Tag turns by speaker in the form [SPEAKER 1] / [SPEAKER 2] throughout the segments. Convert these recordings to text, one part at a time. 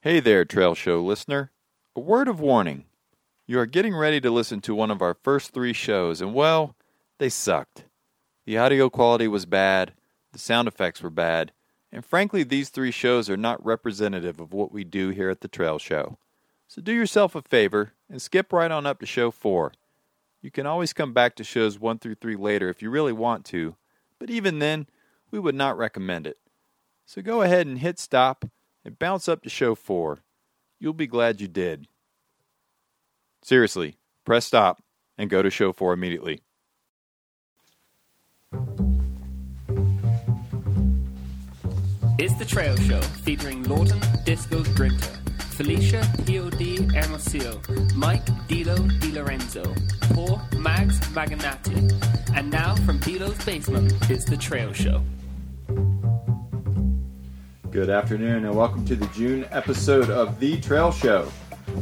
[SPEAKER 1] Hey there, Trail Show listener. A word of warning. You are getting ready to listen to one of our first three shows, and well, they sucked. The audio quality was bad, the sound effects were bad, and frankly, these three shows are not representative of what we do here at the Trail Show. So do yourself a favor and skip right on up to show four. You can always come back to shows one through three later if you really want to, but even then, we would not recommend it. So go ahead and hit stop and bounce up to show four. You'll be glad you did. Seriously, press stop and go to show four immediately.
[SPEAKER 2] It's the Trail Show featuring Lawton Disco Drinker, Felicia POD Hermosillo, Mike Dilo Di Lorenzo, Paul Mags Maganati, and now from Dilo's basement, it's the Trail Show.
[SPEAKER 1] Good afternoon and welcome to the June episode of The Trail Show.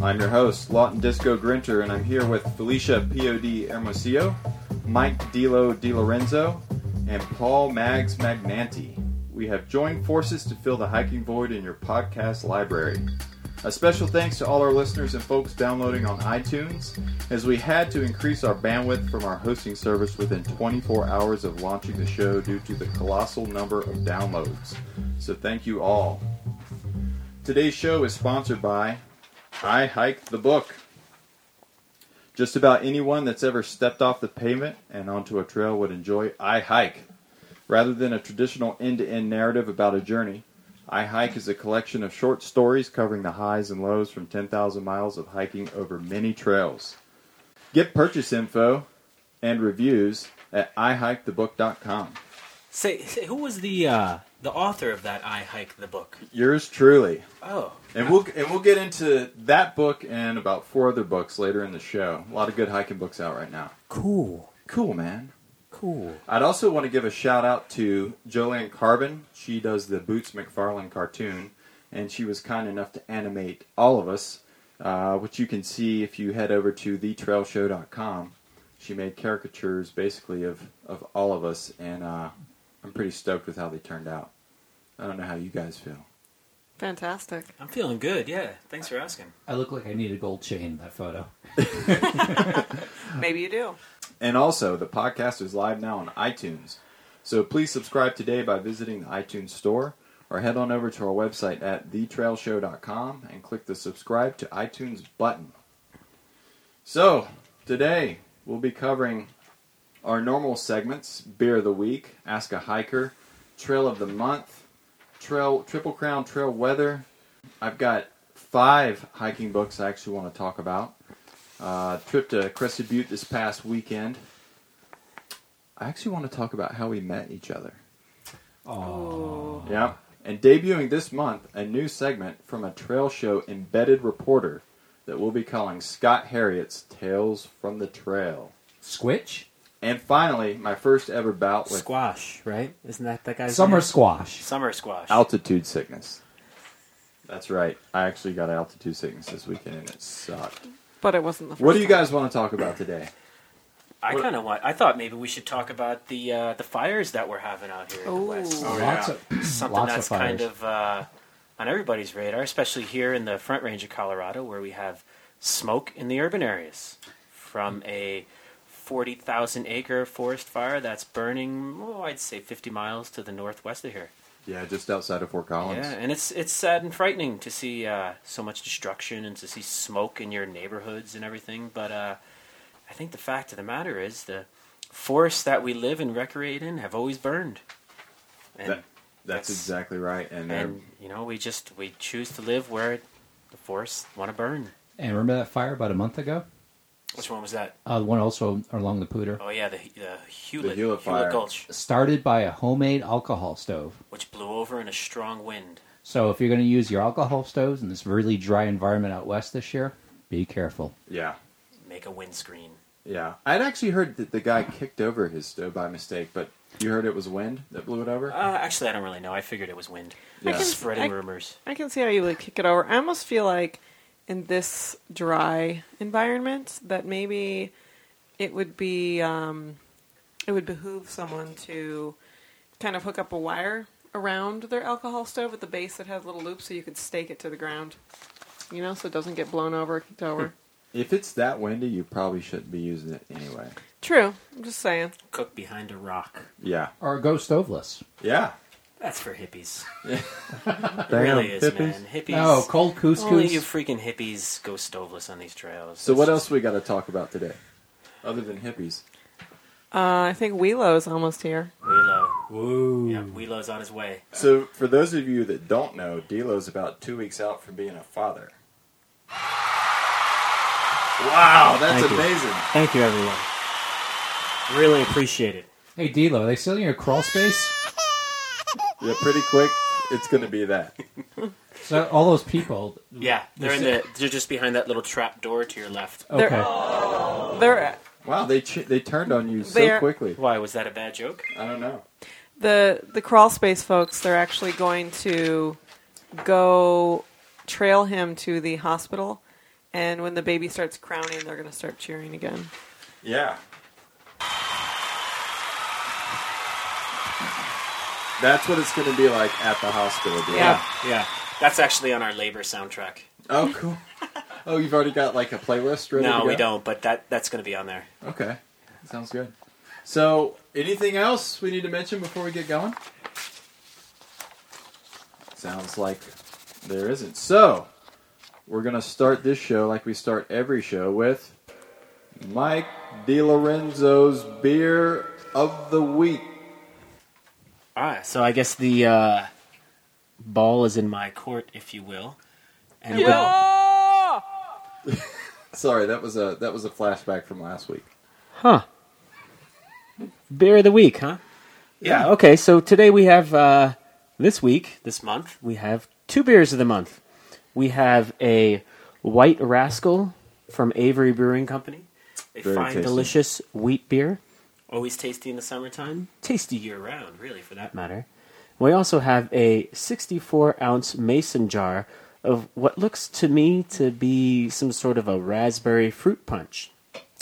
[SPEAKER 1] I'm your host, Lawton Disco Grinter, and I'm here with Felicia POD Hermosillo, Mike Dilo DiLorenzo, and Paul Mags Magnanti. We have joined forces to fill the hiking void in your podcast library. A special thanks to all our listeners and folks downloading on iTunes, as we had to increase our bandwidth from our hosting service within 24 hours of launching the show due to the colossal number of downloads. So thank you all. Today's show is sponsored by I Hike the Book. Just about anyone that's ever stepped off the pavement and onto a trail would enjoy I Hike. Rather than a traditional end to end narrative about a journey, I Hike is a collection of short stories covering the highs and lows from 10,000 miles of hiking over many trails. Get purchase info and reviews at ihikethebook.com.
[SPEAKER 3] Say, say who was the uh, the author of that I hike the book?
[SPEAKER 1] Yours truly.
[SPEAKER 3] Oh,
[SPEAKER 1] And we'll and we'll get into that book and about four other books later in the show. A lot of good hiking books out right now.
[SPEAKER 3] cool,
[SPEAKER 1] Cool, man.
[SPEAKER 3] cool.
[SPEAKER 1] I'd also want to give a shout out to Jolene Carbon. She does the Boots McFarlane cartoon, and she was kind enough to animate all of us, uh, which you can see if you head over to thetrailshow.com. She made caricatures basically of, of all of us, and uh, I'm pretty stoked with how they turned out. I don't know how you guys feel.
[SPEAKER 4] Fantastic.
[SPEAKER 3] I'm feeling good. Yeah, thanks for asking.
[SPEAKER 5] I look like I need a gold chain in that photo.
[SPEAKER 4] Maybe you do.
[SPEAKER 1] And also, the podcast is live now on iTunes. So please subscribe today by visiting the iTunes store or head on over to our website at thetrailshow.com and click the subscribe to iTunes button. So, today we'll be covering our normal segments Beer of the Week, Ask a Hiker, Trail of the Month, Trail Triple Crown Trail Weather. I've got five hiking books I actually want to talk about uh, trip to Crested Butte this past weekend. I actually want to talk about how we met each other.
[SPEAKER 5] Oh,
[SPEAKER 1] Yeah. And debuting this month, a new segment from a trail show embedded reporter that we'll be calling Scott Harriet's Tales from the Trail.
[SPEAKER 5] squitch,
[SPEAKER 1] And finally, my first ever bout with
[SPEAKER 3] Squash, right? Isn't that that guy's
[SPEAKER 5] summer
[SPEAKER 3] name?
[SPEAKER 5] squash.
[SPEAKER 3] Summer squash.
[SPEAKER 1] altitude sickness. That's right. I actually got altitude sickness this weekend and it sucked.
[SPEAKER 4] But it wasn't the first
[SPEAKER 1] What do you
[SPEAKER 4] time.
[SPEAKER 1] guys want to talk about today?
[SPEAKER 3] I kind of want. I thought maybe we should talk about the uh, the fires that we're having out here in the
[SPEAKER 4] Ooh.
[SPEAKER 3] West.
[SPEAKER 4] Oh,
[SPEAKER 5] lots
[SPEAKER 1] yeah.
[SPEAKER 5] of
[SPEAKER 3] Something
[SPEAKER 5] lots
[SPEAKER 3] that's
[SPEAKER 5] of fires.
[SPEAKER 3] kind of uh, on everybody's radar, especially here in the Front Range of Colorado, where we have smoke in the urban areas from a forty thousand acre forest fire that's burning. Oh, I'd say fifty miles to the northwest of here.
[SPEAKER 1] Yeah, just outside of Fort Collins.
[SPEAKER 3] Yeah, and it's it's sad and frightening to see uh, so much destruction and to see smoke in your neighborhoods and everything. But uh, I think the fact of the matter is the forests that we live and recreate in have always burned, and
[SPEAKER 1] That- that's,
[SPEAKER 3] that's-
[SPEAKER 1] exactly right. And, they're-
[SPEAKER 3] and you know we just we choose to live where the forests want to burn.
[SPEAKER 5] And remember that fire about a month ago?
[SPEAKER 3] Which one was that?
[SPEAKER 5] Uh, the one also along the Pooter,
[SPEAKER 3] Oh yeah, the the
[SPEAKER 1] Hewlett
[SPEAKER 3] Hewlett, Hewlett,
[SPEAKER 1] fire.
[SPEAKER 3] Gulch,
[SPEAKER 5] started by a homemade alcohol stove.
[SPEAKER 3] which blew over in a strong wind.
[SPEAKER 5] So if you're going to use your alcohol stoves in this really dry environment out west this year, be careful.
[SPEAKER 1] yeah.
[SPEAKER 3] Make a windscreen.
[SPEAKER 1] Yeah, I'd actually heard that the guy kicked over his stove by mistake, but you heard it was wind that blew it over.
[SPEAKER 3] Uh, actually, I don't really know. I figured it was wind.
[SPEAKER 1] I can-
[SPEAKER 3] Spreading
[SPEAKER 4] I-
[SPEAKER 3] rumors.
[SPEAKER 4] I can see how you would kick it over. I almost feel like in this dry environment that maybe it would be um, it would behoove someone to kind of hook up a wire around their alcohol stove at the base that has little loops so you could stake it to the ground. You know, so it doesn't get blown over, kicked over.
[SPEAKER 1] If it's that windy, you probably shouldn't be using it anyway.
[SPEAKER 4] True. I'm just saying.
[SPEAKER 3] Cook behind a rock.
[SPEAKER 1] Yeah.
[SPEAKER 5] Or go stoveless.
[SPEAKER 1] Yeah.
[SPEAKER 3] That's for hippies. It
[SPEAKER 1] Damn,
[SPEAKER 3] really is,
[SPEAKER 1] hippies.
[SPEAKER 3] man. Hippies.
[SPEAKER 5] No, Oh, cold
[SPEAKER 3] Only you
[SPEAKER 5] couscous.
[SPEAKER 3] freaking hippies go stoveless on these trails.
[SPEAKER 1] So
[SPEAKER 3] It's
[SPEAKER 1] what
[SPEAKER 3] just-
[SPEAKER 1] else we got to talk about today, other than hippies?
[SPEAKER 4] Uh, I think Wheelo is almost here.
[SPEAKER 3] Wheelo.
[SPEAKER 5] Woo.
[SPEAKER 3] Yep, Wheelo's on his way.
[SPEAKER 1] So for those of you that don't know, D'Lo's about two weeks out from being a father. Wow, that's
[SPEAKER 3] Thank you.
[SPEAKER 1] amazing.
[SPEAKER 3] Thank you, everyone. Really appreciate it.
[SPEAKER 5] Hey, D'Lo, are they still in your crawl space?
[SPEAKER 1] Yeah, pretty quick, it's going to be that.
[SPEAKER 5] So all those people.
[SPEAKER 3] Yeah, they're in the. They're just behind that little trap door to your left.
[SPEAKER 5] Okay.
[SPEAKER 4] They're,
[SPEAKER 1] Wow, they ch- they turned on you so
[SPEAKER 4] They're-
[SPEAKER 1] quickly.
[SPEAKER 3] Why was that a bad joke?
[SPEAKER 1] I don't know.
[SPEAKER 4] the the crawl space folks. They're actually going to go trail him to the hospital, and when the baby starts crowning, they're going to start cheering again.
[SPEAKER 1] Yeah. That's what it's going to be like at the hospital. Dude.
[SPEAKER 4] Yeah.
[SPEAKER 3] yeah. That's actually on our labor soundtrack.
[SPEAKER 1] Oh, cool. Oh, you've already got like a playlist ready? to
[SPEAKER 3] No,
[SPEAKER 1] go?
[SPEAKER 3] we don't. But that that's going to be on there.
[SPEAKER 1] Okay, sounds good. So, anything else we need to mention before we get going? Sounds like there isn't. So, we're gonna start this show like we start every show with Mike DiLorenzo's beer of the week.
[SPEAKER 3] All right. Ah, So I guess the uh, ball is in my court, if you will. And
[SPEAKER 1] Sorry, that was a that was a flashback from last week.
[SPEAKER 3] Huh. Beer of the week, huh? Ah,
[SPEAKER 1] Yeah.
[SPEAKER 3] okay, so today we have, uh, this week, this month, we have two beers of the month. We have a White Rascal from Avery Brewing Company, a
[SPEAKER 1] Very
[SPEAKER 3] fine,
[SPEAKER 1] tasty.
[SPEAKER 3] delicious wheat beer. Always tasty in the summertime. Tasty year round, really, for that matter. We also have a 64 ounce mason jar of what looks to me to be some sort of a raspberry fruit punch.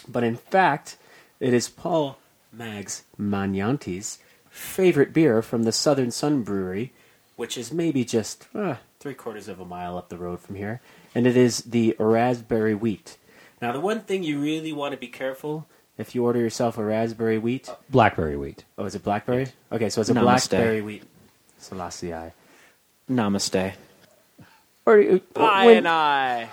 [SPEAKER 3] But in fact, it is Paul Mags Magnanti's favorite beer from the Southern Sun Brewery, which is maybe just uh, three quarters of a mile up the road from here, and it is the raspberry wheat. Now, the one thing you really want to be careful if you order yourself a raspberry wheat.
[SPEAKER 5] Blackberry wheat.
[SPEAKER 3] Oh, is it blackberry? Okay, so it's a
[SPEAKER 6] Namaste.
[SPEAKER 3] blackberry wheat. Selassie.
[SPEAKER 6] Namaste.
[SPEAKER 3] Or, uh,
[SPEAKER 6] I
[SPEAKER 3] when-
[SPEAKER 6] and I.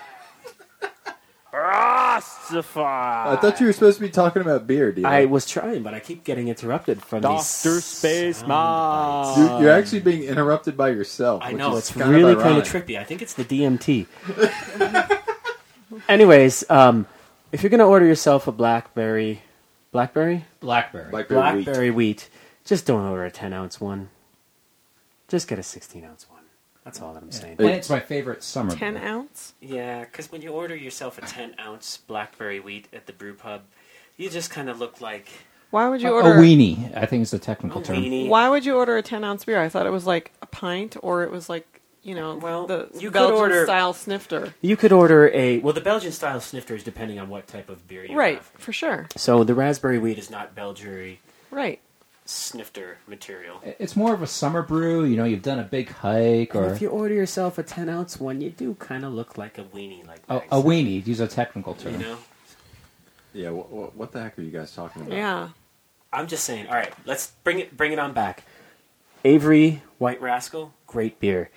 [SPEAKER 6] Rastafari.
[SPEAKER 1] I thought you were supposed to be talking about beer, dude.
[SPEAKER 3] Uh, I was trying, but I keep getting interrupted from
[SPEAKER 6] Doctor
[SPEAKER 3] these
[SPEAKER 6] Spaceman.
[SPEAKER 1] You're, you're actually being interrupted by yourself.
[SPEAKER 3] um, I
[SPEAKER 1] which
[SPEAKER 3] know
[SPEAKER 1] is
[SPEAKER 3] it's
[SPEAKER 1] kind
[SPEAKER 3] really
[SPEAKER 1] of
[SPEAKER 3] kind of
[SPEAKER 1] ironic.
[SPEAKER 3] trippy. I think it's the DMT. Anyways, um, if you're gonna order yourself a blackberry, blackberry,
[SPEAKER 5] Blackberry.
[SPEAKER 1] Blackberry wheat.
[SPEAKER 3] blackberry wheat, just don't order a 10 ounce one. Just get a 16 ounce one. That's all that I'm saying.
[SPEAKER 5] and it's my favorite summer.
[SPEAKER 4] Ten
[SPEAKER 5] beer.
[SPEAKER 4] ounce.
[SPEAKER 3] Yeah, because when you order yourself a 10 ounce blackberry wheat at the brew pub, you just kind of look like
[SPEAKER 4] Why would you
[SPEAKER 5] A
[SPEAKER 4] order
[SPEAKER 5] weenie, I think is the
[SPEAKER 3] a
[SPEAKER 5] technical term.
[SPEAKER 3] weenie.
[SPEAKER 4] Why would you order a ten ounce beer? I thought it was like a pint, or it was like you know
[SPEAKER 3] Well,
[SPEAKER 4] the
[SPEAKER 3] you could
[SPEAKER 4] Belgian
[SPEAKER 3] order-
[SPEAKER 4] style snifter,
[SPEAKER 3] You could order a well. The Belgian style snifter is depending on what type of beer you
[SPEAKER 4] right?
[SPEAKER 3] have.
[SPEAKER 4] For sure,
[SPEAKER 3] So the raspberry wheat is not Belgian
[SPEAKER 4] right?
[SPEAKER 3] snifter material.
[SPEAKER 5] It's more of a summer brew. You know, you've done a big hike
[SPEAKER 3] And
[SPEAKER 5] or
[SPEAKER 3] if you order yourself a 10 ounce one, you do kind of look like a weenie, like
[SPEAKER 5] a,
[SPEAKER 3] Max
[SPEAKER 5] Oh, a
[SPEAKER 3] said,
[SPEAKER 5] weenie. Use a technical term.
[SPEAKER 3] You know,
[SPEAKER 1] Yeah, what, what the heck are you guys talking about?
[SPEAKER 4] Yeah.
[SPEAKER 3] I'm just saying. All right, let's bring it bring it on back. Avery White Rascal, great beer.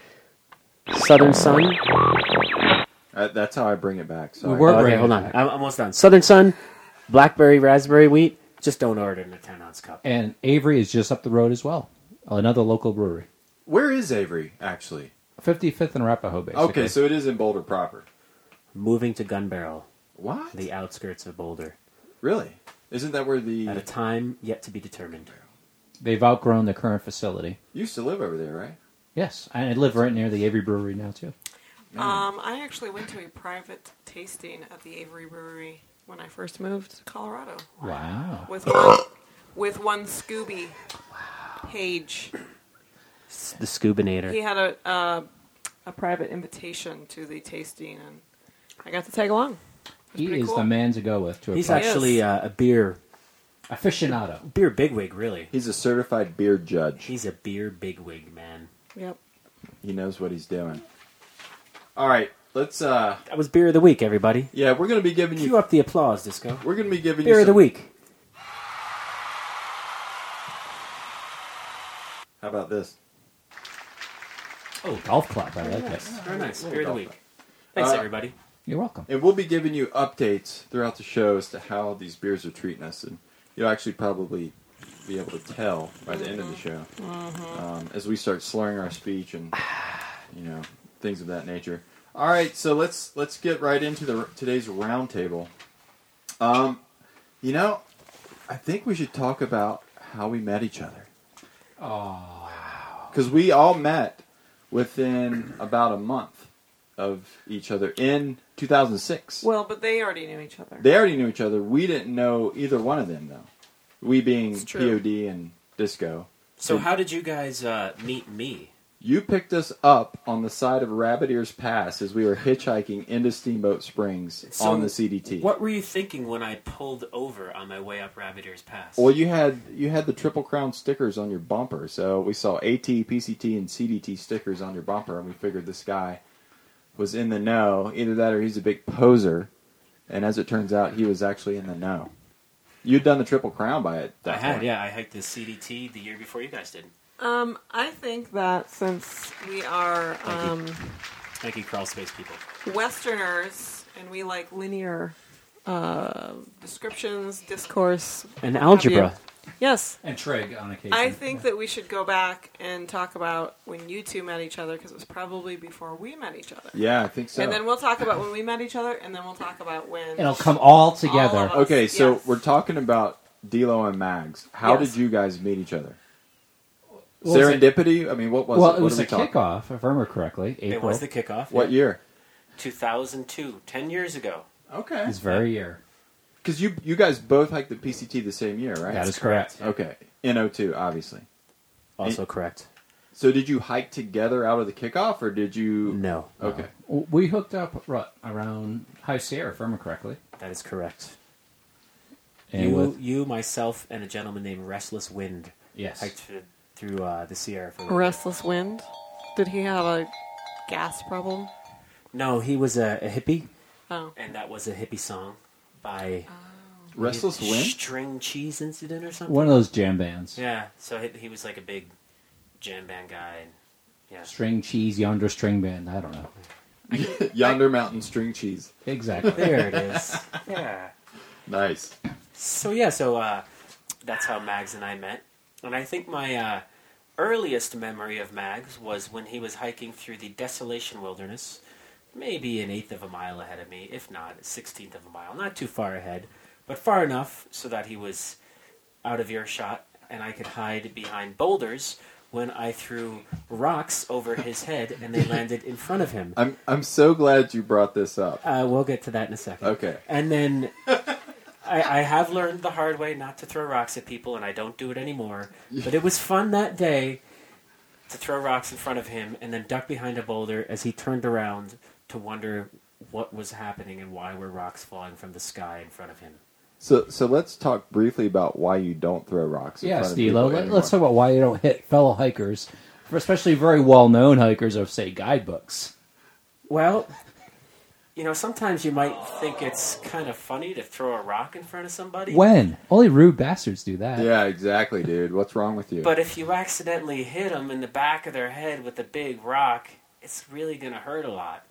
[SPEAKER 3] Southern Sun.
[SPEAKER 1] Uh, that's how I bring it back. Uh, So
[SPEAKER 5] We were-
[SPEAKER 3] Okay,
[SPEAKER 5] bringing
[SPEAKER 3] hold
[SPEAKER 5] it
[SPEAKER 3] on.
[SPEAKER 5] back.
[SPEAKER 3] I'm almost done. Southern Sun, blackberry raspberry wheat. Just don't order it in a 10 ounce cup.
[SPEAKER 5] And Avery is just up the road as well. Another local brewery.
[SPEAKER 1] Where is Avery actually?
[SPEAKER 5] 55th and Arapahoe, basically.
[SPEAKER 1] Okay, so it is in Boulder proper.
[SPEAKER 3] Moving to Gun Barrel,
[SPEAKER 1] What?
[SPEAKER 3] the outskirts of Boulder,
[SPEAKER 1] really? Isn't that where
[SPEAKER 3] at a
[SPEAKER 1] the
[SPEAKER 3] time yet to be determined.
[SPEAKER 5] they've outgrown the current facility.
[SPEAKER 1] you used to live over there, right?
[SPEAKER 5] Yes, and I live right near the Avery Brewery now too.
[SPEAKER 3] Mm.
[SPEAKER 4] Um, I actually went to a private tasting at the Avery Brewery when I first moved to Colorado
[SPEAKER 5] Wow.
[SPEAKER 4] with one, with one Scooby Page.
[SPEAKER 3] It's the Scubinator.
[SPEAKER 4] He had a uh, a private invitation to the tasting, and I got to tag along.
[SPEAKER 5] He
[SPEAKER 4] pretty
[SPEAKER 5] is
[SPEAKER 4] cool.
[SPEAKER 5] the man to go with to a
[SPEAKER 3] He's
[SPEAKER 5] pub.
[SPEAKER 4] Yes.
[SPEAKER 3] actually uh, a beer
[SPEAKER 5] Aficionado.
[SPEAKER 3] Beer bigwig, really.
[SPEAKER 1] He's a certified beer judge.
[SPEAKER 3] He's a beer bigwig, man.
[SPEAKER 4] Yep.
[SPEAKER 1] He knows what he's doing. All right, let's. uh
[SPEAKER 3] That was beer of the week, everybody.
[SPEAKER 1] Yeah, we're gonna be giving
[SPEAKER 3] Cue
[SPEAKER 1] you.
[SPEAKER 3] up the applause, Disco.
[SPEAKER 1] We're gonna be giving you
[SPEAKER 3] Beer of the
[SPEAKER 1] some-
[SPEAKER 3] week.
[SPEAKER 1] How about this?
[SPEAKER 5] Oh, golf club. I like this.
[SPEAKER 3] Very nice.
[SPEAKER 1] Little
[SPEAKER 3] Beer of the
[SPEAKER 1] golf
[SPEAKER 3] week.
[SPEAKER 1] club.
[SPEAKER 3] Thanks,
[SPEAKER 1] Uh,
[SPEAKER 3] everybody.
[SPEAKER 5] You're welcome.
[SPEAKER 1] And we'll be giving you updates throughout the show as to how these beers are treating us, and you'll actually probably be able to tell by the end of the show um, as we start slurring our speech and you know things of that nature. All right, so let's let's get right into the today's roundtable. Um, you know, I think we should talk about how we met each other. Oh, because we all met within about a month of each other in 2006.
[SPEAKER 4] Well, but they already knew each other.
[SPEAKER 1] They already knew each other. We didn't know either one of them though. We being
[SPEAKER 4] It's true.
[SPEAKER 1] POD and Disco.
[SPEAKER 3] So, how did you guys uh, meet me?
[SPEAKER 1] You picked us up on the side of Rabbit Ears Pass as we were hitchhiking into Steamboat Springs
[SPEAKER 3] So
[SPEAKER 1] on the CDT.
[SPEAKER 3] What were you thinking when I pulled over on my way up Rabbit Ears Pass?
[SPEAKER 1] Well, you had you had the Triple Crown stickers on your bumper, so we saw AT, PCT, and CDT stickers on your bumper, and we figured this guy was in the know. Either that, or he's a big poser. And as it turns out, he was actually in the know. You'd done the Triple Crown by it.
[SPEAKER 3] I had, yeah. I hiked the CDT the year before you guys did.
[SPEAKER 4] Um, I think that since we are um,
[SPEAKER 3] Thank Thank you, crawl space people.
[SPEAKER 4] Westerners and we like linear uh, descriptions, discourse.
[SPEAKER 7] And
[SPEAKER 4] algebra. Yes,
[SPEAKER 5] And Trig on occasion.
[SPEAKER 4] I think that we should go back and talk about when you two met each other because it was probably before we met each other.
[SPEAKER 1] Yeah, I think so.
[SPEAKER 4] And then we'll talk about when we met each other, and then we'll talk about when.
[SPEAKER 5] It'll come
[SPEAKER 4] All
[SPEAKER 5] all together.
[SPEAKER 4] of us.
[SPEAKER 1] Okay, so
[SPEAKER 4] Yes.
[SPEAKER 1] we're talking about D'Lo and Mags. How
[SPEAKER 4] Yes.
[SPEAKER 1] did you guys meet each other?
[SPEAKER 5] What was it?
[SPEAKER 1] Serendipity? I mean, what was
[SPEAKER 5] well,
[SPEAKER 1] it?
[SPEAKER 5] it was
[SPEAKER 1] what
[SPEAKER 5] a
[SPEAKER 1] are we talking-
[SPEAKER 5] kickoff, if I remember correctly. April.
[SPEAKER 3] It was the kickoff.
[SPEAKER 1] What
[SPEAKER 3] yeah.
[SPEAKER 1] year?
[SPEAKER 3] 2002, 10 years ago.
[SPEAKER 1] Okay.
[SPEAKER 5] This very year.
[SPEAKER 1] Because you you guys both hiked the PCT the same year, right?
[SPEAKER 5] That is correct.
[SPEAKER 1] okay. In 02, obviously.
[SPEAKER 7] Also correct.
[SPEAKER 1] So did you hike together out of the kickoff, or did you?
[SPEAKER 7] No.
[SPEAKER 1] Okay.
[SPEAKER 5] W- We hooked up ru- around High Sierra, if I remember correctly.
[SPEAKER 7] That is correct.
[SPEAKER 5] And
[SPEAKER 3] you,
[SPEAKER 5] with
[SPEAKER 3] you, myself, and a gentleman named Restless Wind
[SPEAKER 5] yes,
[SPEAKER 3] hiked th- through uh, the Sierra. For
[SPEAKER 4] Restless Wind. Did he have a gas problem?
[SPEAKER 3] No, he was a, a hippie, Uh,
[SPEAKER 4] Oh.
[SPEAKER 3] and that was a hippie song by
[SPEAKER 1] Restless
[SPEAKER 3] Is it
[SPEAKER 1] Wind.
[SPEAKER 3] String Cheese Incident or something.
[SPEAKER 5] one of those jam bands.
[SPEAKER 3] Yeah, so he, he was like a big jam band guy. And, yeah,
[SPEAKER 5] String cheese, yonder string band. I don't know
[SPEAKER 1] Yonder Mountain String Cheese.
[SPEAKER 5] exactly.
[SPEAKER 3] there it is. yeah.
[SPEAKER 1] Nice.
[SPEAKER 3] So yeah, so uh, that's how Mags and I met, and I think my uh, earliest memory of Mags was when he was hiking through the Desolation Wilderness, maybe an eighth of a mile ahead of me, if not a sixteenth of a mile, not too far ahead, but far enough so that he was out of earshot and I could hide behind boulders when I threw rocks over his head and they landed in front of him.
[SPEAKER 1] I'm I'm so glad you brought this up.
[SPEAKER 3] Uh, we'll get to that in a second.
[SPEAKER 1] Okay.
[SPEAKER 3] And then I, I have learned the hard way not to throw rocks at people, and I don't do it anymore. But it was fun that day to throw rocks in front of him and then duck behind a boulder as he turned around to wonder what was happening and why were rocks falling from the sky in front of him.
[SPEAKER 1] So so let's talk briefly about why you don't throw rocks. In
[SPEAKER 5] yes,
[SPEAKER 1] front of people
[SPEAKER 5] D'Lo. Let,
[SPEAKER 1] anymore.
[SPEAKER 5] let's talk about why you don't hit fellow hikers, for especially very well-known hikers of say guidebooks.
[SPEAKER 3] Well, you know, sometimes you might think it's kind of funny to throw a rock in front of somebody.
[SPEAKER 5] When only rude bastards do that.
[SPEAKER 1] Yeah, exactly, dude. What's wrong with you?
[SPEAKER 3] But if you accidentally hit them in the back of their head with a big rock, it's really going to hurt a lot.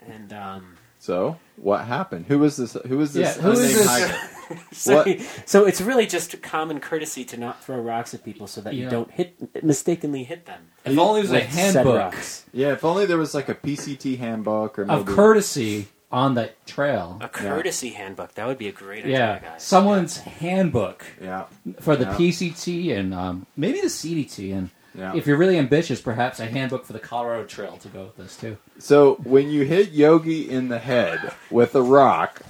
[SPEAKER 3] And um,
[SPEAKER 1] so what happened? Who was this? Who was this?
[SPEAKER 5] Yeah, who is
[SPEAKER 1] unnamed
[SPEAKER 5] this?
[SPEAKER 1] hiker?
[SPEAKER 3] so,
[SPEAKER 1] What?
[SPEAKER 3] so it's really just common courtesy to not throw rocks at people so that you
[SPEAKER 5] Yeah.
[SPEAKER 3] don't hit mistakenly hit them.
[SPEAKER 5] If only there's a
[SPEAKER 3] with said
[SPEAKER 5] handbook
[SPEAKER 3] rocks.
[SPEAKER 1] Yeah, if only there was like a PCT handbook or
[SPEAKER 5] of
[SPEAKER 1] maybe-
[SPEAKER 5] courtesy on the trail.
[SPEAKER 3] A courtesy handbook. That would be a great idea,
[SPEAKER 5] Yeah,
[SPEAKER 3] guys.
[SPEAKER 5] someone's handbook.
[SPEAKER 1] Yeah,
[SPEAKER 5] for the
[SPEAKER 1] Yeah.
[SPEAKER 5] PCT and um, maybe the CDT. And
[SPEAKER 1] Yeah.
[SPEAKER 5] if you're really ambitious, perhaps a handbook for the Colorado Trail to go with this too.
[SPEAKER 1] So when you hit Yogi in the head with a rock,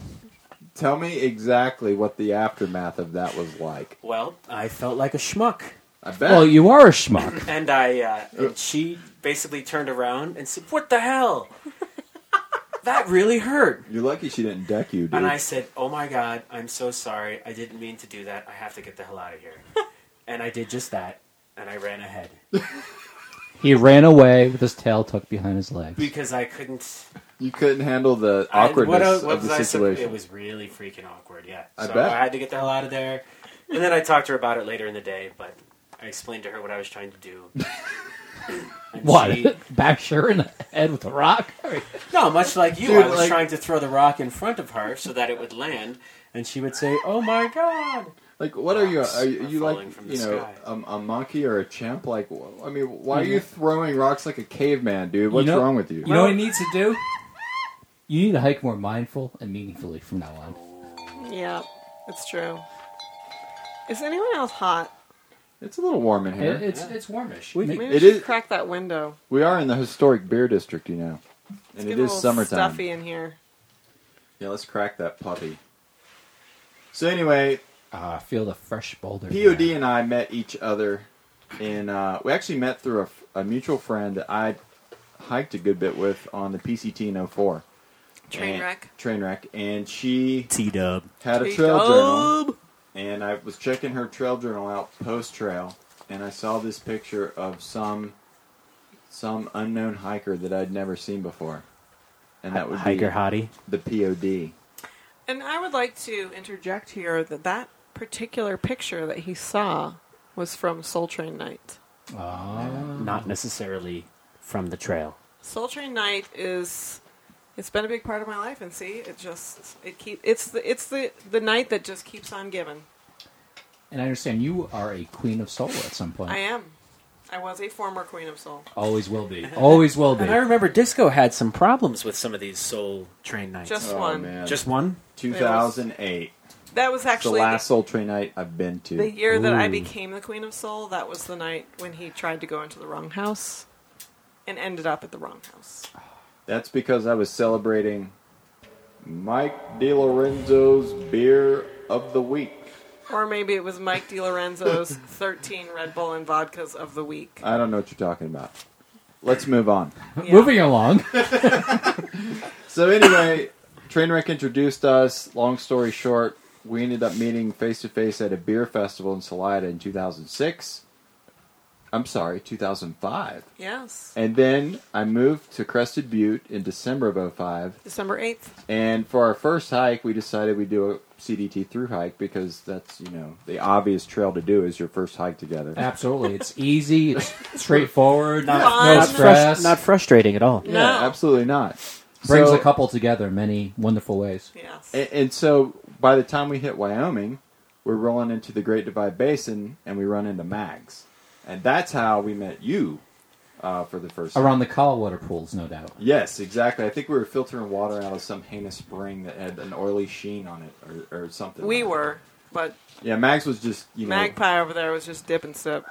[SPEAKER 1] tell me exactly what the aftermath of that was like.
[SPEAKER 3] well, I felt like a schmuck,
[SPEAKER 1] I bet.
[SPEAKER 5] Well, you are a schmuck.
[SPEAKER 3] and I uh, and she basically turned around and said, "What the hell?
[SPEAKER 8] that really hurt.
[SPEAKER 1] You're lucky she didn't deck you, dude.
[SPEAKER 8] And I said, "Oh my god, I'm so sorry. I didn't mean to do that. I have to get the hell out of here." and I did just that, and I ran ahead
[SPEAKER 5] He ran away with his tail tucked behind his legs.
[SPEAKER 8] because I couldn't.
[SPEAKER 1] you couldn't handle the
[SPEAKER 8] I-
[SPEAKER 1] awkwardness
[SPEAKER 8] what- what
[SPEAKER 1] of
[SPEAKER 8] was
[SPEAKER 1] the
[SPEAKER 8] I sup-
[SPEAKER 1] situation.
[SPEAKER 8] it was really freaking awkward. Yeah,
[SPEAKER 1] I
[SPEAKER 8] so
[SPEAKER 1] bet.
[SPEAKER 8] I had to get the hell out of there. And then I talked to her about it later in the day, but I explained to her what I was trying to do. And she-
[SPEAKER 5] What? Bash her in the head with a rock?
[SPEAKER 8] no, much like you,
[SPEAKER 1] Dude,
[SPEAKER 8] I was
[SPEAKER 1] like-
[SPEAKER 8] trying to throw the rock in front of her so that it would land, and she would say, "Oh my god."
[SPEAKER 1] like, what are you?
[SPEAKER 8] Rocks
[SPEAKER 1] Are you,
[SPEAKER 8] are
[SPEAKER 1] you like,
[SPEAKER 8] falling from the
[SPEAKER 1] you know,
[SPEAKER 8] sky.
[SPEAKER 1] a, a monkey or a chimp? Like, wh- I mean, why are you throwing rocks like a caveman, dude? What's
[SPEAKER 5] know-
[SPEAKER 1] wrong with you?
[SPEAKER 5] Mm-hmm. You know what he needs to do? You need to hike more mindful and meaningfully from now on.
[SPEAKER 4] Yeah, it's true. Is anyone else hot?
[SPEAKER 1] It's a little warm in
[SPEAKER 5] It,
[SPEAKER 1] here.
[SPEAKER 5] it's it's warmish.
[SPEAKER 3] We-
[SPEAKER 5] Make-
[SPEAKER 4] Maybe
[SPEAKER 1] It
[SPEAKER 4] we should
[SPEAKER 1] is-
[SPEAKER 4] crack that window.
[SPEAKER 1] We are in the historic beer district, you know, and it
[SPEAKER 4] Get a
[SPEAKER 1] is
[SPEAKER 4] little
[SPEAKER 1] summertime.
[SPEAKER 4] Stuffy in here.
[SPEAKER 1] Yeah, let's crack that puppy. So anyway,
[SPEAKER 5] Ah, feel the fresh boulder.
[SPEAKER 1] Pod
[SPEAKER 5] there.
[SPEAKER 1] and I met each other, and uh, we actually met through a, f- a mutual friend that I hiked a good bit with on the PCT in 04.
[SPEAKER 4] Train
[SPEAKER 1] And-
[SPEAKER 4] wreck.
[SPEAKER 1] Train wreck, and she
[SPEAKER 3] T Dub.
[SPEAKER 1] had a
[SPEAKER 4] Train Oh.
[SPEAKER 1] trail journal,
[SPEAKER 4] dub.
[SPEAKER 1] and I was checking her trail journal out post trail, and I saw this picture of some some unknown hiker that I'd never seen before, and that would
[SPEAKER 3] hiker
[SPEAKER 1] be
[SPEAKER 3] hottie.
[SPEAKER 1] the Pod.
[SPEAKER 4] And I would like to interject here that that particular picture that he saw was from Soul Train Night.
[SPEAKER 5] Ah.
[SPEAKER 3] Not necessarily from the trail.
[SPEAKER 4] Soul Train Night is it's been a big part of my life and see it just it keep it's the it's the the night that just keeps on giving.
[SPEAKER 5] And I understand you are a queen of soul at some point.
[SPEAKER 4] I am. I was a former queen of soul.
[SPEAKER 5] Always will be. Always will be.
[SPEAKER 8] And I remember Disco had some problems with some of these Soul Train nights.
[SPEAKER 4] Just
[SPEAKER 1] Oh
[SPEAKER 4] one.
[SPEAKER 1] man,
[SPEAKER 8] Just one?
[SPEAKER 1] 2008.
[SPEAKER 4] That was
[SPEAKER 1] It's the
[SPEAKER 4] actually
[SPEAKER 1] last Soul Train night I've been to.
[SPEAKER 4] the, the year that I
[SPEAKER 3] Ooh.
[SPEAKER 4] became the queen of soul. That was the night when he tried to go into the wrong house and ended up at the wrong house.
[SPEAKER 1] That's because I was celebrating Mike DiLorenzo's beer of the week.
[SPEAKER 4] Or maybe it was Mike DiLorenzo's 13 Red Bull and vodkas of the week.
[SPEAKER 1] I don't know what you're talking about. Let's move on.
[SPEAKER 4] Yeah.
[SPEAKER 5] Moving along.
[SPEAKER 1] So anyway, Trainwreck introduced us. Long story short, we ended up meeting face to face at a beer festival in Salida in 2006. I'm sorry, 2005.
[SPEAKER 4] Yes.
[SPEAKER 1] And then I moved to Crested Butte in December of 05.
[SPEAKER 4] December 8th.
[SPEAKER 1] And for our first hike, we decided we'd do a CDT through hike because that's, you know, the obvious trail to do is your first hike together.
[SPEAKER 5] Absolutely. It's easy. It's straightforward.
[SPEAKER 4] Not-
[SPEAKER 5] no
[SPEAKER 4] not
[SPEAKER 5] stress.
[SPEAKER 3] not frustrating at all.
[SPEAKER 1] Yeah,
[SPEAKER 4] No.
[SPEAKER 1] absolutely not.
[SPEAKER 5] Brings
[SPEAKER 1] So-
[SPEAKER 5] a couple together in many wonderful ways.
[SPEAKER 4] Yes.
[SPEAKER 1] And, and so by the time we hit Wyoming, we're rolling into the Great Divide Basin and we run into Mags. And that's how we met you uh, for the first
[SPEAKER 5] Around the Colorado pools, no doubt.
[SPEAKER 1] Yes, exactly. I think we were filtering water out of some heinous spring that had an oily sheen on it or, or something.
[SPEAKER 4] we
[SPEAKER 1] like
[SPEAKER 4] were, but
[SPEAKER 1] that. Yeah, Mags was just, you know,
[SPEAKER 4] Magpie over there was just dip and sip.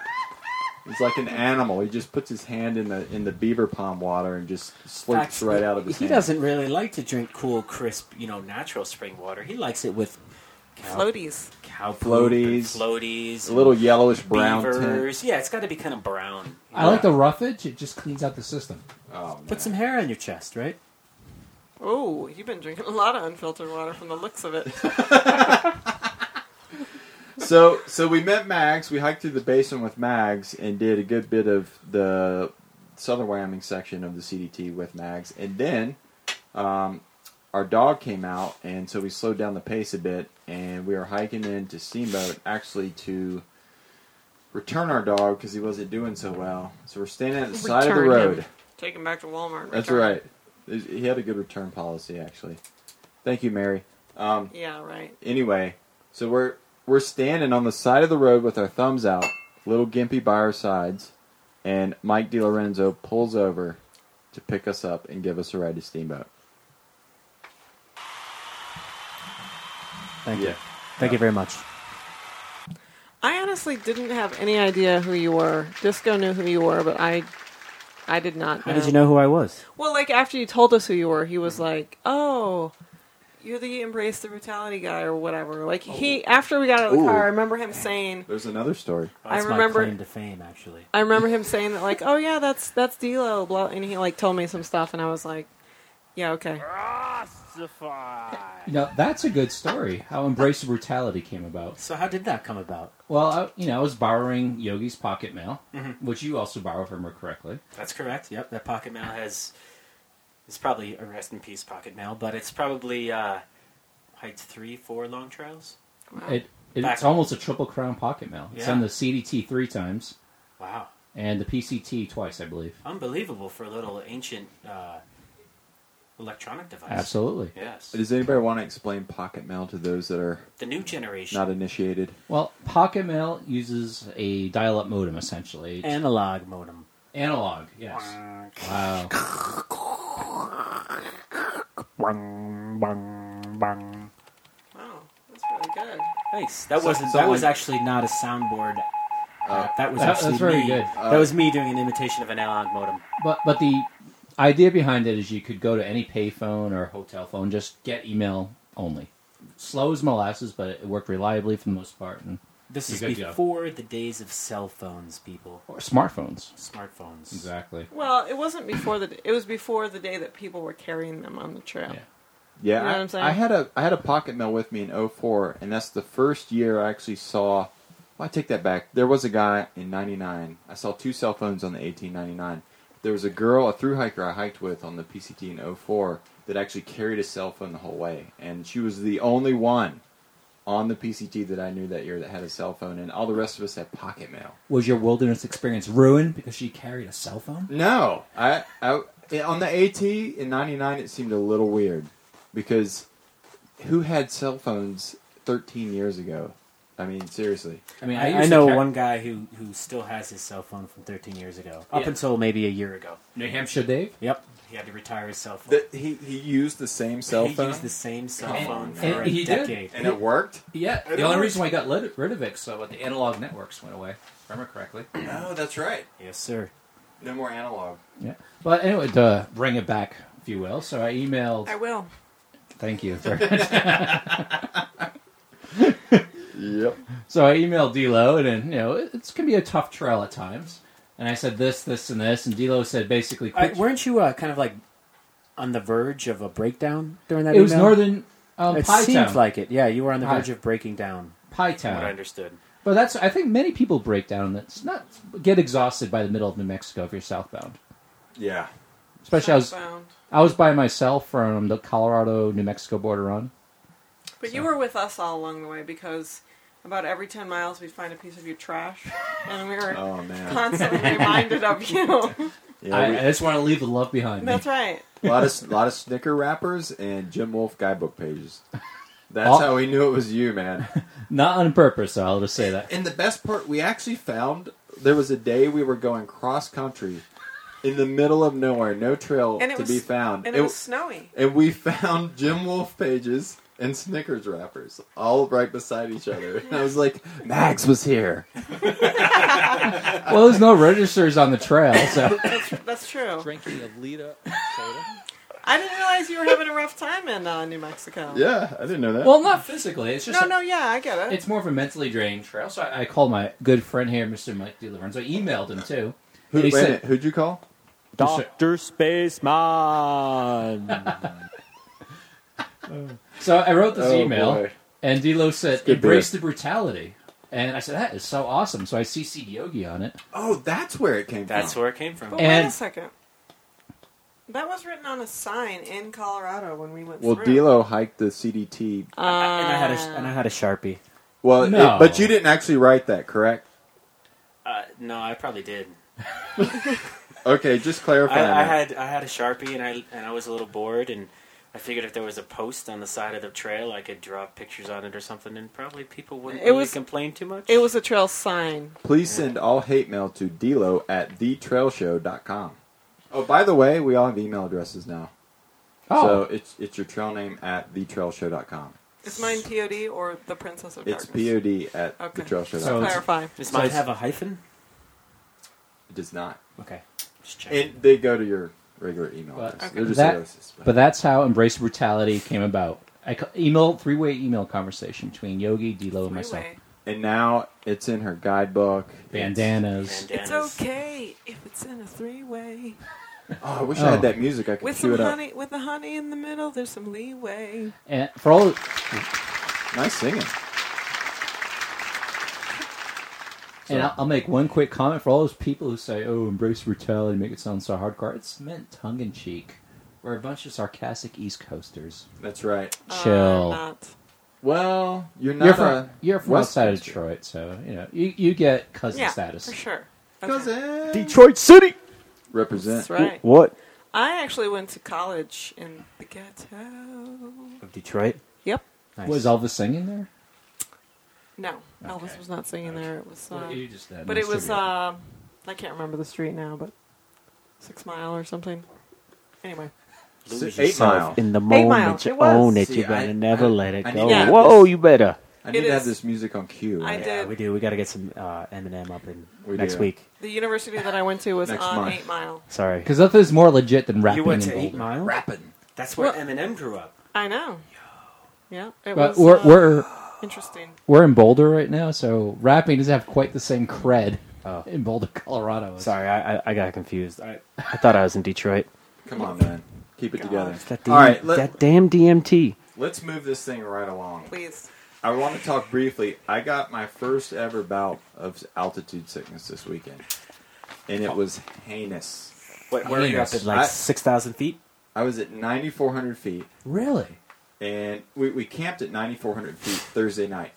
[SPEAKER 1] He's like an animal. He just puts his hand in the in the beaver palm water and just slurps
[SPEAKER 8] That's-
[SPEAKER 1] right out of his
[SPEAKER 8] He
[SPEAKER 1] hand.
[SPEAKER 8] doesn't really like to drink cool, crisp, you know, natural spring water. He likes it with cow,
[SPEAKER 4] Floaties.
[SPEAKER 8] cow poop
[SPEAKER 1] Floaties.
[SPEAKER 8] and floaties,
[SPEAKER 1] A little yellowish brown tint.
[SPEAKER 8] beavers. Yeah, it's got to be kind of brown.
[SPEAKER 5] I like the roughage. It just cleans out the system.
[SPEAKER 1] Oh,
[SPEAKER 8] Put some hair on your chest, right?
[SPEAKER 4] Oh, you've been drinking a lot of unfiltered water from the looks of it.
[SPEAKER 1] so so we met Mags. We hiked through the basin with Mags and did a good bit of the southern Wyoming section of the CDT with Mags. And then um, our dog came out, and so we slowed down the pace a bit. And we were hiking into Steamboat actually to return our dog because he wasn't doing so well. So we're standing at the side of the
[SPEAKER 4] Return him.
[SPEAKER 1] road.
[SPEAKER 4] Take him back to Walmart.
[SPEAKER 1] That's
[SPEAKER 4] return.
[SPEAKER 1] right. He had a good return policy, actually. Thank you, Mary. Um,
[SPEAKER 4] Yeah, right.
[SPEAKER 1] anyway, so we're we're standing on the side of the road with our thumbs out, little gimpy by our sides, and Mike DiLorenzo pulls over to pick us up and give us a ride to Steamboat.
[SPEAKER 3] Thank you. Thank you very much.
[SPEAKER 4] I honestly didn't have any idea who you were. Disco knew who you were, but I I did not
[SPEAKER 3] How did you know who I was?
[SPEAKER 4] Well, like after you told us who you were, he was like, "Oh, you're the embrace the brutality guy or whatever." Like he after we got out of the
[SPEAKER 1] Ooh.
[SPEAKER 4] car, I remember him saying,
[SPEAKER 1] There's another story.
[SPEAKER 4] I
[SPEAKER 3] That's
[SPEAKER 4] remember-
[SPEAKER 3] my claim to fame, actually.
[SPEAKER 4] I remember him saying that like, "Oh yeah, that's that's D'Lo," blah, and he like told me some stuff, and I was like, Yeah, okay.
[SPEAKER 5] You know, that's a good story. How Embrace of Brutality came about.
[SPEAKER 3] So how did that come about?
[SPEAKER 5] Well, I, you know, I was borrowing Yogi's pocket mail, which you also borrow, if I remember correctly.
[SPEAKER 8] That's correct. Yep, that pocket mail has. It's probably a rest in peace pocket mail, but it's probably uh, heights three, four long trails.
[SPEAKER 5] It,
[SPEAKER 8] Back-
[SPEAKER 5] it's almost a triple crown pocket mail. It's
[SPEAKER 8] Yeah.
[SPEAKER 5] on the CDT three times
[SPEAKER 8] Wow,
[SPEAKER 5] and the PCT twice, I believe.
[SPEAKER 8] unbelievable for a little ancient uh, electronic device.
[SPEAKER 5] Absolutely.
[SPEAKER 8] Yes.
[SPEAKER 1] Does anybody want to explain pocket mail to those that are
[SPEAKER 8] The new generation.
[SPEAKER 1] not initiated?
[SPEAKER 5] Well, pocket mail uses a dial-up modem essentially. It's
[SPEAKER 3] Analog modem.
[SPEAKER 5] analog, yes. Wow.
[SPEAKER 4] Wow, that's really good.
[SPEAKER 3] Thanks. That
[SPEAKER 1] So-
[SPEAKER 3] wasn't.
[SPEAKER 1] someone- Oh.
[SPEAKER 3] That was actually not a soundboard. Uh, that was
[SPEAKER 5] That-
[SPEAKER 3] actually
[SPEAKER 5] that's very
[SPEAKER 3] me.
[SPEAKER 5] good.
[SPEAKER 3] that was me doing an imitation of an analog modem.
[SPEAKER 5] But but the idea behind it is you could go to any payphone or hotel phone, just get email only. Slow as molasses, but it worked reliably for the most part, and,
[SPEAKER 3] This
[SPEAKER 5] You
[SPEAKER 3] is
[SPEAKER 5] good to go.
[SPEAKER 3] before the days of cell phones, people.
[SPEAKER 5] or smartphones.
[SPEAKER 3] Smartphones.
[SPEAKER 5] Exactly.
[SPEAKER 4] Well, it wasn't before the. It was before the day that people were carrying them on the trail.
[SPEAKER 5] Yeah.
[SPEAKER 1] Yeah,
[SPEAKER 4] You know
[SPEAKER 1] I,
[SPEAKER 4] what I'm saying?
[SPEAKER 1] I had a I had a pocket mail with me in 04, and that's the first year I actually saw. Well, I take that back. There was a guy in '99. I saw two cell phones on the 1899. There was a girl, a through hiker I hiked with on the PCT in 04 that actually carried a cell phone the whole way, and she was the only one on the PCT that I knew that year that had a cell phone, and all the rest of us had pocket mail.
[SPEAKER 5] Was your wilderness experience ruined because she carried a cell phone?
[SPEAKER 1] No, I, I on the AT in '99 it seemed a little weird because who had cell phones 13 years ago? I mean, seriously.
[SPEAKER 5] I mean,
[SPEAKER 3] I, I
[SPEAKER 5] used to
[SPEAKER 3] know
[SPEAKER 5] car-
[SPEAKER 3] one guy who, who still has his cell phone from 13 years ago, up
[SPEAKER 5] Yeah.
[SPEAKER 3] until maybe a year ago.
[SPEAKER 5] New Hampshire Dave.
[SPEAKER 3] Yep, he had to retire his cell phone.
[SPEAKER 1] That he he used the same cell
[SPEAKER 3] he
[SPEAKER 1] phone
[SPEAKER 3] used the same cell
[SPEAKER 1] Come
[SPEAKER 3] phone
[SPEAKER 1] on,
[SPEAKER 3] for
[SPEAKER 5] man.
[SPEAKER 3] a
[SPEAKER 5] He did.
[SPEAKER 3] decade.
[SPEAKER 1] and it worked.
[SPEAKER 5] Yeah,
[SPEAKER 1] It
[SPEAKER 5] the only
[SPEAKER 1] worked.
[SPEAKER 5] reason why I got lit- rid of it so the analog networks went away. If I remember correctly.
[SPEAKER 1] No, Oh, that's right.
[SPEAKER 3] Yes, sir.
[SPEAKER 1] No more analog.
[SPEAKER 5] Yeah, but anyway, to bring it back, if you will. So I emailed.
[SPEAKER 4] I will.
[SPEAKER 5] Thank you.
[SPEAKER 1] Yep.
[SPEAKER 5] So I emailed D'Lo, and, and you know it- it's gonna be a tough trail at times. And I said this, this, and this, and D'Lo said basically,
[SPEAKER 3] I,
[SPEAKER 5] quit.
[SPEAKER 3] weren't you uh, kind of like on the verge of a breakdown during that?
[SPEAKER 5] it was
[SPEAKER 3] email?
[SPEAKER 5] northern um,
[SPEAKER 3] It
[SPEAKER 5] Pie
[SPEAKER 3] seemed
[SPEAKER 5] Town.
[SPEAKER 3] like it. Yeah, you were on the
[SPEAKER 5] Pie.
[SPEAKER 3] verge of breaking down.
[SPEAKER 5] Pie
[SPEAKER 8] from what I
[SPEAKER 5] Town.
[SPEAKER 8] understood.
[SPEAKER 5] But that's I think many people break down. That's not get exhausted by the middle of New Mexico if you're southbound.
[SPEAKER 1] Yeah.
[SPEAKER 5] Especially I was
[SPEAKER 4] Southbound.
[SPEAKER 5] I was by myself from the Colorado New Mexico border run.
[SPEAKER 4] But you were with us all along the way because about every 10 miles we'd find a piece of your trash and we were
[SPEAKER 1] Oh man.
[SPEAKER 4] constantly reminded of you.
[SPEAKER 1] Yeah.
[SPEAKER 5] I,
[SPEAKER 1] we-
[SPEAKER 5] I just want to leave the love behind me.
[SPEAKER 4] That's right.
[SPEAKER 1] A lot of lot of Snicker wrappers and Jim Wolf guidebook pages. That's
[SPEAKER 5] Oh.
[SPEAKER 1] how we knew it was you, man.
[SPEAKER 5] Not on purpose. I'll just say that.
[SPEAKER 1] And the best part, we actually found there was a day we were going cross country in the middle of nowhere, no trail
[SPEAKER 4] And it
[SPEAKER 1] to
[SPEAKER 4] was-
[SPEAKER 1] be found.
[SPEAKER 4] And it was snowy.
[SPEAKER 1] and we found Jim Wolf pages and Snickers wrappers all right beside each other. And I was like, Max was here.
[SPEAKER 5] Well, there's no registers on the trail, so
[SPEAKER 4] That's true.
[SPEAKER 5] drinking of Lita soda.
[SPEAKER 4] I didn't realize you were having a rough time in uh, New Mexico.
[SPEAKER 1] Yeah, I didn't know that.
[SPEAKER 5] Well, not physically. It's just
[SPEAKER 4] No, no, yeah, I get it.
[SPEAKER 5] It's more of a mentally draining trail. So I, I called my good friend here, Mr. Mike DiLorenzo. I emailed him too.
[SPEAKER 1] Who,
[SPEAKER 5] And
[SPEAKER 1] wait
[SPEAKER 5] he
[SPEAKER 1] a
[SPEAKER 5] said-
[SPEAKER 1] minute, who'd you call?
[SPEAKER 5] Dr.
[SPEAKER 3] Spaceman.
[SPEAKER 5] So I wrote this
[SPEAKER 1] Oh,
[SPEAKER 5] email,
[SPEAKER 1] boy.
[SPEAKER 5] and D'Lo said,
[SPEAKER 1] good
[SPEAKER 5] "Embrace the brutality." And I said, "That is so awesome." So I CC'd Yogi on it.
[SPEAKER 1] Oh, that's where it came
[SPEAKER 8] That's
[SPEAKER 1] from.
[SPEAKER 8] where it came from.
[SPEAKER 4] but wait a
[SPEAKER 5] and-
[SPEAKER 4] second. That was written on a sign in Colorado when we went
[SPEAKER 1] Well,
[SPEAKER 4] through.
[SPEAKER 1] D'Lo hiked the CDT.
[SPEAKER 3] and I had a and I had a sharpie.
[SPEAKER 1] Well, it-
[SPEAKER 5] No.
[SPEAKER 1] but you didn't actually write that, correct?
[SPEAKER 8] Uh, no, I probably did.
[SPEAKER 1] Okay, just clarify.
[SPEAKER 8] I, I
[SPEAKER 1] that.
[SPEAKER 8] had I had a sharpie and I and I was a little bored and I figured if there was a post on the side of the trail I could draw pictures on it or something and probably people wouldn't
[SPEAKER 4] It
[SPEAKER 8] really
[SPEAKER 4] was-
[SPEAKER 8] complain too much.
[SPEAKER 4] It was a trail sign.
[SPEAKER 1] Please send all hate mail to Delo at thetrailshow.com. Oh, by the way, we all have email addresses now. So
[SPEAKER 5] Oh,
[SPEAKER 1] it's it's your trail name at thetrailshow.com.
[SPEAKER 4] Is mine POD or the Princess of
[SPEAKER 1] It's
[SPEAKER 4] Darkness?
[SPEAKER 1] POD at
[SPEAKER 4] Okay.
[SPEAKER 1] thetrailshow.com.
[SPEAKER 5] So it's-
[SPEAKER 4] Clarify.
[SPEAKER 8] This
[SPEAKER 3] Does
[SPEAKER 8] might
[SPEAKER 3] it have a hyphen?
[SPEAKER 1] it does not.
[SPEAKER 3] Okay.
[SPEAKER 8] Just check.
[SPEAKER 1] And they go to your regular email
[SPEAKER 5] But-
[SPEAKER 1] address.
[SPEAKER 4] Okay.
[SPEAKER 1] They're just
[SPEAKER 5] That-
[SPEAKER 1] addresses.
[SPEAKER 5] but that's how Embrace Brutality came about. I ca- email three-way email conversation between Yogi, D'Lo, and myself.
[SPEAKER 4] Freeway.
[SPEAKER 1] and now it's in her guidebook.
[SPEAKER 5] Bandanas.
[SPEAKER 8] Bandanas.
[SPEAKER 4] It's okay if it's in a three way.
[SPEAKER 1] Oh, I wish
[SPEAKER 5] Oh.
[SPEAKER 1] I had that music. I could
[SPEAKER 4] With
[SPEAKER 1] cue
[SPEAKER 4] some
[SPEAKER 1] it up.
[SPEAKER 4] honey, with the honey in the middle, there's some leeway.
[SPEAKER 5] And for all
[SPEAKER 1] Nice singing.
[SPEAKER 5] And I'll, I'll make one quick comment for all those people who say, "Oh, embrace brutality, make it sound so hardcore." It's meant tongue in cheek. We're a bunch of sarcastic East Coasters.
[SPEAKER 1] That's right.
[SPEAKER 4] Uh,
[SPEAKER 5] Chill.
[SPEAKER 4] not.
[SPEAKER 1] Well, you're not
[SPEAKER 5] you're
[SPEAKER 1] a
[SPEAKER 5] from you're from
[SPEAKER 1] West
[SPEAKER 5] outside of
[SPEAKER 1] Coaster.
[SPEAKER 5] Detroit, so you know you, you get cousin
[SPEAKER 4] Yeah,
[SPEAKER 5] status.
[SPEAKER 4] for sure. Okay.
[SPEAKER 1] Cousin.
[SPEAKER 9] Detroit City.
[SPEAKER 1] Represent.
[SPEAKER 4] That's right.
[SPEAKER 9] What?
[SPEAKER 4] I actually went to college in the ghetto.
[SPEAKER 3] Of Detroit.
[SPEAKER 4] Yep.
[SPEAKER 3] Nice.
[SPEAKER 5] Was Elvis singing there?
[SPEAKER 4] No, Elvis was not singing there. It was, uh,
[SPEAKER 5] just
[SPEAKER 4] but it was. Uh, I can't remember the street now, but Six Mile or something. Anyway,
[SPEAKER 1] S-
[SPEAKER 3] Lose
[SPEAKER 1] Eight
[SPEAKER 3] yourself
[SPEAKER 1] Mile.
[SPEAKER 3] In the
[SPEAKER 4] Mile,
[SPEAKER 3] moment you
[SPEAKER 4] it was.
[SPEAKER 3] own it,
[SPEAKER 1] See,
[SPEAKER 3] you gotta
[SPEAKER 1] I-
[SPEAKER 3] never
[SPEAKER 1] I-
[SPEAKER 3] let it
[SPEAKER 1] I
[SPEAKER 3] go.
[SPEAKER 1] need-
[SPEAKER 4] Yeah.
[SPEAKER 3] Whoa, you better.
[SPEAKER 1] I need
[SPEAKER 4] It
[SPEAKER 1] to have
[SPEAKER 4] is.
[SPEAKER 1] this music on cue.
[SPEAKER 4] I
[SPEAKER 1] right?
[SPEAKER 4] did.
[SPEAKER 3] Yeah, we do. We gotta get some uh, Eminem up in
[SPEAKER 1] We
[SPEAKER 3] next
[SPEAKER 1] do.
[SPEAKER 3] week.
[SPEAKER 4] the university that I went to was
[SPEAKER 1] Next
[SPEAKER 4] on
[SPEAKER 1] month.
[SPEAKER 4] Eight Mile.
[SPEAKER 3] Sorry.
[SPEAKER 5] because nothing is more legit than rapping.
[SPEAKER 3] you went
[SPEAKER 5] in
[SPEAKER 3] to Eight
[SPEAKER 5] Boulder.
[SPEAKER 3] Mile.
[SPEAKER 1] Rapping.
[SPEAKER 3] That's where
[SPEAKER 4] Well-
[SPEAKER 3] Eminem grew up.
[SPEAKER 4] I know. Yeah, it
[SPEAKER 5] But
[SPEAKER 4] was
[SPEAKER 5] we're,
[SPEAKER 4] uh,
[SPEAKER 5] we're
[SPEAKER 4] interesting.
[SPEAKER 5] we're in Boulder right now, so rapping doesn't have quite the same cred
[SPEAKER 3] Oh.
[SPEAKER 5] in Boulder, Colorado.
[SPEAKER 3] Sorry, I, I, I got confused. I, I thought I was in Detroit.
[SPEAKER 1] Come on, man. Keep it together.
[SPEAKER 3] It's that,
[SPEAKER 1] All
[SPEAKER 3] damn,
[SPEAKER 1] right, let,
[SPEAKER 3] that damn DMT.
[SPEAKER 1] let's move this thing right along.
[SPEAKER 4] Please,
[SPEAKER 1] I want to talk briefly. I got my first ever bout of altitude sickness this weekend, and it was heinous.
[SPEAKER 3] What, where are you up at?
[SPEAKER 1] I-
[SPEAKER 3] Like six thousand feet.
[SPEAKER 1] I was at 9,400 feet,
[SPEAKER 5] really?
[SPEAKER 1] and we, we camped at 9,400 feet Thursday night.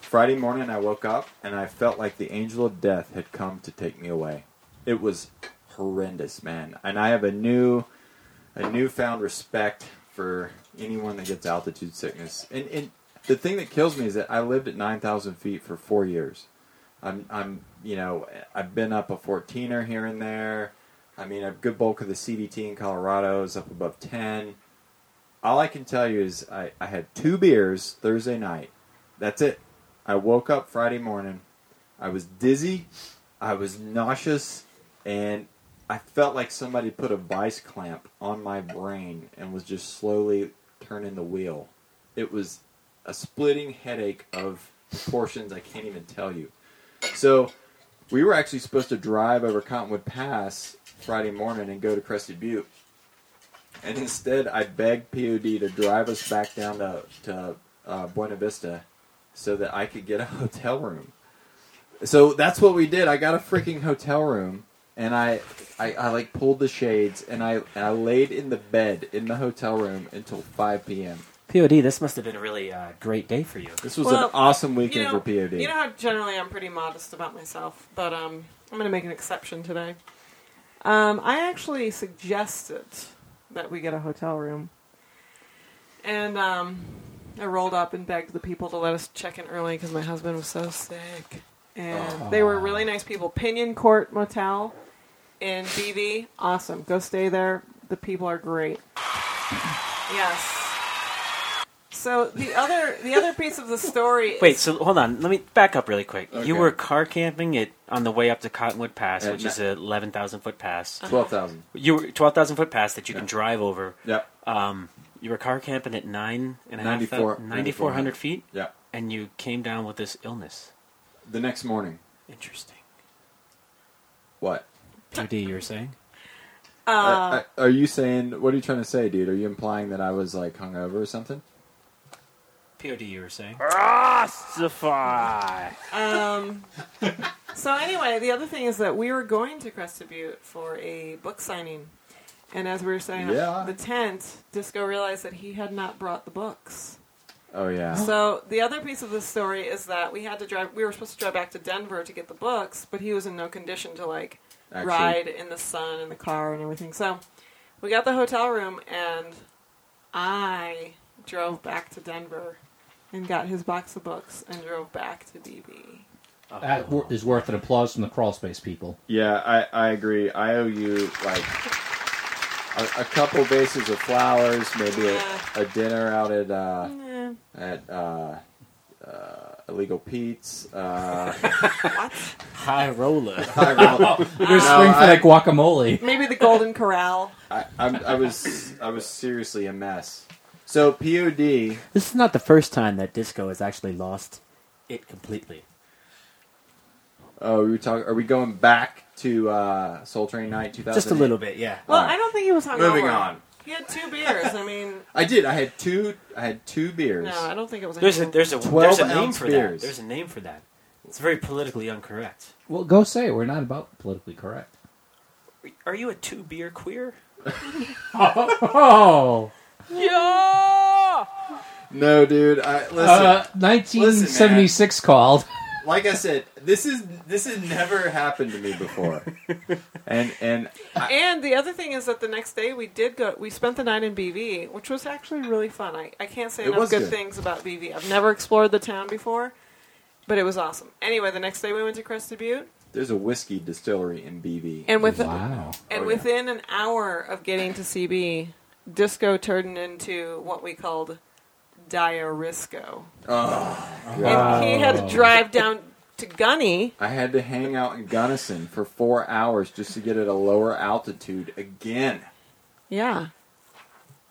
[SPEAKER 1] Friday morning, I woke up and I felt like the angel of death had come to take me away. It was horrendous, man. And I have a new, a newfound respect for anyone that gets altitude sickness. And, and the thing that kills me is that I lived at 9,000 feet for four years. I'm, I'm, you know, I've been up a 14er here and there. I mean, a good bulk of the CDT in Colorado is up above 10. All I can tell you is I, I had two beers Thursday night. That's it. I woke up Friday morning. I was dizzy. I was nauseous. And I felt like somebody put a vice clamp on my brain and was just slowly turning the wheel. It was a splitting headache of proportions I can't even tell you. So we were actually supposed to drive over Cottonwood Pass Friday morning and go to Crested Butte. And instead, I begged POD to drive us back down to, to uh, Buena Vista so that I could get a hotel room. So that's what we did. I got a freaking hotel room, and I, I, I like pulled the shades, and I, and I laid in the bed in the hotel room until 5 p.m.
[SPEAKER 3] Pod. This must have been a really uh, great day for you.
[SPEAKER 1] This was
[SPEAKER 4] Well,
[SPEAKER 1] an awesome
[SPEAKER 4] you
[SPEAKER 1] weekend
[SPEAKER 4] know,
[SPEAKER 1] for POD.
[SPEAKER 4] you know how generally I'm pretty modest about myself, but um, I'm going to make an exception today. Um, I actually suggested that we get a hotel room, and um, I rolled up and begged the people to let us check in early because my husband was so sick, and they were really nice people. Pinion Court Motel in BV, awesome. Go stay there. The people are great. Yes. So the other the other piece of the story.
[SPEAKER 3] Wait, so hold on. Let me back up really quick.
[SPEAKER 1] Okay.
[SPEAKER 3] You were car camping it on the way up to Cottonwood Pass,
[SPEAKER 1] At
[SPEAKER 3] which
[SPEAKER 1] ni-
[SPEAKER 3] is a eleven thousand foot pass.
[SPEAKER 1] 12,000.
[SPEAKER 3] You were twelve thousand foot pass that you can
[SPEAKER 1] Yeah.
[SPEAKER 3] drive over.
[SPEAKER 1] Yep.
[SPEAKER 3] Um, you were car camping at nine and a half
[SPEAKER 1] 94
[SPEAKER 3] 9,400 feet,
[SPEAKER 1] Yep.
[SPEAKER 3] and you came down with this illness.
[SPEAKER 1] The next morning.
[SPEAKER 3] Interesting.
[SPEAKER 1] What?
[SPEAKER 3] Pod, you were saying?
[SPEAKER 4] Uh,
[SPEAKER 1] Are- are, are you saying, what are you trying to say, dude? Are you implying that I was like hungover or something?
[SPEAKER 3] Pod, you were saying?
[SPEAKER 9] Rostify.
[SPEAKER 4] um, so anyway, the other thing is that we were going to Crested Butte for a book signing, and as we were setting
[SPEAKER 1] Yeah.
[SPEAKER 4] up the tent, Disco realized that he had not brought the books.
[SPEAKER 1] Oh, yeah.
[SPEAKER 4] So the other piece of this story is that we had to drive. We were supposed to drive back to Denver to get the books, but he was in no condition to like
[SPEAKER 1] Actually.
[SPEAKER 4] ride in the sun and the car and everything. So we got the hotel room, and I drove back to Denver and got his box of books and drove back to DB.
[SPEAKER 5] That wor- is worth an applause from the crawl space people.
[SPEAKER 1] Yeah, I, I agree. I owe you like a, a couple bases of flowers, maybe
[SPEAKER 4] Yeah.
[SPEAKER 1] a, a dinner out at uh,
[SPEAKER 4] Eh,
[SPEAKER 1] at uh, uh, Illegal Pete's. Uh,
[SPEAKER 4] what?
[SPEAKER 3] High roller.
[SPEAKER 1] I, don't know.
[SPEAKER 5] You're spring for
[SPEAKER 1] I-
[SPEAKER 5] like guacamole.
[SPEAKER 4] Maybe the Golden Corral.
[SPEAKER 1] I, I'm, I was I was seriously a mess. So POD,
[SPEAKER 3] This is not the first time that disco has actually lost it completely.
[SPEAKER 1] Oh, we were talking. Are we going back to uh, Soul Train Night 2000?
[SPEAKER 3] Just a little bit, yeah.
[SPEAKER 4] Well,
[SPEAKER 1] Alright.
[SPEAKER 4] I don't think he was hungover.
[SPEAKER 1] Moving on.
[SPEAKER 4] He had two beers. I mean,
[SPEAKER 1] I did. I had two. I had two beers.
[SPEAKER 4] no, I don't think it was.
[SPEAKER 8] There's a
[SPEAKER 4] anything.
[SPEAKER 8] there's a
[SPEAKER 1] 12
[SPEAKER 8] there's a name
[SPEAKER 1] ounce
[SPEAKER 8] for that.
[SPEAKER 1] beers.
[SPEAKER 8] There's a name for that. It's very politically incorrect.
[SPEAKER 5] Well, go say it. we're not about politically correct.
[SPEAKER 8] Are you a two beer queer?
[SPEAKER 5] Oh,
[SPEAKER 4] Yeah.
[SPEAKER 1] No, dude. I, listen.
[SPEAKER 5] uh, 1976 called.
[SPEAKER 1] like I said, this is this has never happened to me before. and and
[SPEAKER 4] And the other thing is that the next day we did go. We spent the night in BV, which was actually really fun. I, I can't say
[SPEAKER 1] It
[SPEAKER 4] enough
[SPEAKER 1] was
[SPEAKER 4] good,
[SPEAKER 1] good.
[SPEAKER 4] things about BV. I've never explored the town before, but it was awesome. Anyway, the next day we went to Crested Butte,
[SPEAKER 1] there's a whiskey distillery in BB.
[SPEAKER 4] and with
[SPEAKER 5] Wow.
[SPEAKER 1] Oh, yeah.
[SPEAKER 4] and within an hour of getting to CB, disco turned into what we called diarisco. And he
[SPEAKER 1] Oh.
[SPEAKER 4] had to drive down to Gunny.
[SPEAKER 1] I had to hang out in Gunnison for four hours just to get at a lower altitude again.
[SPEAKER 4] Yeah.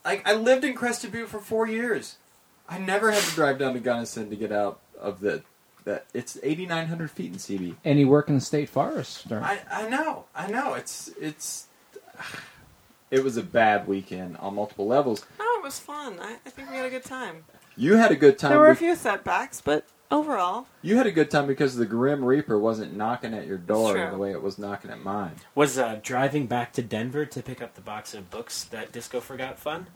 [SPEAKER 1] Like I lived in Crested Butte for four years. I never had to drive down to Gunnison to get out of the that. It's 8,900 feet in CB.
[SPEAKER 5] And he worked in the state forest. or-
[SPEAKER 1] I, I know, I know. It's it's. It was a bad weekend on multiple levels.
[SPEAKER 4] Oh, it was fun. I, I think we had a good time.
[SPEAKER 1] You had a good time.
[SPEAKER 8] Um,
[SPEAKER 4] There were a
[SPEAKER 1] with-
[SPEAKER 4] few setbacks, but overall,
[SPEAKER 1] You had a good time because the Grim Reaper wasn't knocking at your door
[SPEAKER 4] That's true.
[SPEAKER 1] in the way it was knocking at mine.
[SPEAKER 8] Was uh, driving back to Denver to pick up the box of books that Disco forgot fun?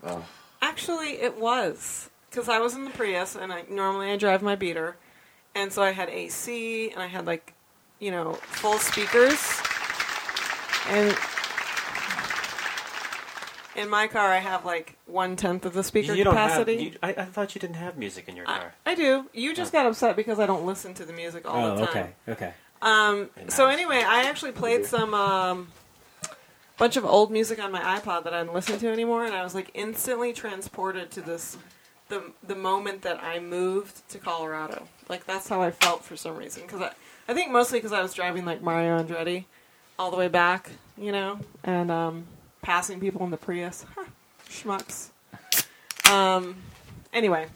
[SPEAKER 4] actually, it was because I was in the Prius, and I normally I drive my beater, and so I had AC, and I had like, you know, full speakers, and in my car I have like one tenth of the speaker
[SPEAKER 8] You don't have.
[SPEAKER 4] capacity.
[SPEAKER 8] You, I, I thought you didn't have music in your
[SPEAKER 4] I,
[SPEAKER 8] car.
[SPEAKER 4] I do. You just got upset because I don't listen to the music all
[SPEAKER 3] Oh,
[SPEAKER 4] the time.
[SPEAKER 8] Oh. okay.
[SPEAKER 4] Um,
[SPEAKER 8] Very
[SPEAKER 4] so
[SPEAKER 8] nice.
[SPEAKER 4] anyway, I actually played some um, bunch of old music on my iPod that I didn't listen to anymore, and I was like instantly transported to this the the moment that I moved to Colorado. Like that's how I felt for some reason because I I think mostly because I was driving like Mario Andretti all the way back, you know, and um, passing people in the Prius, Huh, schmucks. Um, anyway,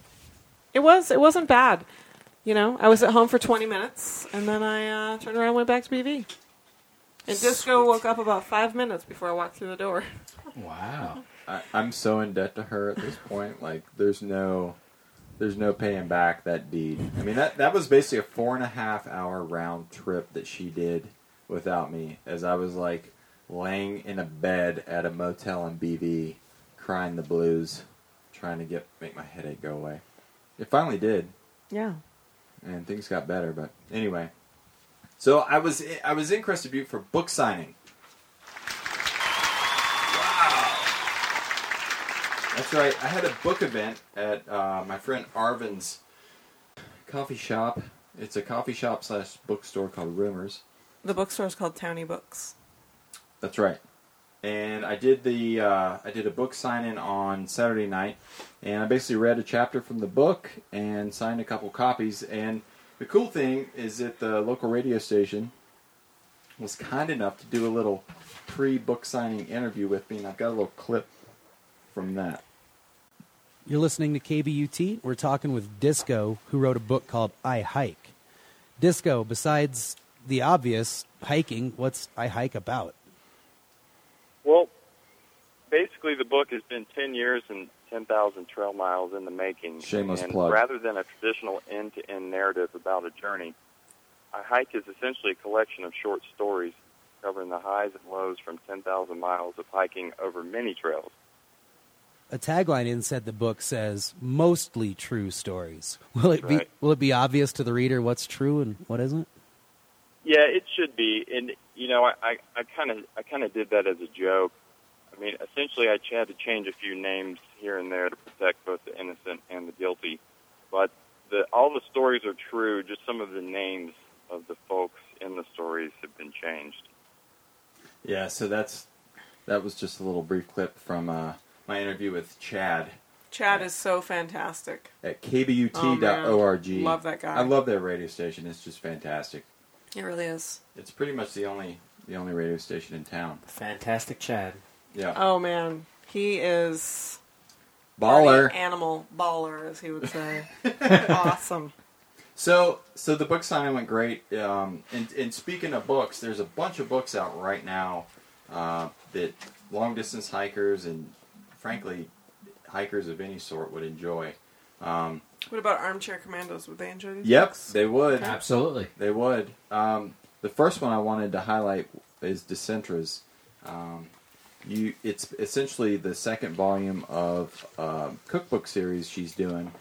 [SPEAKER 4] it was it wasn't bad. You know, I was at home for 20 minutes, and then I uh, turned around and went back to BV. And Disco woke up about five minutes before I walked through the door.
[SPEAKER 5] wow.
[SPEAKER 1] I, I'm so in debt to her at this point. Like, there's no, there's no paying back that deed. I mean, that that was basically a four and a half hour round trip that she did without me, as I was like laying in a bed at a motel in BB, crying the blues, trying to get make my headache go away. It finally did.
[SPEAKER 4] Yeah.
[SPEAKER 1] and things got better. But anyway, so I was I was in Crested Butte for book signing. Wow, that's right. I had a book event at uh, my friend Arvin's coffee shop. It's a coffee shop slash bookstore called Rumors.
[SPEAKER 4] The bookstore's called Townie Books.
[SPEAKER 1] That's right. And I did the uh, I did a book sign in on Saturday night, and I basically read a chapter from the book and signed a couple copies. And the cool thing is that the local radio station was kind enough to do a little pre book signing interview with me, and I've got a little clip from that.
[SPEAKER 9] You're listening to KBUT. We're talking with Disco, who wrote a book called I Hike. Disco, besides the obvious hiking, what's I Hike about?
[SPEAKER 10] Well, basically, the book has been 10 years and 10,000 trail miles in the making.
[SPEAKER 1] Shameless
[SPEAKER 10] and
[SPEAKER 1] plug.
[SPEAKER 10] Rather than a traditional end to end narrative about a journey, A Hike is essentially a collection of short stories covering the highs and lows from 10,000 miles of hiking over many trails.
[SPEAKER 9] A tagline inside the book says mostly true stories. Will it be
[SPEAKER 10] Right.
[SPEAKER 9] will it be obvious to the reader what's true and what isn't?
[SPEAKER 10] Yeah, it should be. And you know, I I kind of I kind of did that as a joke. I mean, essentially, I had to change a few names here and there to protect both the innocent and the guilty. But the, all the stories are true. Just some of the names of the folks in the stories have been changed.
[SPEAKER 1] Yeah, so that's that was just a little brief clip from uh, my interview with Chad
[SPEAKER 4] Chad is so fantastic.
[SPEAKER 1] at
[SPEAKER 4] Oh, man.
[SPEAKER 1] kbut.org.
[SPEAKER 4] Love that guy.
[SPEAKER 1] I love that radio station. It's just fantastic.
[SPEAKER 4] It really is.
[SPEAKER 1] It's pretty much the only the only radio station in town.
[SPEAKER 8] Fantastic, Chad.
[SPEAKER 1] Yeah,
[SPEAKER 4] Oh, man. He is
[SPEAKER 1] baller.
[SPEAKER 4] an animal baller, as he would say. awesome.
[SPEAKER 1] So, so the book signing went great. Um, and, and speaking of books, there's a bunch of books out right now uh, that long distance hikers and, frankly, hikers of any sort would enjoy. Um,
[SPEAKER 4] What about Armchair Commandos? Would they enjoy these?
[SPEAKER 1] yep,
[SPEAKER 4] books?
[SPEAKER 1] they would.
[SPEAKER 5] Absolutely.
[SPEAKER 1] They would. Um, the first one I wanted to highlight is Decentra's. Um, you, it's essentially the second volume of a cookbook series she's doing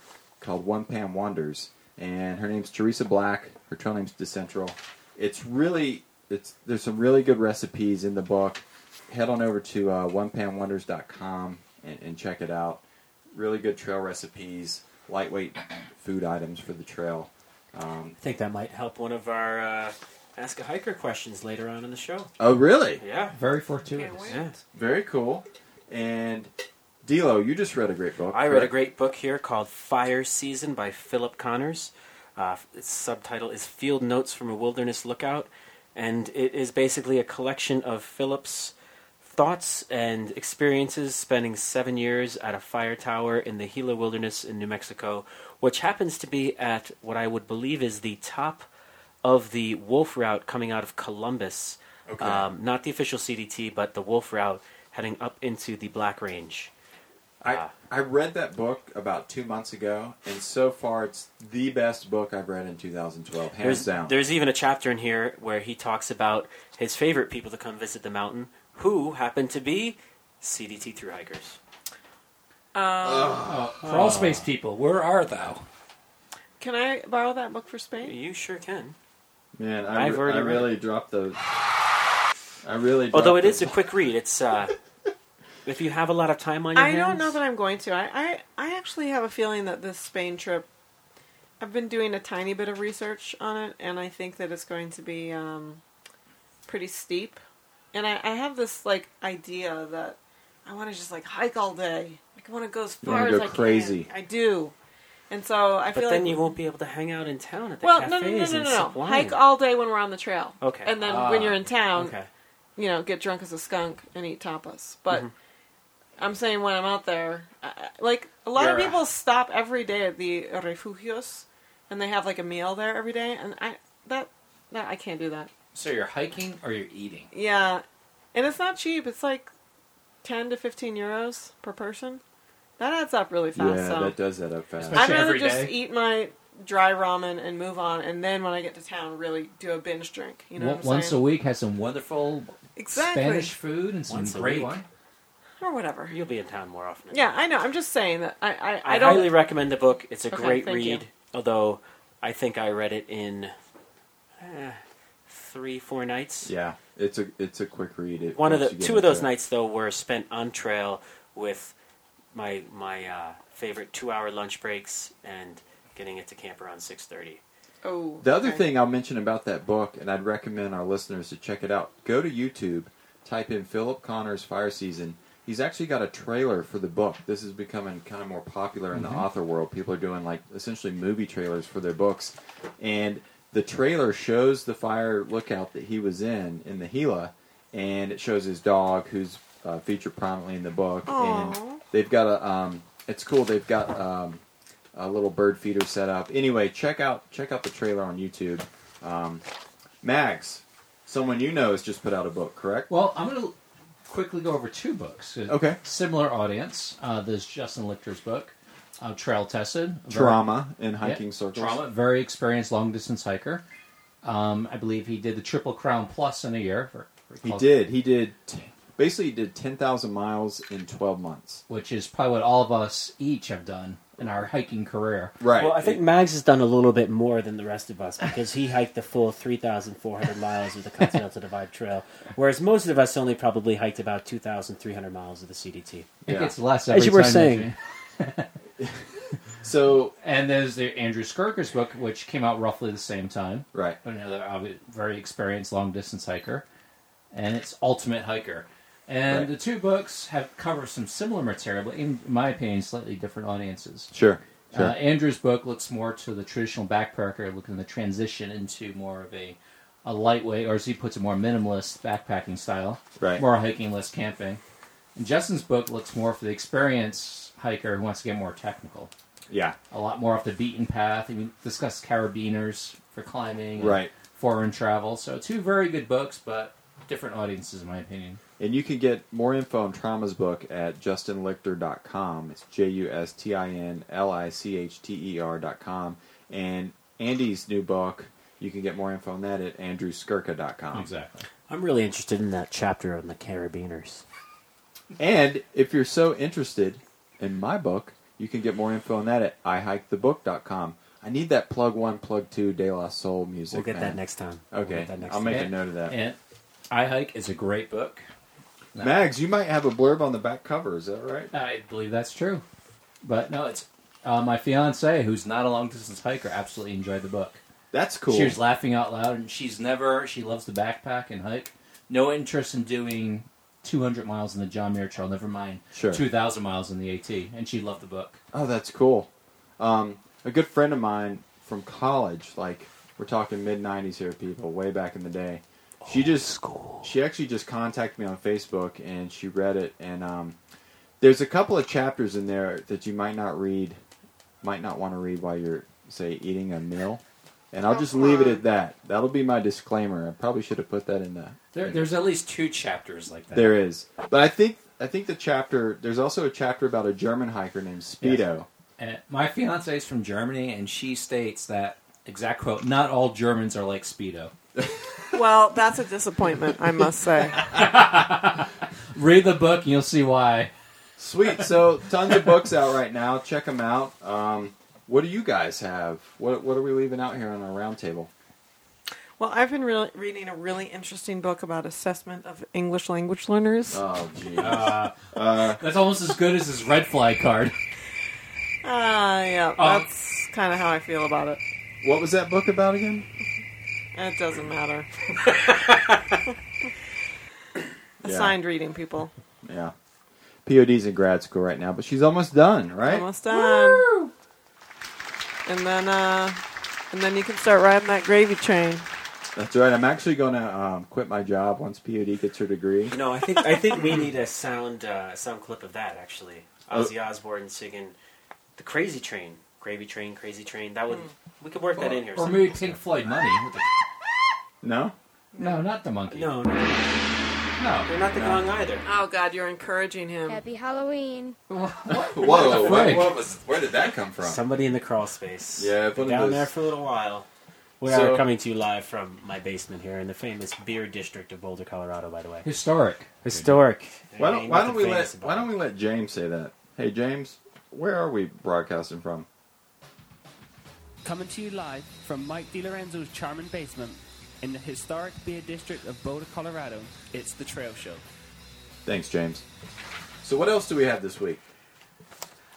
[SPEAKER 1] called One Pan Wonders, and her name's Teresa Black. Her trail name's Decentral. It's really it's there's some really good recipes in the book. Head on over to uh, onepanwonders.com and, and check it out. Really good trail recipes, lightweight food items for the trail. Um,
[SPEAKER 3] I think that might help one of our uh, Ask a Hiker questions later on in the show.
[SPEAKER 1] oh, really?
[SPEAKER 3] Yeah.
[SPEAKER 5] Very
[SPEAKER 4] Can't
[SPEAKER 5] fortuitous.
[SPEAKER 4] wait.
[SPEAKER 3] Yeah.
[SPEAKER 1] Very cool. And Dilo, you just read a great book.
[SPEAKER 3] I read a
[SPEAKER 1] correct?
[SPEAKER 3] great book here called Fire Season by Philip Connors. Uh, its subtitle is Field Notes from a Wilderness Lookout, and it is basically a collection of Philip's thoughts and experiences spending seven years at a fire tower in the Gila Wilderness in New Mexico, which happens to be at what I would believe is the top of the Wolf Route coming out of Columbus.
[SPEAKER 1] Okay.
[SPEAKER 3] Um, not the official CDT, but the Wolf Route heading up into the Black Range.
[SPEAKER 1] I, I read that book about two months ago, and so far it's the best book I've read in 2012, hands
[SPEAKER 3] There's,
[SPEAKER 1] down.
[SPEAKER 3] there's even a chapter in here where he talks about his favorite people to come visit the mountain, who happen to be CDT through hikers.
[SPEAKER 4] Um,
[SPEAKER 2] Crawl space people, where are thou?
[SPEAKER 4] Can I borrow that book for Spain?
[SPEAKER 3] You sure can.
[SPEAKER 1] Man, I, re-
[SPEAKER 3] I've already
[SPEAKER 1] I
[SPEAKER 3] read
[SPEAKER 1] really dropped the. I really.
[SPEAKER 3] Although it
[SPEAKER 1] dropped
[SPEAKER 3] is
[SPEAKER 1] the-
[SPEAKER 3] a quick read, it's uh, if you have a lot of time on your
[SPEAKER 4] I
[SPEAKER 3] hands.
[SPEAKER 4] don't know that I'm going to. I, I, I actually have a feeling that this Spain trip, I've been doing a tiny bit of research on it, and I think that it's going to be um, pretty steep. And I, I have this like idea that I want to just like hike all day. Like, I want to go as
[SPEAKER 1] You wanna
[SPEAKER 4] far as
[SPEAKER 1] go
[SPEAKER 4] I
[SPEAKER 1] crazy.
[SPEAKER 4] can. I do. And so I
[SPEAKER 3] but
[SPEAKER 4] feel
[SPEAKER 3] then
[SPEAKER 4] like
[SPEAKER 3] you won't be able to hang out in town at the
[SPEAKER 4] well,
[SPEAKER 3] cafes
[SPEAKER 4] no, no, no, no,
[SPEAKER 3] and sip
[SPEAKER 4] no, no.
[SPEAKER 3] wine.
[SPEAKER 4] Hike all day when we're on the trail.
[SPEAKER 3] Okay. Ah,
[SPEAKER 4] And then when you're in town,
[SPEAKER 3] okay.
[SPEAKER 4] you know, get drunk as a skunk and eat tapas. But
[SPEAKER 1] Mm-hmm.
[SPEAKER 4] I'm saying when I'm out there, I- I- like a lot of
[SPEAKER 3] You're a-
[SPEAKER 4] people stop every day at the refugios, and they have like a meal there every day, and I that that I can't do that.
[SPEAKER 5] So you're hiking or you're eating?
[SPEAKER 4] Yeah, and it's not cheap. It's like ten to fifteen euros per person. That adds up really
[SPEAKER 1] Yeah,
[SPEAKER 4] fast. so
[SPEAKER 1] that does that up fast.
[SPEAKER 2] Especially-
[SPEAKER 4] I'd rather
[SPEAKER 2] every
[SPEAKER 4] just
[SPEAKER 2] day.
[SPEAKER 4] eat my dry ramen and move on, and then when I get to town, really do a binge drink. You know, what I'm
[SPEAKER 5] once
[SPEAKER 4] saying?
[SPEAKER 5] a week, has some wonderful
[SPEAKER 4] exactly
[SPEAKER 5] Spanish food and some
[SPEAKER 2] Once a
[SPEAKER 5] great
[SPEAKER 2] week.
[SPEAKER 5] wine.
[SPEAKER 4] or whatever.
[SPEAKER 3] You'll be in town more often.
[SPEAKER 4] Yeah, I know. I'm just saying that I I,
[SPEAKER 3] I,
[SPEAKER 4] I don't
[SPEAKER 3] highly recommend the book. It's a
[SPEAKER 4] Okay,
[SPEAKER 3] great
[SPEAKER 4] thank you.
[SPEAKER 3] read. Although I think I read it in eh, three, four nights.
[SPEAKER 1] yeah, it's a it's a quick read. It
[SPEAKER 3] One of the
[SPEAKER 1] lets you get
[SPEAKER 3] two of those
[SPEAKER 1] into it.
[SPEAKER 3] nights though were spent on trail with my my uh, favorite two hour lunch breaks and getting it to camp around six thirty.
[SPEAKER 4] Oh.
[SPEAKER 1] The other
[SPEAKER 4] okay.
[SPEAKER 1] thing I'll mention about that book, and I'd recommend our listeners to check it out. Go to YouTube, type in Philip Connors Fire Season. He's actually got a trailer for the book. This is becoming kind of more popular in the
[SPEAKER 4] Mm-hmm.
[SPEAKER 1] author world. People are doing like essentially movie trailers for their books, and the trailer shows the fire lookout that he was in in the Gila, and it shows his dog, who's uh, featured prominently in the book.
[SPEAKER 4] Aw.
[SPEAKER 1] And they've got a, um, it's cool. They've got um, a little bird feeder set up. Anyway, check out check out the trailer on YouTube. Um, Mags, someone you know has just put out a book, correct?
[SPEAKER 5] Well, I'm going to quickly go over two books.
[SPEAKER 1] Okay.
[SPEAKER 5] Similar audience. Uh, there's Justin Lichter's book, uh, Trail Tested. Very-
[SPEAKER 1] Trauma in
[SPEAKER 5] yeah,
[SPEAKER 1] hiking circles.
[SPEAKER 5] Trauma. Very experienced long distance hiker. Um, I believe he did the Triple Crown Plus in a year. For, for-
[SPEAKER 1] He did. He did. T- basically, he did ten thousand miles in twelve months.
[SPEAKER 5] Which is probably what all of us each have done in our hiking career.
[SPEAKER 1] Right.
[SPEAKER 11] Well, I think Mags has done a little bit more than the rest of us because he hiked the full 3,400 miles of the Continental Divide Trail, whereas most of us only probably hiked about 2,300 miles of the CDT.
[SPEAKER 5] It
[SPEAKER 1] Yeah.
[SPEAKER 5] gets less every
[SPEAKER 11] As you were
[SPEAKER 5] time
[SPEAKER 11] saying.
[SPEAKER 5] you-
[SPEAKER 1] so.
[SPEAKER 5] And there's the Andrew Skirker's book, which came out roughly the same time.
[SPEAKER 1] Right.
[SPEAKER 5] another obvi- very experienced long distance hiker, and it's Ultimate Hiker. And
[SPEAKER 1] Right.
[SPEAKER 5] the two books have cover some similar material, but in my opinion, slightly different audiences.
[SPEAKER 1] Sure. Sure.
[SPEAKER 5] Uh, Andrew's book looks more to the traditional backpacker, looking to transition into more of a, a lightweight, or as he puts it, more minimalist backpacking style.
[SPEAKER 1] Right.
[SPEAKER 5] More hiking, less camping. And Justin's book looks more for the experienced hiker who wants to get more technical.
[SPEAKER 1] Yeah.
[SPEAKER 5] a lot more off the beaten path. And we discussed carabiners for climbing, and
[SPEAKER 1] Right.
[SPEAKER 5] Foreign travel. So two very good books, but different audiences, in my opinion.
[SPEAKER 1] And you can get more info on Trauma's book at justinlichter.com. It's J U S T I N L I C H T E R.com. And Andy's new book, you can get more info on that at andrewskirka.com.
[SPEAKER 5] Exactly.
[SPEAKER 3] I'm really interested in that chapter on the carabiners.
[SPEAKER 1] And if you're so interested in my book, you can get more info on that at ihikethebook.com. I need that plug one, plug two De La Soul music.
[SPEAKER 3] We'll get
[SPEAKER 1] man.
[SPEAKER 3] that next time. We'll
[SPEAKER 1] Okay,
[SPEAKER 3] get that next
[SPEAKER 1] I'll make a
[SPEAKER 5] time.
[SPEAKER 1] note of that.
[SPEAKER 5] And I Hike is a great book.
[SPEAKER 1] Mags, you might have a blurb on the back cover. Is that right?
[SPEAKER 5] I believe that's true. But no, it's uh, my fiance, who's not a long distance hiker, absolutely enjoyed the book.
[SPEAKER 1] That's cool.
[SPEAKER 5] She was laughing out loud, and she's never. She loves to backpack and hike. No interest in doing 200 miles in the John Muir Trail. Never mind
[SPEAKER 1] Sure.
[SPEAKER 5] 2,000 miles in the AT. And she loved the book.
[SPEAKER 1] Oh, that's cool. Um, a good friend of mine from college, like we're talking mid '90s here, people, way back in the day.
[SPEAKER 12] Oh,
[SPEAKER 1] She just she actually just contacted me on Facebook and she read it and um, there's a couple of chapters in there that you might not read, might not want to read while you're say eating a meal. And I'll just leave it at that. That'll be my disclaimer. I probably should have put that in the
[SPEAKER 12] There, there's at least two chapters like that.
[SPEAKER 1] there is, but I think I think the chapter there's also a chapter about a German hiker named Speedo.
[SPEAKER 5] And my fiance is from Germany, and she states that exact quote: "Not all Germans are like Speedo."
[SPEAKER 4] Well, that's a disappointment, I must say.
[SPEAKER 5] Read the book, and you'll see why.
[SPEAKER 1] Sweet. So tons of books out right now. Check them out. Um, what do you guys have? What What are we leaving out here on our roundtable?
[SPEAKER 4] Well, I've been re- reading a really interesting book about assessment of English language learners.
[SPEAKER 1] Oh, gee.
[SPEAKER 5] That's almost as good as his red flag card.
[SPEAKER 4] Ah, yeah,
[SPEAKER 1] Um,
[SPEAKER 5] Oh.
[SPEAKER 4] that's kind of how I feel about it.
[SPEAKER 1] what was that book about again?
[SPEAKER 4] It doesn't matter. Assigned reading, people.
[SPEAKER 1] Yeah. POD's in grad school right now, but she's almost done, right?
[SPEAKER 4] Almost done. And then, uh, and then you can start riding that gravy train.
[SPEAKER 1] That's right. I'm actually going to um, quit my job once POD gets her degree.
[SPEAKER 3] No, I think I think we need a sound uh, sound clip of that actually.
[SPEAKER 1] Oh.
[SPEAKER 3] Ozzy Osbourne singing "The Crazy Train," "Gravy Train," "Crazy Train." That would
[SPEAKER 1] Hmm.
[SPEAKER 3] we could work that in here.
[SPEAKER 5] Or
[SPEAKER 3] somehow.
[SPEAKER 5] maybe Pink Floyd money. What the-
[SPEAKER 1] No?
[SPEAKER 5] No, not the monkey.
[SPEAKER 3] No, no,
[SPEAKER 5] no.
[SPEAKER 3] they're not the gong either.
[SPEAKER 4] Oh God, you're encouraging him.
[SPEAKER 6] Happy Halloween.
[SPEAKER 1] Whoa.
[SPEAKER 5] what- frick? what
[SPEAKER 1] where did that come from?
[SPEAKER 3] Somebody in the crawl space.
[SPEAKER 1] Yeah, one
[SPEAKER 3] Been
[SPEAKER 1] of
[SPEAKER 3] down
[SPEAKER 1] those-
[SPEAKER 3] there for a little while. We
[SPEAKER 1] So-
[SPEAKER 3] are coming to you live from my basement here in the famous beer district of Boulder, Colorado. By the way,
[SPEAKER 5] Historic.
[SPEAKER 3] historic.
[SPEAKER 1] Why don't, why, don't we let, why don't we let James say that? Hey, James, where are we broadcasting from?
[SPEAKER 2] Coming to you live from Mike DiLorenzo's charming basement in the historic beer district of Boulder, Colorado. It's The Trail Show.
[SPEAKER 1] Thanks, James. So, what else do we have this week?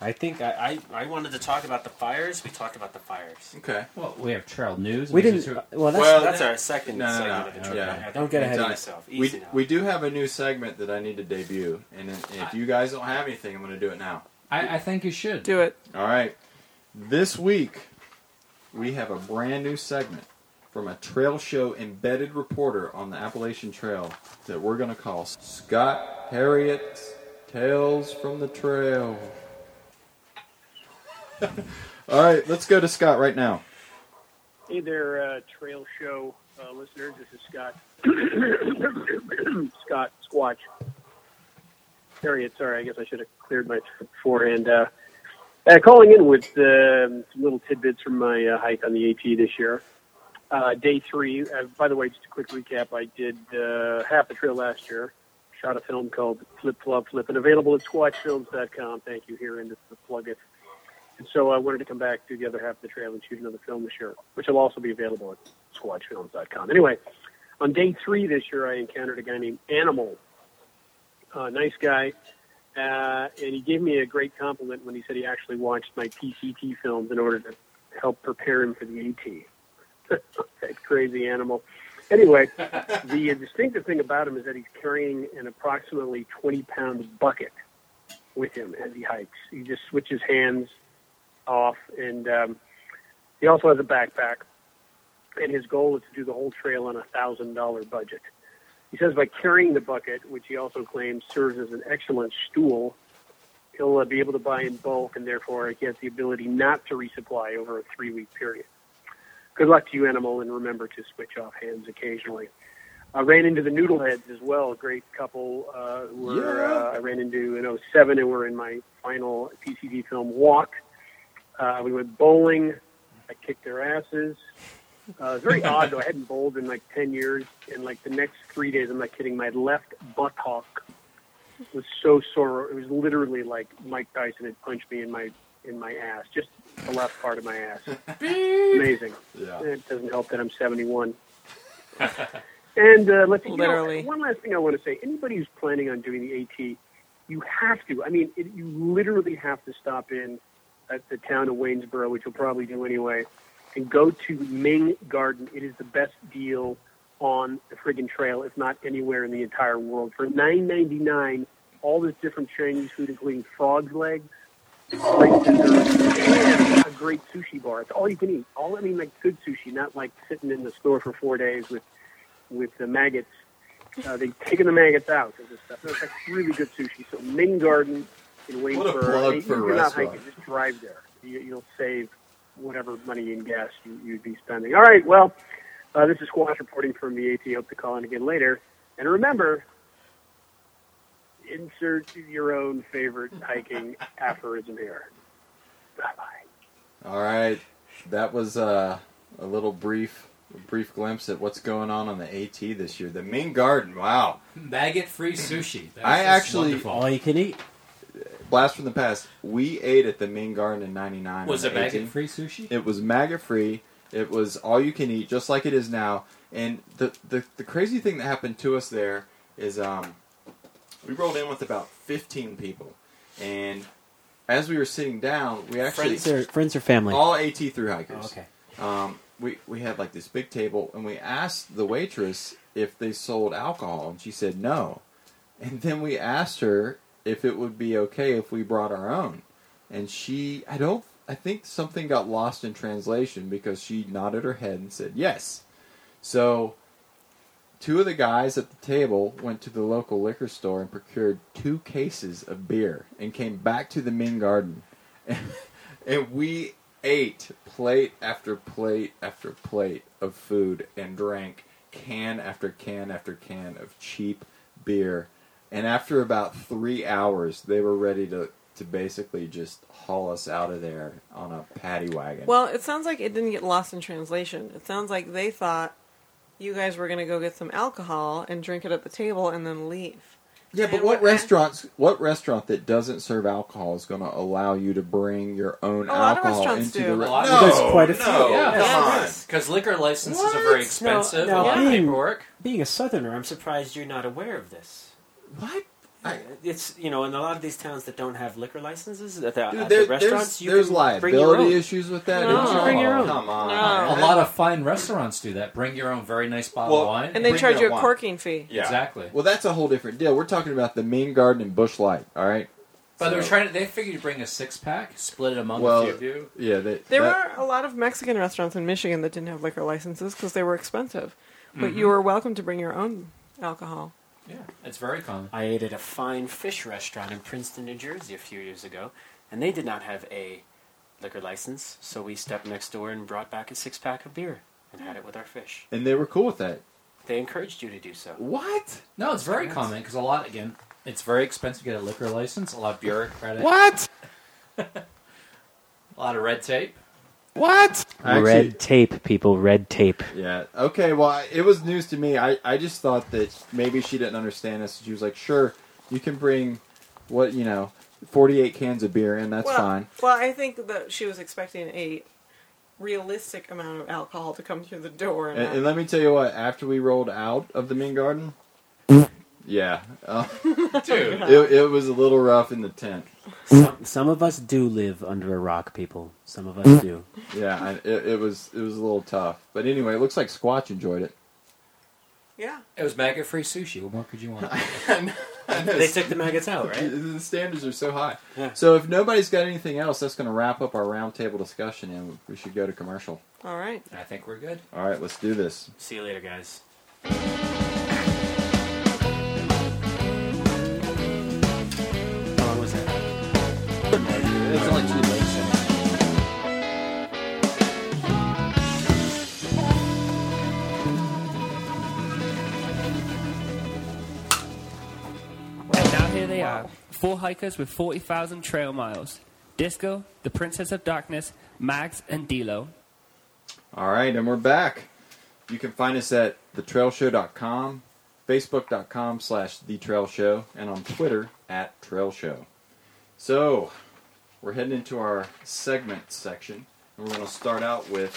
[SPEAKER 3] I think I, I I wanted to talk about the fires. We talked about the fires.
[SPEAKER 1] Okay.
[SPEAKER 5] Well, we have trail news.
[SPEAKER 3] We
[SPEAKER 5] which
[SPEAKER 3] didn't.
[SPEAKER 5] is-
[SPEAKER 3] well, that's,
[SPEAKER 1] Well,
[SPEAKER 3] that's
[SPEAKER 1] that-
[SPEAKER 3] our second
[SPEAKER 1] no, no,
[SPEAKER 3] segment
[SPEAKER 1] no,
[SPEAKER 3] of the
[SPEAKER 1] no,
[SPEAKER 3] trip.
[SPEAKER 1] yeah.
[SPEAKER 3] Don't get ahead of
[SPEAKER 1] Done.
[SPEAKER 3] yourself.
[SPEAKER 1] We,
[SPEAKER 3] Easy now.
[SPEAKER 1] we do have a new segment that I need to debut, and if if you guys don't have anything, I'm going to do it now.
[SPEAKER 5] I, I think you should.
[SPEAKER 4] Do it.
[SPEAKER 1] All right. This week, we have a brand new segment from a trail show embedded reporter on the Appalachian Trail that we're going to call Scott Harriet's Tales from the Trail. All right, let's go to Scott right now.
[SPEAKER 13] Hey there, uh, Trail Show uh, listeners. This is Scott. Scott Squatch. Harriet, sorry, I guess I should have cleared my forehand. Uh, uh, calling in with um some little tidbits from my uh, hike on the AT this year. Uh, day three, uh, by the way, just a quick recap I did uh, half the trail last year. Shot a film called Flip Flop Flip and available at squatchfilms.com. Thank you, here, and this is the plug it. And so I wanted to come back to the other half of the trail and shoot another film this year, which will also be available at squatchfilms.com. Anyway, on day three this year, I encountered a guy named Animal. Uh, nice guy. Uh, and he gave me a great compliment when he said he actually watched my PCT films in order to help prepare him for the AT. that crazy animal. Anyway, the distinctive thing about him is that he's carrying an approximately 20 pound bucket with him as he hikes. He just switches hands off, and um, he also has a backpack. And his goal is to do the whole trail on a thousand dollar budget. He says by carrying the bucket, which he also claims serves as an excellent stool, he'll uh, be able to buy in bulk, and therefore he has the ability not to resupply over a three-week period. Good luck to you, animal, and remember to switch off hands occasionally. I ran into the Noodleheads as well, a great couple. Uh, who were, uh, I ran into in 07 and were in my final PCD film walk. Uh, we went bowling. I kicked their asses. Uh, it's very odd though. I hadn't bowled in like ten years, and like the next three days, I'm not kidding. My left buttock was so sore. It was literally like Mike Tyson had punched me in my in my ass, just the left part of my ass. Amazing.
[SPEAKER 1] Yeah.
[SPEAKER 13] It doesn't help that I'm 71. And uh, let's you know,
[SPEAKER 4] Literally.
[SPEAKER 13] one last thing I want to say: anybody who's planning on doing the AT, you have to. I mean, it, you literally have to stop in at the town of Waynesboro, which you'll probably do anyway, and go to Ming Garden. It is the best deal on the friggin' trail, if not anywhere in the entire world. For nine ninety nine, all this different Chinese food, including frog's legs, great desserts, and a great sushi bar. It's all you can eat. All I mean, like good sushi, not like sitting in the store for four days with with the maggots. Uh, they've taken the maggots out of this stuff. It's like really good sushi. So Ming Garden in Waynesboro.
[SPEAKER 1] plug
[SPEAKER 13] and
[SPEAKER 1] for a
[SPEAKER 13] you're not
[SPEAKER 1] restaurant.
[SPEAKER 13] hiking, just drive there. You, you'll save whatever money in gas you, you'd be spending. All right, well, uh, this is Squash reporting from the AT. Hope to call in again later. And remember, insert your own favorite hiking aphorism here.
[SPEAKER 1] All right, that was uh, a little brief, a brief glimpse at what's going on on the AT this year. The Ming Garden, wow!
[SPEAKER 12] Maggot free sushi. That
[SPEAKER 1] I
[SPEAKER 12] is
[SPEAKER 1] actually-
[SPEAKER 12] wonderful.
[SPEAKER 3] All you can eat.
[SPEAKER 1] Blast from the past. We ate at the Ming Garden in '99.
[SPEAKER 12] was
[SPEAKER 1] on
[SPEAKER 12] it
[SPEAKER 1] the AT.
[SPEAKER 12] maggot free sushi.
[SPEAKER 1] It was maggot free. It was all you can eat, just like it is now. And the, the the crazy thing that happened to us there is, um, we rolled in with about 15 people, and as we were sitting down, we actually
[SPEAKER 3] Friends or, friends or family?
[SPEAKER 1] all AT through hikers.
[SPEAKER 3] Oh, okay.
[SPEAKER 1] um, we we had like this big table, and we asked the waitress if they sold alcohol, and she said no. And then we asked her if it would be okay if we brought our own, and she I don't I think something got lost in translation because she nodded her head and said yes. So. Two of the guys at the table went to the local liquor store and procured two cases of beer and came back to the Ming Garden and we ate plate after plate after plate of food and drank can after can after can of cheap beer. And after about three hours, they were ready to, to basically just haul us out of there on a paddy wagon.
[SPEAKER 4] Well, it sounds like it didn't get lost in translation. It sounds like they thought you guys were going to go get some alcohol and drink it at the table and then leave.
[SPEAKER 1] yeah, but
[SPEAKER 4] and
[SPEAKER 1] what
[SPEAKER 4] what-
[SPEAKER 1] restaurants? What restaurant that doesn't serve alcohol is going to allow you to bring your own
[SPEAKER 4] A lot of
[SPEAKER 1] alcohol
[SPEAKER 4] restaurants
[SPEAKER 1] into
[SPEAKER 4] do.
[SPEAKER 1] the
[SPEAKER 4] A
[SPEAKER 1] restaurant?
[SPEAKER 12] lot.
[SPEAKER 1] No,
[SPEAKER 3] There's quite a few.
[SPEAKER 1] no,
[SPEAKER 12] Yeah.
[SPEAKER 1] come
[SPEAKER 4] Yeah,
[SPEAKER 1] on.
[SPEAKER 12] Because liquor licenses are very expensive.
[SPEAKER 3] No,
[SPEAKER 12] a lot
[SPEAKER 3] no,
[SPEAKER 12] of
[SPEAKER 3] being-
[SPEAKER 12] paperwork.
[SPEAKER 3] Being a southerner, I'm surprised you're not aware of this.
[SPEAKER 1] What? I-
[SPEAKER 3] It's you know in a lot of these towns that don't have liquor licenses at the,
[SPEAKER 1] Dude,
[SPEAKER 3] at
[SPEAKER 1] there-
[SPEAKER 3] the restaurants
[SPEAKER 1] there's,
[SPEAKER 3] you
[SPEAKER 1] there's
[SPEAKER 3] can bring your
[SPEAKER 1] liability
[SPEAKER 3] own.
[SPEAKER 1] issues with that.
[SPEAKER 4] No.
[SPEAKER 1] It's
[SPEAKER 4] You bring
[SPEAKER 3] your own.
[SPEAKER 1] Come on,
[SPEAKER 4] No.
[SPEAKER 1] man.
[SPEAKER 12] A lot of fine restaurants do that. Bring your own very nice bottle
[SPEAKER 1] Well,
[SPEAKER 12] of wine.
[SPEAKER 4] And they
[SPEAKER 1] Bring
[SPEAKER 4] charge
[SPEAKER 1] your
[SPEAKER 4] you a
[SPEAKER 1] wine.
[SPEAKER 4] corking fee.
[SPEAKER 1] Yeah.
[SPEAKER 12] Exactly.
[SPEAKER 1] Well, that's a whole different deal. We're talking about the Mean Garden and Bush Light. All right.
[SPEAKER 12] but they were
[SPEAKER 1] So-
[SPEAKER 12] trying to. They figured you'd bring a six pack, split it among
[SPEAKER 1] Well,
[SPEAKER 12] a few of you.
[SPEAKER 1] Yeah. They,
[SPEAKER 4] There
[SPEAKER 1] that-
[SPEAKER 4] were a lot of Mexican restaurants in Michigan that didn't have liquor licenses because they were expensive. But
[SPEAKER 1] Mm-hmm.
[SPEAKER 4] you were welcome to bring your own alcohol.
[SPEAKER 12] Yeah, it's very common.
[SPEAKER 3] I ate at a fine fish restaurant in Princeton, New Jersey, a few years ago, and they did not have a liquor license, so we stepped next door and brought back a six pack of beer and had it with our fish.
[SPEAKER 1] and they were cool with that.
[SPEAKER 3] They encouraged you to do so.
[SPEAKER 1] What?
[SPEAKER 12] No, it's very common because a lot again, it's very expensive to get a liquor license. A lot of bureaucratic.
[SPEAKER 9] What?
[SPEAKER 12] A lot of red tape.
[SPEAKER 9] What?
[SPEAKER 1] I actually-
[SPEAKER 3] tape, people. Red tape.
[SPEAKER 1] Yeah. Okay. Well, I- it was news to me. I, I just thought that maybe she didn't understand us. She was like, "Sure, you can bring what you know, forty-eight cans of beer, and that's
[SPEAKER 4] well,
[SPEAKER 1] fine."
[SPEAKER 4] Well, I think that she was expecting a realistic amount of alcohol to come through the door.
[SPEAKER 1] And, and let me tell you what. After we rolled out of the Mean Garden, yeah, uh,
[SPEAKER 12] Dude,
[SPEAKER 1] it, it was a little rough in the tent.
[SPEAKER 3] Some, some of us do live under a rock, people. Some of us do.
[SPEAKER 1] Yeah, I, it, it was it was a little tough. But anyway, it looks like Squatch enjoyed it.
[SPEAKER 4] yeah.
[SPEAKER 12] it was maggot free sushi. What more could you want?
[SPEAKER 3] They took the maggots out,
[SPEAKER 1] The-
[SPEAKER 3] right?
[SPEAKER 1] the standards are so high.
[SPEAKER 3] Yeah.
[SPEAKER 1] So if nobody's got anything else, that's going to wrap up our roundtable discussion, and we should go to commercial.
[SPEAKER 4] All right.
[SPEAKER 12] I think we're good.
[SPEAKER 1] All right, let's do this.
[SPEAKER 3] See you later, guys. How long was that?
[SPEAKER 2] Four hikers with 40,000 trail miles. Disco, The Princess of Darkness, Mags, and Dilo.
[SPEAKER 1] All right, and we're back. You can find us at thetrailshow.com, facebook.com slash thetrailshow, and on Twitter at trailshow. So, we're heading into our segment section, and we're going to start out with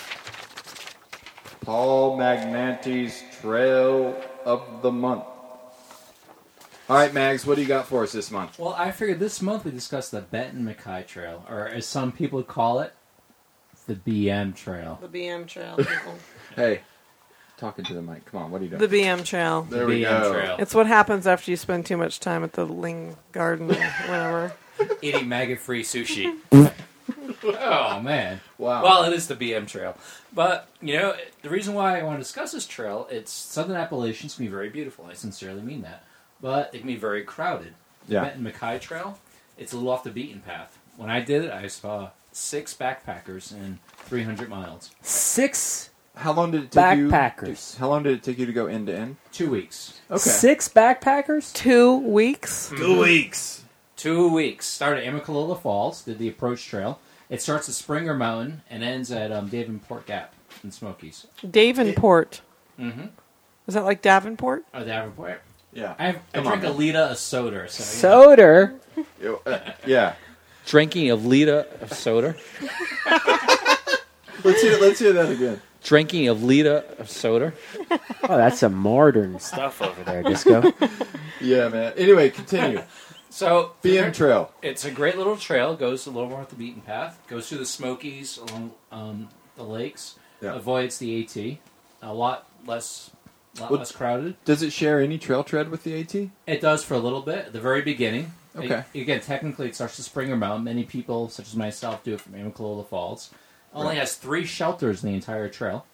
[SPEAKER 1] Paul Magnanti's Trail of the Month. All right, Mags, what do you got for us this month?
[SPEAKER 5] Well, I figured this month we discussed the Benton Mackay Trail, or as some people call it, the BM Trail.
[SPEAKER 4] The BM trail, people.
[SPEAKER 1] Hey, talking to the mic. Come on, what are you doing?
[SPEAKER 4] the BM trail.
[SPEAKER 1] There we
[SPEAKER 5] BM
[SPEAKER 1] go.
[SPEAKER 5] Trail.
[SPEAKER 4] It's what happens after you spend too much time at the Ling Garden or whatever.
[SPEAKER 12] Eating maggot-free sushi.
[SPEAKER 5] Oh man,
[SPEAKER 1] Wow.
[SPEAKER 12] Well, it is the BM Trail, but you know the reason why I want to discuss this trail. It's Southern Appalachians can be very beautiful. I sincerely mean that, but it can be very crowded. The
[SPEAKER 1] Yeah.
[SPEAKER 12] Benton Mackay Trail. It's a little off the beaten path. When I did it, I saw six backpackers in 300 miles,
[SPEAKER 3] Six
[SPEAKER 1] how long did it take you?
[SPEAKER 3] Backpackers.
[SPEAKER 1] How long did it take you to go end to end?
[SPEAKER 12] two weeks.
[SPEAKER 1] Okay.
[SPEAKER 3] six backpackers.
[SPEAKER 4] Two weeks?
[SPEAKER 1] Two weeks.
[SPEAKER 12] Two weeks.
[SPEAKER 5] started at Amicalola Falls, did the approach trail. It starts at Springer Mountain and ends at um, Davenport Gap in Smokies.
[SPEAKER 4] Davenport. Mm-hmm.
[SPEAKER 5] Mhm.
[SPEAKER 4] Is that like Davenport?
[SPEAKER 5] Oh, Davenport.
[SPEAKER 1] Yeah.
[SPEAKER 5] I, have, I
[SPEAKER 1] Come on,
[SPEAKER 5] drink a Lita of soda. So, you know.
[SPEAKER 3] Soder.
[SPEAKER 1] Yo, uh, yeah.
[SPEAKER 12] Drinking a liter of soda.
[SPEAKER 1] Let's hear, let's hear that again.
[SPEAKER 12] Drinking a liter of soda.
[SPEAKER 3] Oh, that's some modern stuff over there, Disco.
[SPEAKER 1] Yeah, man. Anyway, continue.
[SPEAKER 5] so
[SPEAKER 1] BM Trail.
[SPEAKER 5] It's a great little trail. Goes a little more off the beaten path. Goes through the Smokies along um, the lakes.
[SPEAKER 1] Yeah.
[SPEAKER 5] Avoids the AT. A lot less, lot
[SPEAKER 1] Well-
[SPEAKER 5] less crowded.
[SPEAKER 1] Does it share any trail tread with the AT?
[SPEAKER 5] It does for a little bit at the very beginning.
[SPEAKER 1] Okay.
[SPEAKER 5] It- again, technically, it starts to Springer Mountain. Many people, such as myself, do it from Amicalola Falls. Only
[SPEAKER 1] Right.
[SPEAKER 5] has three shelters in the entire trail,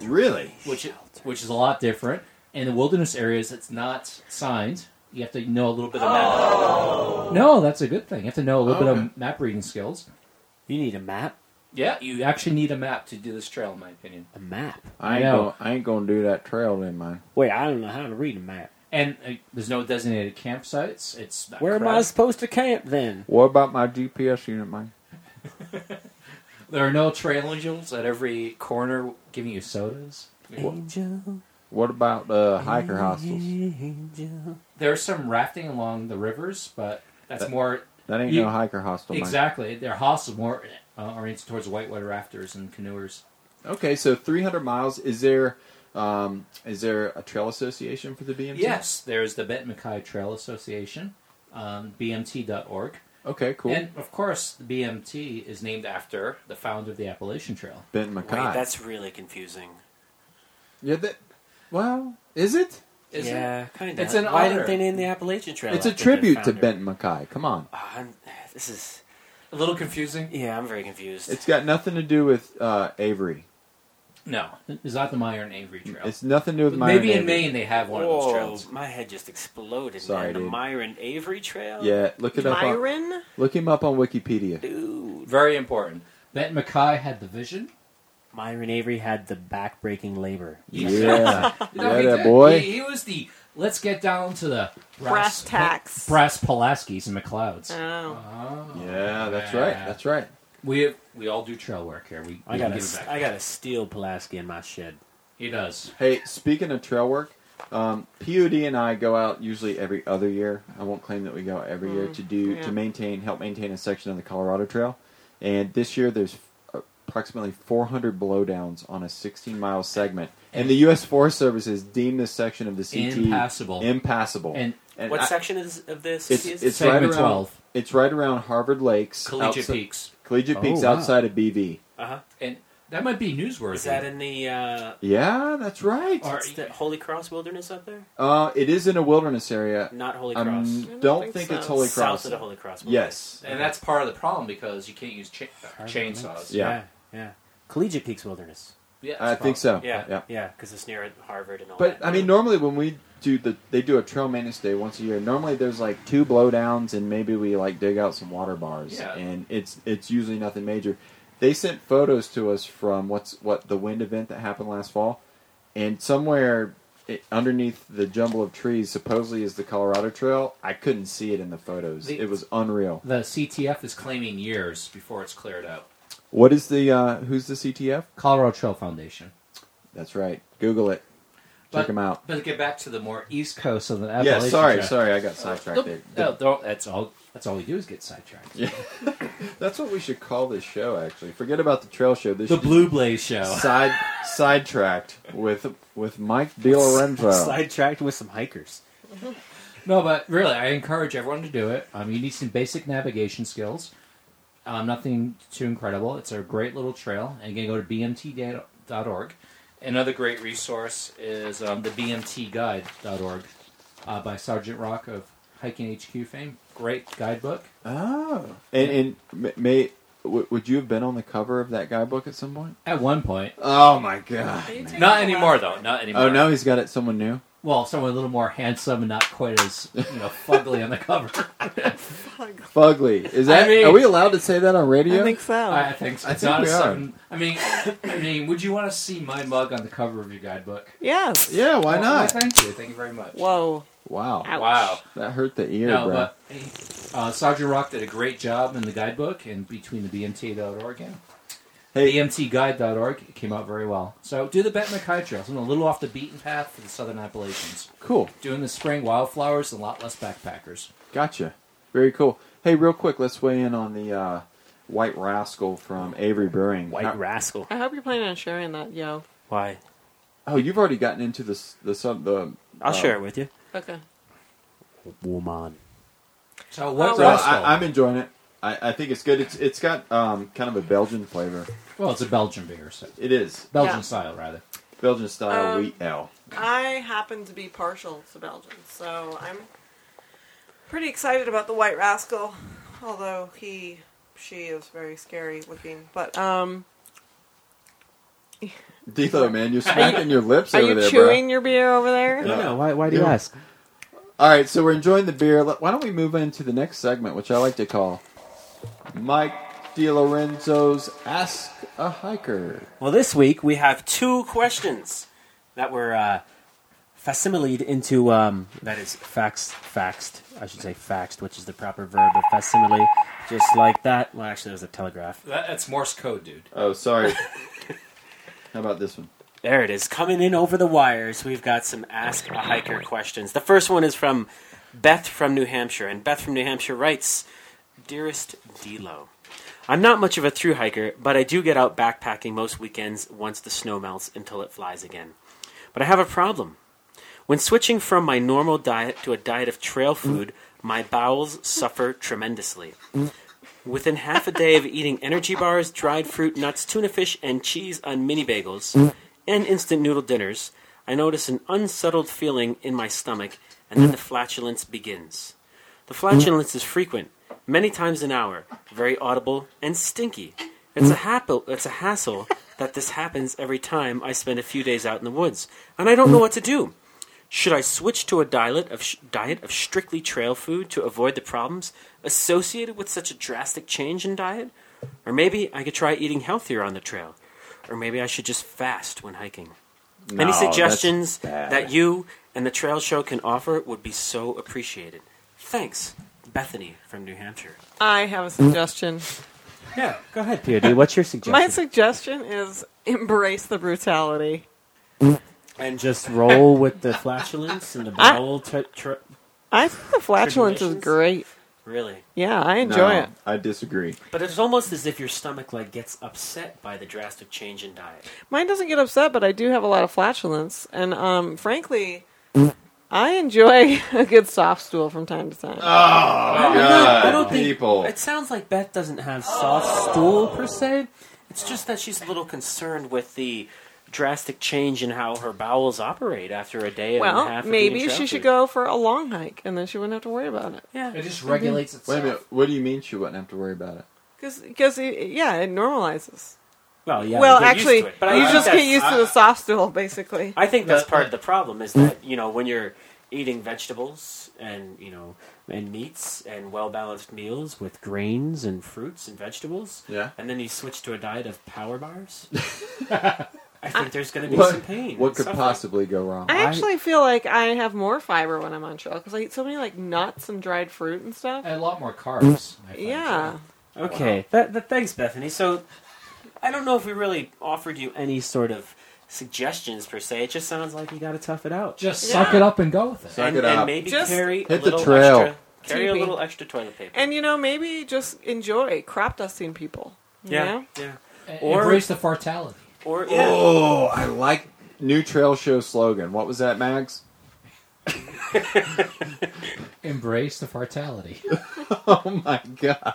[SPEAKER 1] Really?
[SPEAKER 5] which which is a lot different. In the wilderness areas, it's not signed. You have to know a little bit of map. No, that's a good thing. You have to know a little bit
[SPEAKER 1] Okay.
[SPEAKER 5] of map reading skills.
[SPEAKER 3] You need a map.
[SPEAKER 5] Yeah, you actually need a map to do this trail, in my opinion.
[SPEAKER 3] A map.
[SPEAKER 1] I
[SPEAKER 5] ain't No. gonna-
[SPEAKER 1] I ain't gonna do that trail in mine.
[SPEAKER 3] Wait, I don't know how to read a map.
[SPEAKER 5] And uh, there's no designated campsites. It's not
[SPEAKER 3] Where am I
[SPEAKER 5] crowded.
[SPEAKER 3] supposed to camp then?
[SPEAKER 1] What about my GPS unit, mine?
[SPEAKER 5] There are no trail angels at every corner giving you sodas.
[SPEAKER 3] Angel,
[SPEAKER 1] What about uh, hiker hostels?
[SPEAKER 3] angel.
[SPEAKER 5] There's some rafting along the rivers, but that's more
[SPEAKER 1] That ain't
[SPEAKER 5] You-
[SPEAKER 1] no hiker hostel, Mike.
[SPEAKER 5] exactly. They're hostile, more uh, oriented towards whitewater rafters and canoers.
[SPEAKER 1] Okay, so 300 miles. Is there um, is there a trail association for the BMT?
[SPEAKER 5] Yes, there's the Benton Mackay Trail Association, um, BMT.org,
[SPEAKER 1] Okay, cool.
[SPEAKER 5] and of course the BMT is named after the founder of the Appalachian Trail.
[SPEAKER 1] Benton
[SPEAKER 8] Wait,
[SPEAKER 1] Mackay.
[SPEAKER 8] that's really confusing.
[SPEAKER 1] yeah. That, well, is it?
[SPEAKER 5] Is it?
[SPEAKER 8] yeah, kind of.
[SPEAKER 5] It's an
[SPEAKER 3] Why
[SPEAKER 5] honor.
[SPEAKER 3] didn't they name the Appalachian Trail?
[SPEAKER 1] It's a
[SPEAKER 3] after their
[SPEAKER 1] tribute to
[SPEAKER 3] founder?
[SPEAKER 1] Benton Mackay. Come on.
[SPEAKER 8] Ah, I'm, this is.
[SPEAKER 5] A little confusing.
[SPEAKER 8] Yeah, I'm very confused.
[SPEAKER 1] It's got nothing to do with uh, Avery.
[SPEAKER 5] No, it's not the Meyer and Avery Trail.
[SPEAKER 1] It's nothing to do with my
[SPEAKER 5] Maybe in
[SPEAKER 1] Avery.
[SPEAKER 5] Maine they have one of
[SPEAKER 8] Whoa,
[SPEAKER 5] those trails.
[SPEAKER 8] my head just exploded.
[SPEAKER 1] Oh. Sorry,
[SPEAKER 8] man. The
[SPEAKER 1] dude.
[SPEAKER 8] Myron Avery Trail.
[SPEAKER 1] Yeah, look it up. On,
[SPEAKER 4] Myron?
[SPEAKER 1] look him up on Wikipedia.
[SPEAKER 8] dude.
[SPEAKER 5] Very important. Benton Mackay had the vision.
[SPEAKER 3] Myron Avery had the backbreaking labor.
[SPEAKER 1] Yeah,
[SPEAKER 5] No,
[SPEAKER 1] yeah,
[SPEAKER 5] he
[SPEAKER 1] that
[SPEAKER 5] did.
[SPEAKER 1] boy.
[SPEAKER 5] He, he was the let's get down to the
[SPEAKER 4] Brass tacks.
[SPEAKER 5] brass Pulaskis and McLeods.
[SPEAKER 4] Oh.
[SPEAKER 1] Yeah, that's right. That's right.
[SPEAKER 5] We have, we all do trail work here. We,
[SPEAKER 3] I
[SPEAKER 5] we
[SPEAKER 3] got
[SPEAKER 5] give it
[SPEAKER 3] a,
[SPEAKER 5] back.
[SPEAKER 3] I got a steel Pulaski in my shed.
[SPEAKER 5] He does.
[SPEAKER 1] Hey, speaking of trail work, um, POD and I go out usually every other year. I won't claim that we go out every year to do
[SPEAKER 4] yeah.
[SPEAKER 1] to maintain help maintain a section of the Colorado Trail. And this year there's approximately 400 blowdowns on a 16 mile segment, and the U.S. Forest Service has deemed this section of the CT
[SPEAKER 5] Impassable.
[SPEAKER 1] Impassable.
[SPEAKER 5] And
[SPEAKER 8] What
[SPEAKER 1] I-
[SPEAKER 8] section is of this?
[SPEAKER 1] It's
[SPEAKER 8] is
[SPEAKER 1] it's right
[SPEAKER 5] Segment
[SPEAKER 1] around
[SPEAKER 5] 12.
[SPEAKER 1] it's right around Harvard Lakes,
[SPEAKER 5] Collegiate
[SPEAKER 1] outside-
[SPEAKER 5] Peaks.
[SPEAKER 1] Collegiate
[SPEAKER 3] Oh,
[SPEAKER 1] Peaks
[SPEAKER 3] wow.
[SPEAKER 1] outside of BV.
[SPEAKER 8] uh-huh.
[SPEAKER 5] And that might be newsworthy.
[SPEAKER 8] Is that in the uh,
[SPEAKER 1] Yeah, that's right.
[SPEAKER 5] Or-
[SPEAKER 8] what's the Holy Cross Wilderness up there?
[SPEAKER 1] Uh, it is in a wilderness area.
[SPEAKER 8] Not Holy
[SPEAKER 1] I
[SPEAKER 8] Cross.
[SPEAKER 1] don't, think,
[SPEAKER 4] think so.
[SPEAKER 1] Um, it's Holy
[SPEAKER 8] South
[SPEAKER 1] Cross.
[SPEAKER 8] of the Holy Cross. Wilderness.
[SPEAKER 1] Yes.
[SPEAKER 5] and that's part of the problem because you can't use cha- uh,
[SPEAKER 3] Carbon
[SPEAKER 5] chainsaws.
[SPEAKER 3] links.
[SPEAKER 1] Yeah.
[SPEAKER 3] yeah, yeah. Collegiate Peaks Wilderness.
[SPEAKER 5] Yeah, that's
[SPEAKER 1] I
[SPEAKER 5] a
[SPEAKER 1] think so.
[SPEAKER 5] problem.
[SPEAKER 8] Yeah,
[SPEAKER 1] yeah.
[SPEAKER 8] yeah, yeah, because it's near Harvard and all
[SPEAKER 1] But
[SPEAKER 8] that.
[SPEAKER 1] I mean, normally when we do the, they do a trail maintenance day once a year. Normally there's like two blowdowns and maybe we like dig out some water bars,
[SPEAKER 5] Yeah.
[SPEAKER 1] and it's it's usually nothing major. They sent photos to us from what's what the wind event that happened last fall, and somewhere it, underneath the jumble of trees supposedly is the Colorado Trail. I couldn't see it in the photos.
[SPEAKER 12] The-
[SPEAKER 1] it was unreal.
[SPEAKER 12] The CTF is claiming years before it's cleared out.
[SPEAKER 1] What is the uh, who's the CTF?
[SPEAKER 5] Colorado Trail Foundation.
[SPEAKER 1] That's right. Google it. Check
[SPEAKER 12] But-
[SPEAKER 1] them out.
[SPEAKER 12] But to get back to the more east
[SPEAKER 5] Coast of the
[SPEAKER 1] Yeah,
[SPEAKER 5] Appalachian
[SPEAKER 1] sorry,
[SPEAKER 5] Trail.
[SPEAKER 1] sorry, I got sidetracked there.
[SPEAKER 12] No, don't- that's
[SPEAKER 5] all. That's all we do is get sidetracked.
[SPEAKER 1] Yeah. That's what we should call this show. Actually, forget about the trail show. This
[SPEAKER 5] The
[SPEAKER 1] should
[SPEAKER 5] Blue Blaze Show.
[SPEAKER 1] side sidetracked with with Mike DiLorenzo.
[SPEAKER 3] Sidetracked with some hikers.
[SPEAKER 5] No, but really, I encourage everyone to do it. Um, you need some basic navigation skills. Um, nothing too incredible. It's a great little trail. And again, go to bmt.org. Another great resource is um, the bmtguide.org uh, by Sergeant Rock of Hiking HQ fame. Great guidebook.
[SPEAKER 1] Oh, and and m- may w- would you have been on the cover of that guidebook at some point?
[SPEAKER 5] At one point,
[SPEAKER 1] Oh my god!
[SPEAKER 4] Are you taking
[SPEAKER 12] Not
[SPEAKER 4] a
[SPEAKER 12] anymore,
[SPEAKER 4] left?
[SPEAKER 12] though. Not anymore.
[SPEAKER 1] Oh, now he's got it. Someone new.
[SPEAKER 5] well, someone a little more handsome and not quite as you know fugly on the cover.
[SPEAKER 1] Fugly. Is that?
[SPEAKER 5] I mean-
[SPEAKER 1] are we allowed to say that on radio?
[SPEAKER 4] I think so.
[SPEAKER 5] I think so.
[SPEAKER 1] I
[SPEAKER 5] It's
[SPEAKER 1] think
[SPEAKER 5] not
[SPEAKER 1] we
[SPEAKER 5] a
[SPEAKER 1] are.
[SPEAKER 5] sudden- I mean, I mean, would you want to see my mug on the cover of your guidebook?
[SPEAKER 4] yes.
[SPEAKER 1] yeah. Why
[SPEAKER 5] Well,
[SPEAKER 1] not?
[SPEAKER 5] well, thank you. Thank you very much.
[SPEAKER 4] Whoa.
[SPEAKER 1] Wow.
[SPEAKER 4] Ouch.
[SPEAKER 12] Wow.
[SPEAKER 1] That hurt the ear,
[SPEAKER 5] no,
[SPEAKER 1] bro.
[SPEAKER 5] but uh, Sergeant Rock did a great job in the guidebook and between the BMT.org and
[SPEAKER 1] Hey.
[SPEAKER 5] um, BMTguide.org. It came out very well. So do the Bat Mackay Trail. Something a little off the beaten path for the Southern Appalachians.
[SPEAKER 1] cool.
[SPEAKER 5] Doing the spring wildflowers and a lot less backpackers.
[SPEAKER 1] Gotcha. Very cool. Hey, real quick, let's weigh in on the uh, White Rascal from Avery Brewing.
[SPEAKER 3] White
[SPEAKER 1] How-
[SPEAKER 3] rascal.
[SPEAKER 4] I hope you're planning on sharing that, yo.
[SPEAKER 3] Why?
[SPEAKER 1] Oh, you've already gotten into this the sub the.
[SPEAKER 3] I'll
[SPEAKER 1] uh,
[SPEAKER 3] share it with you.
[SPEAKER 4] Okay.
[SPEAKER 3] Woman.
[SPEAKER 5] So what?
[SPEAKER 1] So
[SPEAKER 5] rascal?
[SPEAKER 1] I, I'm enjoying it. I, I think it's good. It's it's got um, kind of a Belgian flavor.
[SPEAKER 5] well, it's a Belgian beer, so
[SPEAKER 1] It is
[SPEAKER 5] Belgian
[SPEAKER 4] Yeah.
[SPEAKER 5] style rather.
[SPEAKER 1] Belgian style
[SPEAKER 4] Um,
[SPEAKER 1] wheat ale.
[SPEAKER 4] I happen to be partial to Belgian, so I'm pretty excited about the White Rascal, although he, she is very scary looking. But um,
[SPEAKER 1] Dilo, man, you're smacking your lips
[SPEAKER 4] are
[SPEAKER 1] over
[SPEAKER 4] you
[SPEAKER 1] there,
[SPEAKER 4] chewing your beer over
[SPEAKER 3] I
[SPEAKER 4] there?
[SPEAKER 3] don't know. Why, why do you
[SPEAKER 1] Yeah.
[SPEAKER 3] ask?
[SPEAKER 1] bro. All right, so we're enjoying the beer. Let- Why don't we move into the next segment, which I like to call Mike DiLorenzo's Ask a Hiker.
[SPEAKER 3] Well, this week we have two questions that were uh, facsimiled into um, that is faxed, faxed. I should say faxed, which is the proper verb of facsimile, just like that. Well, actually, it was a telegraph.
[SPEAKER 12] That, that's Morse code, dude.
[SPEAKER 1] Oh, sorry. How about this one?
[SPEAKER 3] There it is, coming in over the wires. We've got some ask a hiker questions. The first one is from Beth from New Hampshire, and Beth from New Hampshire writes, "Dearest Dilo." I'm not much of a through hiker, but I do get out backpacking most weekends once the snow melts until it flies again. But I have a problem. When switching from my normal diet to a diet of trail food, my bowels suffer tremendously. Within half a day of eating energy bars, dried fruit, nuts, tuna fish, and cheese on mini bagels and instant noodle dinners, I notice an unsettled feeling in my stomach, and then the flatulence begins. The flatulence is frequent, many times an hour, very audible and stinky. It's a happel, it's a hassle that this happens every time I spend a few days out in the woods, and I don't know what to do. Should I switch to a diet of diet of strictly trail food to avoid the problems associated with such a drastic change in diet? Or maybe I could try eating healthier on the trail. Or maybe I should just fast when hiking. Any suggestions that you and the trail show can offer would be so appreciated. Thanks, Bethany from New Hampshire.
[SPEAKER 4] I have a suggestion.
[SPEAKER 3] Yeah, go ahead, POD. What's your suggestion?
[SPEAKER 4] My suggestion is embrace the brutality.
[SPEAKER 3] and just roll with the flatulence and the bowel. Tra- tra-
[SPEAKER 4] I think the flatulence is
[SPEAKER 3] Tribulations?
[SPEAKER 4] great.
[SPEAKER 3] really,
[SPEAKER 4] Yeah, I enjoy
[SPEAKER 1] No,
[SPEAKER 4] it.
[SPEAKER 1] I disagree.
[SPEAKER 3] but it's almost as if your stomach like gets upset by the drastic change in diet.
[SPEAKER 4] Mine doesn't get upset, but I do have a lot of flatulence, and um, frankly, I enjoy a good soft stool from time to time.
[SPEAKER 1] Oh. God,
[SPEAKER 3] I don't think-
[SPEAKER 1] Uh, people.
[SPEAKER 3] It sounds like Beth doesn't have soft stool per se. It's just that she's a little concerned with the drastic change in how her bowels operate after a day and a half.
[SPEAKER 4] well,
[SPEAKER 3] of
[SPEAKER 4] maybe
[SPEAKER 3] eating
[SPEAKER 4] she
[SPEAKER 3] trail
[SPEAKER 4] should
[SPEAKER 3] food.
[SPEAKER 4] go for a long hike, and then she wouldn't have to worry about it.
[SPEAKER 5] It just regulates itself.
[SPEAKER 1] Wait a minute. What do you mean she wouldn't have to worry about it?
[SPEAKER 4] Because, yeah, it normalizes.
[SPEAKER 3] Well, yeah.
[SPEAKER 4] well,
[SPEAKER 3] you get used
[SPEAKER 4] actually,
[SPEAKER 3] to it. But I
[SPEAKER 4] you
[SPEAKER 3] think
[SPEAKER 4] just get
[SPEAKER 3] that's-
[SPEAKER 4] used to the soft stool, basically.
[SPEAKER 3] I think that's part of the problem is that you know when you're eating vegetables and you know and meats and well balanced meals with grains and fruits and vegetables,
[SPEAKER 1] Yeah.
[SPEAKER 3] and then you switch to a diet of power bars. I think there's going to be some pain.
[SPEAKER 1] What
[SPEAKER 3] and
[SPEAKER 1] could
[SPEAKER 3] suffering.
[SPEAKER 1] possibly go wrong?
[SPEAKER 4] I actually feel like I have more fiber when I'm on trail because I eat so many like nuts and dried fruit and stuff.
[SPEAKER 12] A lot more carbs. I find.
[SPEAKER 4] yeah,
[SPEAKER 3] Okay. That, that, thanks, Bethany. So, I don't know if we really offered you any sort of suggestions per se. It just sounds like you got to tough it out.
[SPEAKER 12] Just
[SPEAKER 4] Yeah.
[SPEAKER 12] suck it up and go with it.
[SPEAKER 1] Suck
[SPEAKER 3] and,
[SPEAKER 1] it
[SPEAKER 3] and
[SPEAKER 1] up.
[SPEAKER 3] maybe
[SPEAKER 4] Just
[SPEAKER 3] carry a
[SPEAKER 1] hit the
[SPEAKER 3] little
[SPEAKER 1] trail.
[SPEAKER 3] extra. Carry a
[SPEAKER 4] TB.
[SPEAKER 3] little extra toilet paper.
[SPEAKER 4] and you know maybe just enjoy crop dusting people. you
[SPEAKER 3] yeah,
[SPEAKER 4] know?
[SPEAKER 3] yeah.
[SPEAKER 12] E-
[SPEAKER 3] Or-
[SPEAKER 12] Embrace the fartality.
[SPEAKER 3] Or yeah.
[SPEAKER 1] Oh, I like new trail show slogan. What was that, Mags?
[SPEAKER 12] Embrace the fartality.
[SPEAKER 1] Oh my god!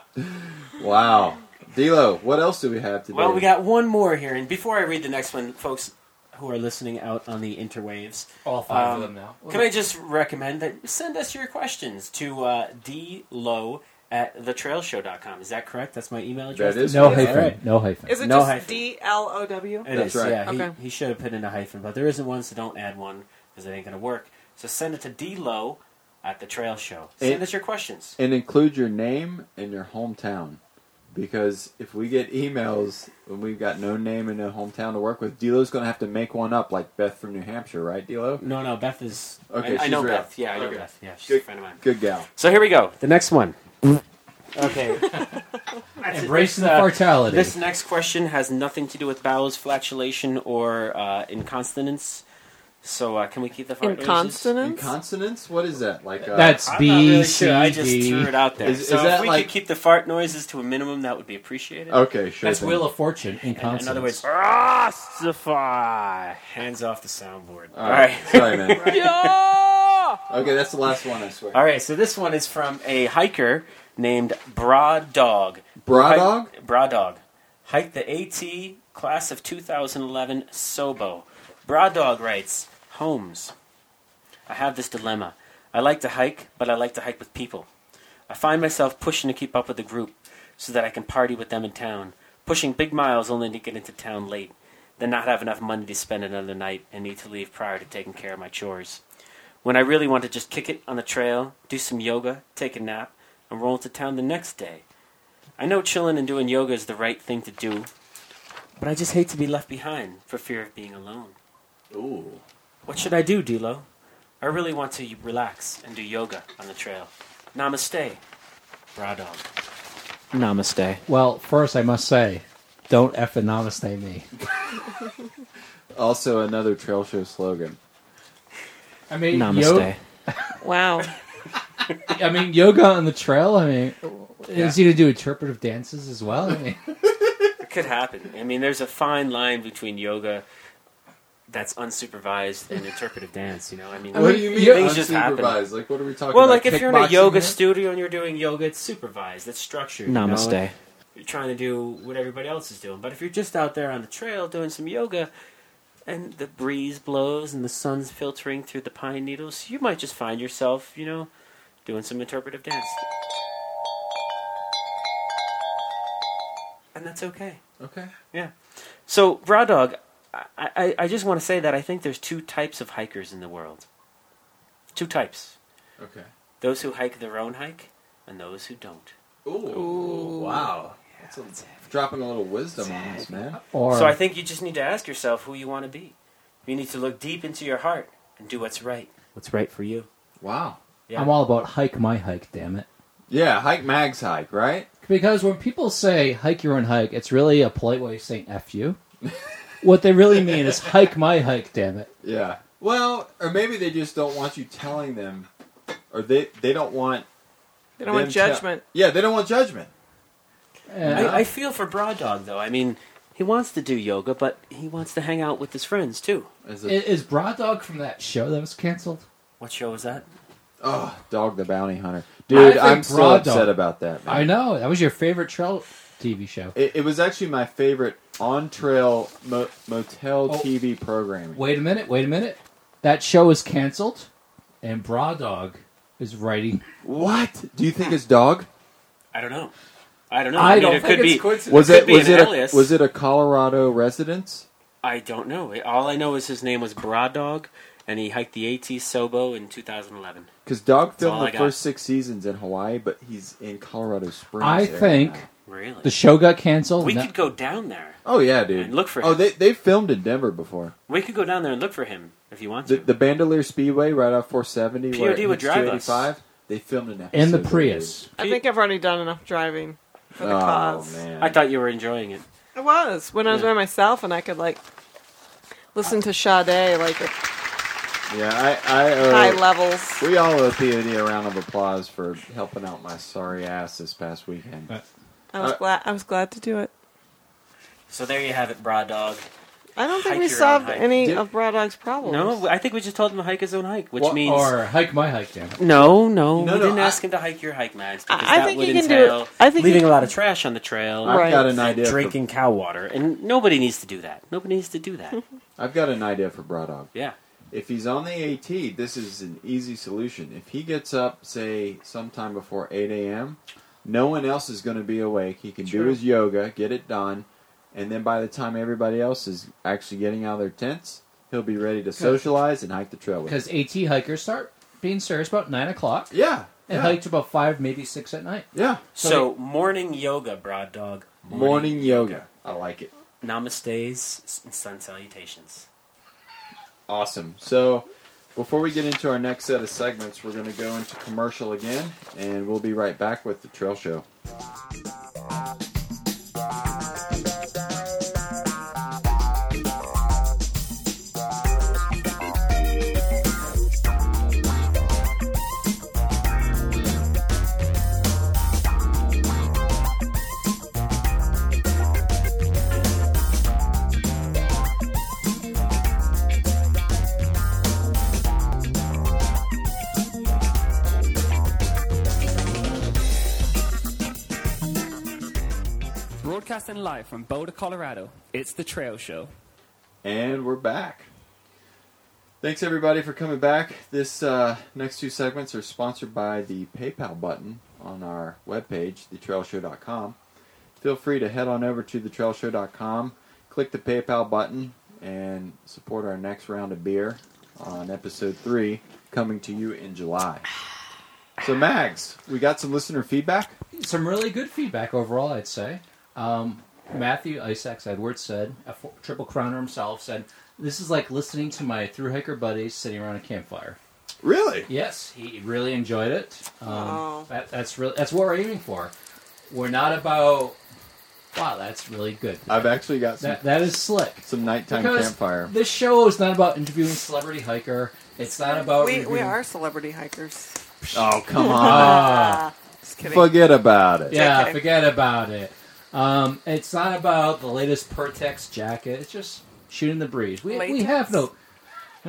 [SPEAKER 1] Wow, D'Lo, what else do we have today?
[SPEAKER 3] Well, we got one more here, and before I read the next one, folks who are listening out on the interwaves,
[SPEAKER 12] All five
[SPEAKER 3] Um,
[SPEAKER 12] of them now.
[SPEAKER 3] can I just recommend that you send us your questions to uh, dlow at thetrailshow.com. Is that correct? That's my email address.
[SPEAKER 1] that is
[SPEAKER 12] no
[SPEAKER 1] what-
[SPEAKER 12] hyphen.
[SPEAKER 3] Alright.
[SPEAKER 12] No hyphen.
[SPEAKER 4] Is it
[SPEAKER 3] No
[SPEAKER 4] just
[SPEAKER 3] hyphen.
[SPEAKER 4] D L O W?
[SPEAKER 3] It
[SPEAKER 1] That's
[SPEAKER 3] is,
[SPEAKER 1] right.
[SPEAKER 3] yeah. He,
[SPEAKER 4] Okay.
[SPEAKER 3] he should have put in a hyphen, but there isn't one, so don't add one because it ain't going to work. So send it to dlow at the trail show. Send
[SPEAKER 1] And-
[SPEAKER 3] us your questions.
[SPEAKER 1] and include your name and your hometown, because if we get emails when we've got no name and no hometown to work with, D'Lo's going to have to make one up, like Beth from New Hampshire, right, D'Lo?
[SPEAKER 3] No, no, Beth is.
[SPEAKER 1] Okay,
[SPEAKER 3] I, I
[SPEAKER 1] she's
[SPEAKER 3] know
[SPEAKER 1] real.
[SPEAKER 3] Beth. Yeah, I know
[SPEAKER 1] Okay.
[SPEAKER 3] Beth. Yeah, she's
[SPEAKER 1] Good.
[SPEAKER 3] a friend of mine.
[SPEAKER 1] Good gal.
[SPEAKER 3] So here we go. The next one. okay.
[SPEAKER 12] Embrace the
[SPEAKER 3] uh,
[SPEAKER 12] fartality.
[SPEAKER 3] This next question has nothing to do with bowels, flatulation, or uh, incontinence. So uh, can we keep the fart noises?
[SPEAKER 1] And
[SPEAKER 4] Inconsonance.
[SPEAKER 1] consonants? What is that? Like uh,
[SPEAKER 12] That's
[SPEAKER 3] I'm not
[SPEAKER 12] B
[SPEAKER 3] really
[SPEAKER 12] C
[SPEAKER 3] sure. I just threw
[SPEAKER 12] D. E.
[SPEAKER 3] it out there.
[SPEAKER 1] Is- is
[SPEAKER 3] so
[SPEAKER 1] that
[SPEAKER 3] if we
[SPEAKER 1] like- Oh,
[SPEAKER 3] could keep the fart noises to a minimum, that would be appreciated.
[SPEAKER 1] okay. Sure.
[SPEAKER 12] That's
[SPEAKER 1] thing.
[SPEAKER 12] Wheel of Fortune in
[SPEAKER 3] In, in
[SPEAKER 12] consonants.
[SPEAKER 3] other words, Rastafari. Hands off the soundboard.
[SPEAKER 1] All right. Sorry, man.
[SPEAKER 4] Yeah!
[SPEAKER 1] Okay, that's the last one. I swear.
[SPEAKER 3] All right, so this one is from a hiker named Broad Dog.
[SPEAKER 1] Bra
[SPEAKER 3] Hi-
[SPEAKER 1] dog.
[SPEAKER 3] Bra Dog. Hiked the AT class of 2011 Sobo. Bra Dog writes Holmes, I have this dilemma. I like to hike, but I like to hike with people. I find myself pushing to keep up with the group so that I can party with them in town, pushing big miles only to get into town late, then not have enough money to spend another night and need to leave prior to taking care of my chores. When I really want to just kick it on the trail, do some yoga, take a nap, and roll into town the next day. I know chilling and doing yoga is the right thing to do, but I just hate to be left behind for fear of being alone.
[SPEAKER 1] Ooh.
[SPEAKER 3] What should I do, Dilo? I really want to relax and do yoga on the trail. Namaste, bra dog. Namaste.
[SPEAKER 12] well, first I must say, don't f and namaste me.
[SPEAKER 1] Also, another trail show slogan.
[SPEAKER 12] I mean,
[SPEAKER 3] Namaste.
[SPEAKER 12] yoga.
[SPEAKER 4] Wow.
[SPEAKER 12] I mean, yoga on the trail. I mean, is he to do interpretive dances as well? I mean,
[SPEAKER 3] It could happen. I mean, there's a fine line between yoga that's unsupervised and interpretive dance, you know? I mean,
[SPEAKER 1] What do you mean?
[SPEAKER 12] yo-
[SPEAKER 3] things just happen.
[SPEAKER 1] unsupervised? Like, what are we talking
[SPEAKER 3] Well,
[SPEAKER 1] about?
[SPEAKER 3] like if you're in a
[SPEAKER 1] Kickboxing
[SPEAKER 3] yoga
[SPEAKER 1] here?
[SPEAKER 3] studio and you're doing yoga, it's supervised, it's structured. you know? You're trying to do what everybody else is doing. But if you're just out there on the trail doing some yoga, and the breeze blows and the sun's filtering through the pine needles, you might just find yourself, you know, doing some interpretive dance. And that's okay.
[SPEAKER 1] Okay.
[SPEAKER 3] So, Raw Dog, I, I, I just want to say that I think there's two types of hikers in the world. Two types
[SPEAKER 1] Okay.
[SPEAKER 3] those who hike their own hike, and those who don't.
[SPEAKER 1] Ooh. Wow. That's a- dropping a little wisdom on us, man.
[SPEAKER 12] or
[SPEAKER 3] So I think you just need to ask yourself who you want to be. You need to look deep into your heart and do what's right. What's right for you.
[SPEAKER 1] Wow.
[SPEAKER 3] Yeah.
[SPEAKER 12] I'm all about hike my hike. Damn it.
[SPEAKER 1] Yeah, hike Mags hike, right?
[SPEAKER 12] Because when people say hike your own hike, it's really a polite way of saying F you. what they really mean is hike my hike, damn it.
[SPEAKER 1] Yeah. Well, or maybe they just don't want you telling them, or they they don't want.
[SPEAKER 4] They don't want
[SPEAKER 1] them tell-
[SPEAKER 4] judgment.
[SPEAKER 1] yeah, they don't want judgment.
[SPEAKER 12] And
[SPEAKER 3] I, I feel for Broad Dog, though. I mean, he wants to do yoga, but he wants to hang out with his friends, too.
[SPEAKER 1] As
[SPEAKER 12] i-
[SPEAKER 1] a,
[SPEAKER 12] is Broad Dog from that show that was canceled?
[SPEAKER 3] What show was that?
[SPEAKER 1] oh, dog the bounty hunter, dude.
[SPEAKER 12] think
[SPEAKER 1] I'm so
[SPEAKER 12] Broad
[SPEAKER 1] upset
[SPEAKER 12] Dog-
[SPEAKER 1] about that. Man.
[SPEAKER 12] I know that was your favorite trail TV show.
[SPEAKER 1] It, it was actually my favorite on trail mo- motel
[SPEAKER 12] Oh.
[SPEAKER 1] TV programming.
[SPEAKER 12] Wait a minute, wait a minute. That show is canceled, and Broad Dog is writing.
[SPEAKER 1] What do you think it's dog?
[SPEAKER 3] I don't know. I don't know.
[SPEAKER 12] I
[SPEAKER 3] mean,
[SPEAKER 12] don't
[SPEAKER 3] it
[SPEAKER 12] think
[SPEAKER 3] could
[SPEAKER 12] it's
[SPEAKER 3] be.
[SPEAKER 12] coincidence.
[SPEAKER 1] Was
[SPEAKER 3] could
[SPEAKER 1] it
[SPEAKER 3] be
[SPEAKER 1] was
[SPEAKER 3] an
[SPEAKER 1] it a,
[SPEAKER 3] alias.
[SPEAKER 1] was it a Colorado residence?
[SPEAKER 3] I don't know. All I know is his name was Broad Dog, and he hiked the AT Sobo in 2011.
[SPEAKER 1] Because Dog
[SPEAKER 3] all
[SPEAKER 1] filmed
[SPEAKER 3] I
[SPEAKER 1] the
[SPEAKER 3] got.
[SPEAKER 1] first six seasons in Hawaii, but he's in Colorado Springs.
[SPEAKER 12] I
[SPEAKER 1] area
[SPEAKER 12] think
[SPEAKER 1] now.
[SPEAKER 3] Really?
[SPEAKER 5] The show got canceled.
[SPEAKER 3] we
[SPEAKER 5] and
[SPEAKER 3] could go down there.
[SPEAKER 1] Oh yeah, dude.
[SPEAKER 3] And look for
[SPEAKER 1] Oh,
[SPEAKER 3] him.
[SPEAKER 1] they they filmed in Denver before.
[SPEAKER 3] We could go down there and look for him if you want
[SPEAKER 1] The,
[SPEAKER 3] to.
[SPEAKER 1] the Bandelier Speedway right off 470. where
[SPEAKER 3] POD
[SPEAKER 1] it
[SPEAKER 3] would
[SPEAKER 1] hits
[SPEAKER 3] drive
[SPEAKER 1] 285, They filmed an
[SPEAKER 5] that. in
[SPEAKER 1] episode
[SPEAKER 5] the
[SPEAKER 1] there,
[SPEAKER 5] Prius.
[SPEAKER 4] I think I've already done enough driving for
[SPEAKER 1] dude.
[SPEAKER 4] the
[SPEAKER 1] Oh
[SPEAKER 4] cause.
[SPEAKER 1] man.
[SPEAKER 3] I thought you were enjoying it.
[SPEAKER 4] I was when I was
[SPEAKER 3] Yeah.
[SPEAKER 4] by myself, and I could like listen to Sade like at
[SPEAKER 1] yeah, I uh, I
[SPEAKER 4] high
[SPEAKER 1] owe,
[SPEAKER 4] levels.
[SPEAKER 1] we all owe POD a round of applause for helping out my sorry ass this past weekend.
[SPEAKER 4] I was
[SPEAKER 1] Uh,
[SPEAKER 4] glad. I was glad to do it.
[SPEAKER 3] So there you have it, Broad Dog.
[SPEAKER 4] I don't think
[SPEAKER 3] hike
[SPEAKER 4] we
[SPEAKER 3] your own
[SPEAKER 4] solved
[SPEAKER 3] hike.
[SPEAKER 4] any
[SPEAKER 1] Did-
[SPEAKER 4] of Brad Dog's problems.
[SPEAKER 3] No, I think we just told him to hike his own hike, which
[SPEAKER 5] Well,
[SPEAKER 3] means
[SPEAKER 5] or hike my hike down.
[SPEAKER 3] no, no,
[SPEAKER 1] No,
[SPEAKER 3] we
[SPEAKER 1] no,
[SPEAKER 3] didn't
[SPEAKER 1] I-
[SPEAKER 3] ask him to hike your hike, Mags, because
[SPEAKER 4] I- I
[SPEAKER 3] that
[SPEAKER 4] think
[SPEAKER 3] would
[SPEAKER 4] he can do
[SPEAKER 3] entail
[SPEAKER 4] it. I think
[SPEAKER 3] leaving
[SPEAKER 4] he-
[SPEAKER 3] a lot of trash on the trail,
[SPEAKER 1] I've
[SPEAKER 4] Right.
[SPEAKER 1] got an idea.
[SPEAKER 3] drinking cow water, and nobody needs to do that. Nobody needs to do that.
[SPEAKER 1] For, I've got an idea for Broad Dog.
[SPEAKER 3] yeah,
[SPEAKER 1] If he's on the AT, this is an easy solution. If he gets up, say, sometime before 8 a.m., no one else is going to be awake. He can do
[SPEAKER 3] True.
[SPEAKER 1] his yoga, get it done, and then by the time everybody else is actually getting out of their tents, he'll be ready to socialize and hike the trail with. us.
[SPEAKER 5] Because AT hikers start being serious about nine o'clock
[SPEAKER 1] Yeah.
[SPEAKER 5] and
[SPEAKER 1] Yeah.
[SPEAKER 5] hike to about five, maybe six at night.
[SPEAKER 1] yeah.
[SPEAKER 3] So, morning yoga, broad dog.
[SPEAKER 1] Morning yoga. I like it.
[SPEAKER 3] Namaste's s- and sun salutations.
[SPEAKER 1] Awesome. So, before we get into our next set of segments, we're going to go into commercial again, and we'll be right back with the trail show.
[SPEAKER 2] Broadcasting live from Boulder, Colorado, it's The Trail Show.
[SPEAKER 1] And we're back. Thanks everybody for coming back. This uh, next two segments are sponsored by the PayPal button on our webpage, thetrailshow.com. Feel free to head on over to thetrailshow.com, click the PayPal button, and support our next round of beer on episode three, coming to you in July. So, Mags, we got some listener feedback.
[SPEAKER 5] Some really good feedback overall, I'd say. Um, Matthew Isaacs Edwards said, a fo- triple crowner himself said, "This is like listening to my through hiker buddies sitting around a campfire."
[SPEAKER 1] Really?
[SPEAKER 5] Yes, he really enjoyed it. Um,
[SPEAKER 4] Aw.
[SPEAKER 5] that, that's really that's what we're aiming for. We're not about. Wow, that's really good.
[SPEAKER 1] I've actually got some,
[SPEAKER 5] That that is slick.
[SPEAKER 1] some nighttime
[SPEAKER 5] Because
[SPEAKER 1] campfire.
[SPEAKER 5] This show is not about interviewing celebrity hiker. It's not about
[SPEAKER 4] We we
[SPEAKER 5] reviewing-
[SPEAKER 4] are celebrity hikers.
[SPEAKER 1] Oh, come on.
[SPEAKER 5] Ah,
[SPEAKER 4] Just kidding.
[SPEAKER 1] Forget about it.
[SPEAKER 5] yeah,
[SPEAKER 4] Okay.
[SPEAKER 5] forget about it. Um, it's not about the latest Pertex jacket. It's just shooting the breeze. We, we
[SPEAKER 4] Latex?
[SPEAKER 5] have no.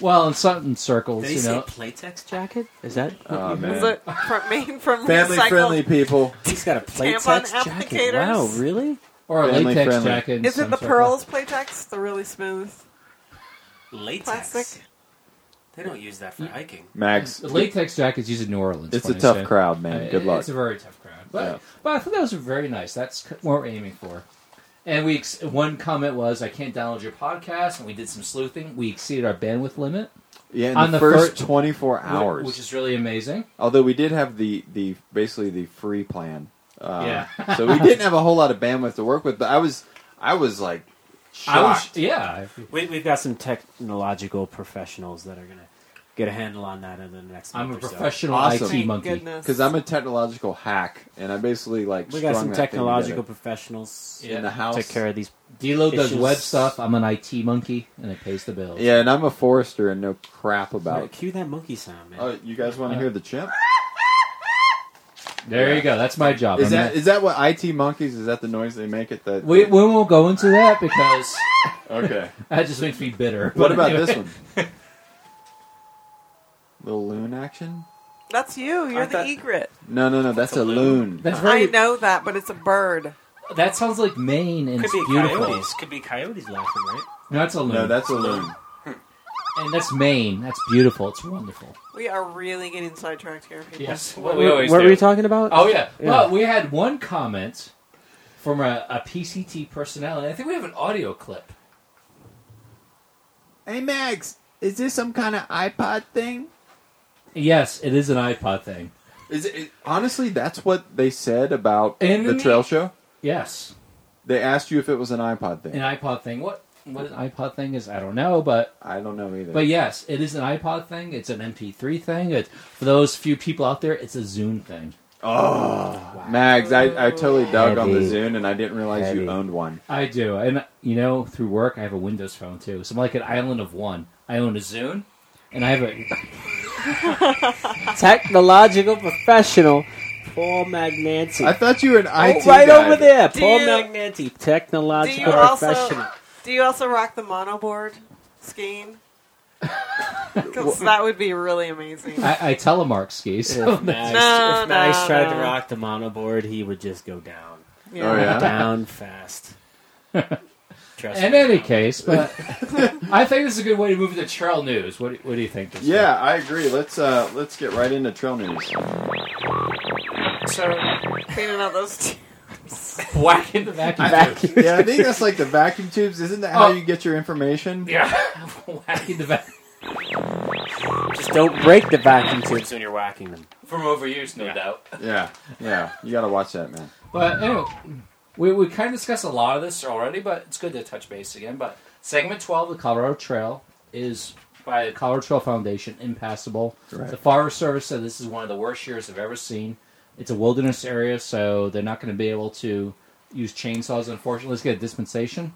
[SPEAKER 5] Well, in certain circles,
[SPEAKER 3] Did he
[SPEAKER 5] you
[SPEAKER 3] say
[SPEAKER 5] know,
[SPEAKER 3] Playtex jacket?
[SPEAKER 4] Jacket?
[SPEAKER 3] Is that
[SPEAKER 1] Oh, man.
[SPEAKER 4] Is it from me from
[SPEAKER 1] Family
[SPEAKER 4] recycled-
[SPEAKER 1] friendly people.
[SPEAKER 3] he's got a
[SPEAKER 4] Tampon
[SPEAKER 3] Playtex jacket?
[SPEAKER 4] applicators?
[SPEAKER 3] Wow, really?
[SPEAKER 5] or a
[SPEAKER 1] family
[SPEAKER 5] latex
[SPEAKER 1] friendly.
[SPEAKER 5] jacket. in
[SPEAKER 4] Is it
[SPEAKER 5] some
[SPEAKER 4] the
[SPEAKER 5] circle.
[SPEAKER 4] pearls playtex? The really smooth
[SPEAKER 3] Latex.
[SPEAKER 4] plastic?
[SPEAKER 3] They don't use that for hiking.
[SPEAKER 1] Max,
[SPEAKER 5] The latex jackets used in New Orleans.
[SPEAKER 1] it's a
[SPEAKER 5] when I say.
[SPEAKER 1] tough crowd, man.
[SPEAKER 5] Uh,
[SPEAKER 1] Good luck.
[SPEAKER 5] It's a very tough crowd, but
[SPEAKER 1] Yeah.
[SPEAKER 5] but I thought that was very nice. That's c- what we're aiming for. And we ex- one comment was, "I can't download your podcast," and we did some sleuthing. We exceeded our bandwidth limit,
[SPEAKER 1] yeah, in
[SPEAKER 5] on
[SPEAKER 1] the
[SPEAKER 5] the
[SPEAKER 1] first
[SPEAKER 5] fir-
[SPEAKER 1] 24
[SPEAKER 5] whi-
[SPEAKER 1] hours.
[SPEAKER 5] which is really amazing.
[SPEAKER 1] Although we did have the, the basically the free plan. Uh,
[SPEAKER 5] Yeah.
[SPEAKER 1] so we didn't have a whole lot of bandwidth to work with, but I was I was like
[SPEAKER 5] I was-
[SPEAKER 1] shocked.
[SPEAKER 5] yeah,
[SPEAKER 3] We, we've got some technological professionals that are going to get a handle on that in the next
[SPEAKER 5] I'm a
[SPEAKER 3] month or so.
[SPEAKER 5] professional
[SPEAKER 1] Awesome.
[SPEAKER 5] IT
[SPEAKER 4] Thank
[SPEAKER 5] monkey.
[SPEAKER 4] goodness.
[SPEAKER 1] Because I'm a technological hack, and I basically like
[SPEAKER 3] We got
[SPEAKER 1] strung
[SPEAKER 3] some
[SPEAKER 1] that thing
[SPEAKER 3] technological
[SPEAKER 1] together.
[SPEAKER 3] professionals
[SPEAKER 1] in the house.
[SPEAKER 3] take care of these.
[SPEAKER 5] Dilo does
[SPEAKER 3] Issues.
[SPEAKER 5] web stuff. I'm an IT monkey, and it pays the bills.
[SPEAKER 1] Yeah, and I'm a forester and know crap about.
[SPEAKER 3] Cue that monkey sound, man.
[SPEAKER 1] Oh, you guys want to hear the chimp?
[SPEAKER 5] There you go. That's my job.
[SPEAKER 1] Is
[SPEAKER 5] I'm
[SPEAKER 1] that
[SPEAKER 5] not-
[SPEAKER 1] is that what IT monkeys? Is that the noise they make at the?
[SPEAKER 5] we, we won't go into that because
[SPEAKER 1] okay.
[SPEAKER 5] that just makes me bitter.
[SPEAKER 1] What about
[SPEAKER 5] anyway.
[SPEAKER 1] this one? Little loon action?
[SPEAKER 4] That's you. You're
[SPEAKER 3] I
[SPEAKER 4] the
[SPEAKER 3] thought-
[SPEAKER 4] egret.
[SPEAKER 1] No, no, no. That's a loon.
[SPEAKER 5] That's
[SPEAKER 4] I
[SPEAKER 5] very.
[SPEAKER 4] know that, but it's a bird.
[SPEAKER 5] That sounds like Maine, and
[SPEAKER 3] Could
[SPEAKER 5] it's
[SPEAKER 3] be
[SPEAKER 5] beautiful.
[SPEAKER 3] coyotes. Could be coyotes laughing, right?
[SPEAKER 5] No, that's a loon.
[SPEAKER 1] No, that's a loon.
[SPEAKER 5] And that's Maine. That's beautiful. It's wonderful.
[SPEAKER 4] We are really getting sidetracked here, people.
[SPEAKER 5] What, we always
[SPEAKER 3] what were you talking about?
[SPEAKER 5] Oh yeah. Well, we had one comment from a, a PCT personnel, and I think we have an audio clip.
[SPEAKER 1] Hey, Max, is this some kind of iPod thing?
[SPEAKER 5] Yes, it is an iPod thing.
[SPEAKER 1] Is it, it- honestly, that's what they said about
[SPEAKER 5] And
[SPEAKER 1] the
[SPEAKER 5] in
[SPEAKER 1] trail
[SPEAKER 5] the-
[SPEAKER 1] show.
[SPEAKER 5] Yes,
[SPEAKER 1] They asked you if it was an iPod thing.
[SPEAKER 5] an iPod thing. What what an iPod thing is, I don't know, but
[SPEAKER 1] I don't know either.
[SPEAKER 5] but yes, it is an iPod thing. It's an MP3 thing. It's for those few people out there. It's a Zune thing.
[SPEAKER 1] oh, Mags, I, I totally dug on the
[SPEAKER 13] Heavy.
[SPEAKER 1] Zune, and I didn't realize you
[SPEAKER 13] Heavy.
[SPEAKER 1] owned one.
[SPEAKER 5] I do, and you know, through work, I have a Windows phone too. So I'm like an island of one. I own a Zune, and I have a
[SPEAKER 13] Technological professional, Paul Magnanti.
[SPEAKER 1] I thought you were an IT
[SPEAKER 13] oh, right
[SPEAKER 1] guy.
[SPEAKER 13] over there,
[SPEAKER 4] Do
[SPEAKER 13] Paul
[SPEAKER 4] you-
[SPEAKER 13] Magnanti,
[SPEAKER 4] Do
[SPEAKER 13] technological
[SPEAKER 4] you
[SPEAKER 13] professional.
[SPEAKER 4] also do you also rock the monoboard skiing? Because that would be really amazing.
[SPEAKER 5] I, I telemark skis. So
[SPEAKER 13] If Max,
[SPEAKER 4] No,
[SPEAKER 13] if Max
[SPEAKER 4] no,
[SPEAKER 13] tried
[SPEAKER 4] no.
[SPEAKER 13] to rock the monoboard, he would just go down,
[SPEAKER 1] Oh yeah.
[SPEAKER 13] down fast. Trust
[SPEAKER 5] In
[SPEAKER 13] me.
[SPEAKER 5] any case, but I think this is a good way to move to trail news. What do, what do you think? Disco?
[SPEAKER 1] Yeah, I agree. Let's uh let's get right into trail news.
[SPEAKER 5] So
[SPEAKER 4] Cleaning out those. T-
[SPEAKER 5] whack in the vacuum.
[SPEAKER 13] Vacuum.
[SPEAKER 1] Yeah, I think that's like the vacuum tubes. Isn't that how
[SPEAKER 5] Oh.
[SPEAKER 1] you get your information?
[SPEAKER 5] Yeah, whack in the vacuum
[SPEAKER 13] Just don't break the vacuum tubes when you're whacking them.
[SPEAKER 5] from overuse, no doubt.
[SPEAKER 1] Yeah, yeah. You gotta watch that, man.
[SPEAKER 5] But anyway, we, we kind of discussed a lot of this already, but it's good to touch base again. But segment 12 of the Colorado Trail is by the Colorado Trail Foundation impassable.
[SPEAKER 1] Correct.
[SPEAKER 5] The Forest Service said this is one of the worst years they've ever seen. It's a wilderness area, so they're not going to be able to use chainsaws, unfortunately. Let's get a dispensation.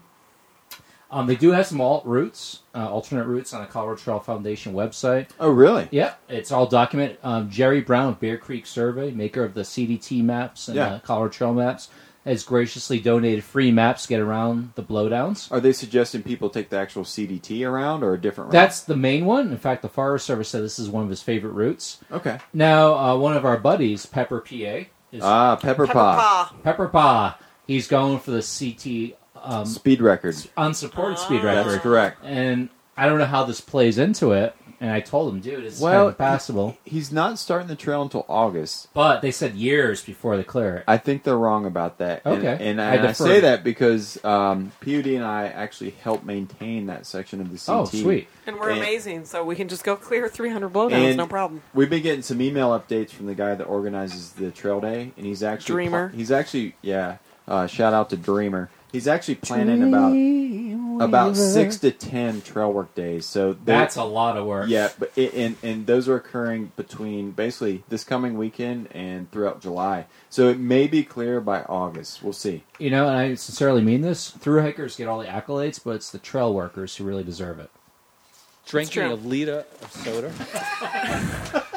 [SPEAKER 5] Um, they do have some alt routes, uh, alternate routes on the Colorado Trail Foundation website.
[SPEAKER 1] Oh, really?
[SPEAKER 5] Yeah, it's all documented. Um, Jerry Brown of Bear Creek Survey, maker of the CDT maps and
[SPEAKER 1] Yeah.
[SPEAKER 5] uh, Colorado Trail maps, has graciously donated free maps to get around the blowdowns.
[SPEAKER 1] Are they suggesting people take the actual CDT around or a different route?
[SPEAKER 5] That's the main one. In fact, the Forest Service said this is one of his favorite routes.
[SPEAKER 1] okay.
[SPEAKER 5] Now, uh, one of our buddies, Pepper PA, is
[SPEAKER 1] Ah, Pepper, Pot.
[SPEAKER 5] Pepper Pa. He's going for the CT um,
[SPEAKER 1] Speed record.
[SPEAKER 5] unsupported speed
[SPEAKER 1] Ah. That's
[SPEAKER 5] record,
[SPEAKER 1] correct.
[SPEAKER 5] and I don't know how this plays into it. And I told him, dude, it's
[SPEAKER 1] Well,
[SPEAKER 5] kind of passable.
[SPEAKER 1] He's not starting the trail until August.
[SPEAKER 5] But they said years before they clear it.
[SPEAKER 1] I think they're wrong about that. And-
[SPEAKER 5] Okay.
[SPEAKER 1] And,
[SPEAKER 5] I
[SPEAKER 1] I, I
[SPEAKER 5] defer.
[SPEAKER 1] say that because um, PUD and I actually help maintain that section of the CT.
[SPEAKER 5] Oh, sweet.
[SPEAKER 4] and we're
[SPEAKER 1] And-
[SPEAKER 4] amazing, so we can just go clear 300 blowdowns,
[SPEAKER 1] And-
[SPEAKER 4] no problem.
[SPEAKER 1] We've been getting some email updates from the guy that organizes the trail day, and he's actually
[SPEAKER 4] Dreamer.
[SPEAKER 1] he's actually yeah. Uh, shout out to Dreamer. He's actually planning about about six to ten trail work days. So they're-
[SPEAKER 5] That's a lot of work.
[SPEAKER 1] yeah, but it, and and those are occurring between basically this coming weekend and throughout July. So it may be clear by August. We'll see.
[SPEAKER 5] You know, and I sincerely mean this. Through hikers get all the accolades, but it's the trail workers who really deserve it.
[SPEAKER 4] true.
[SPEAKER 13] Drinking a liter of soda.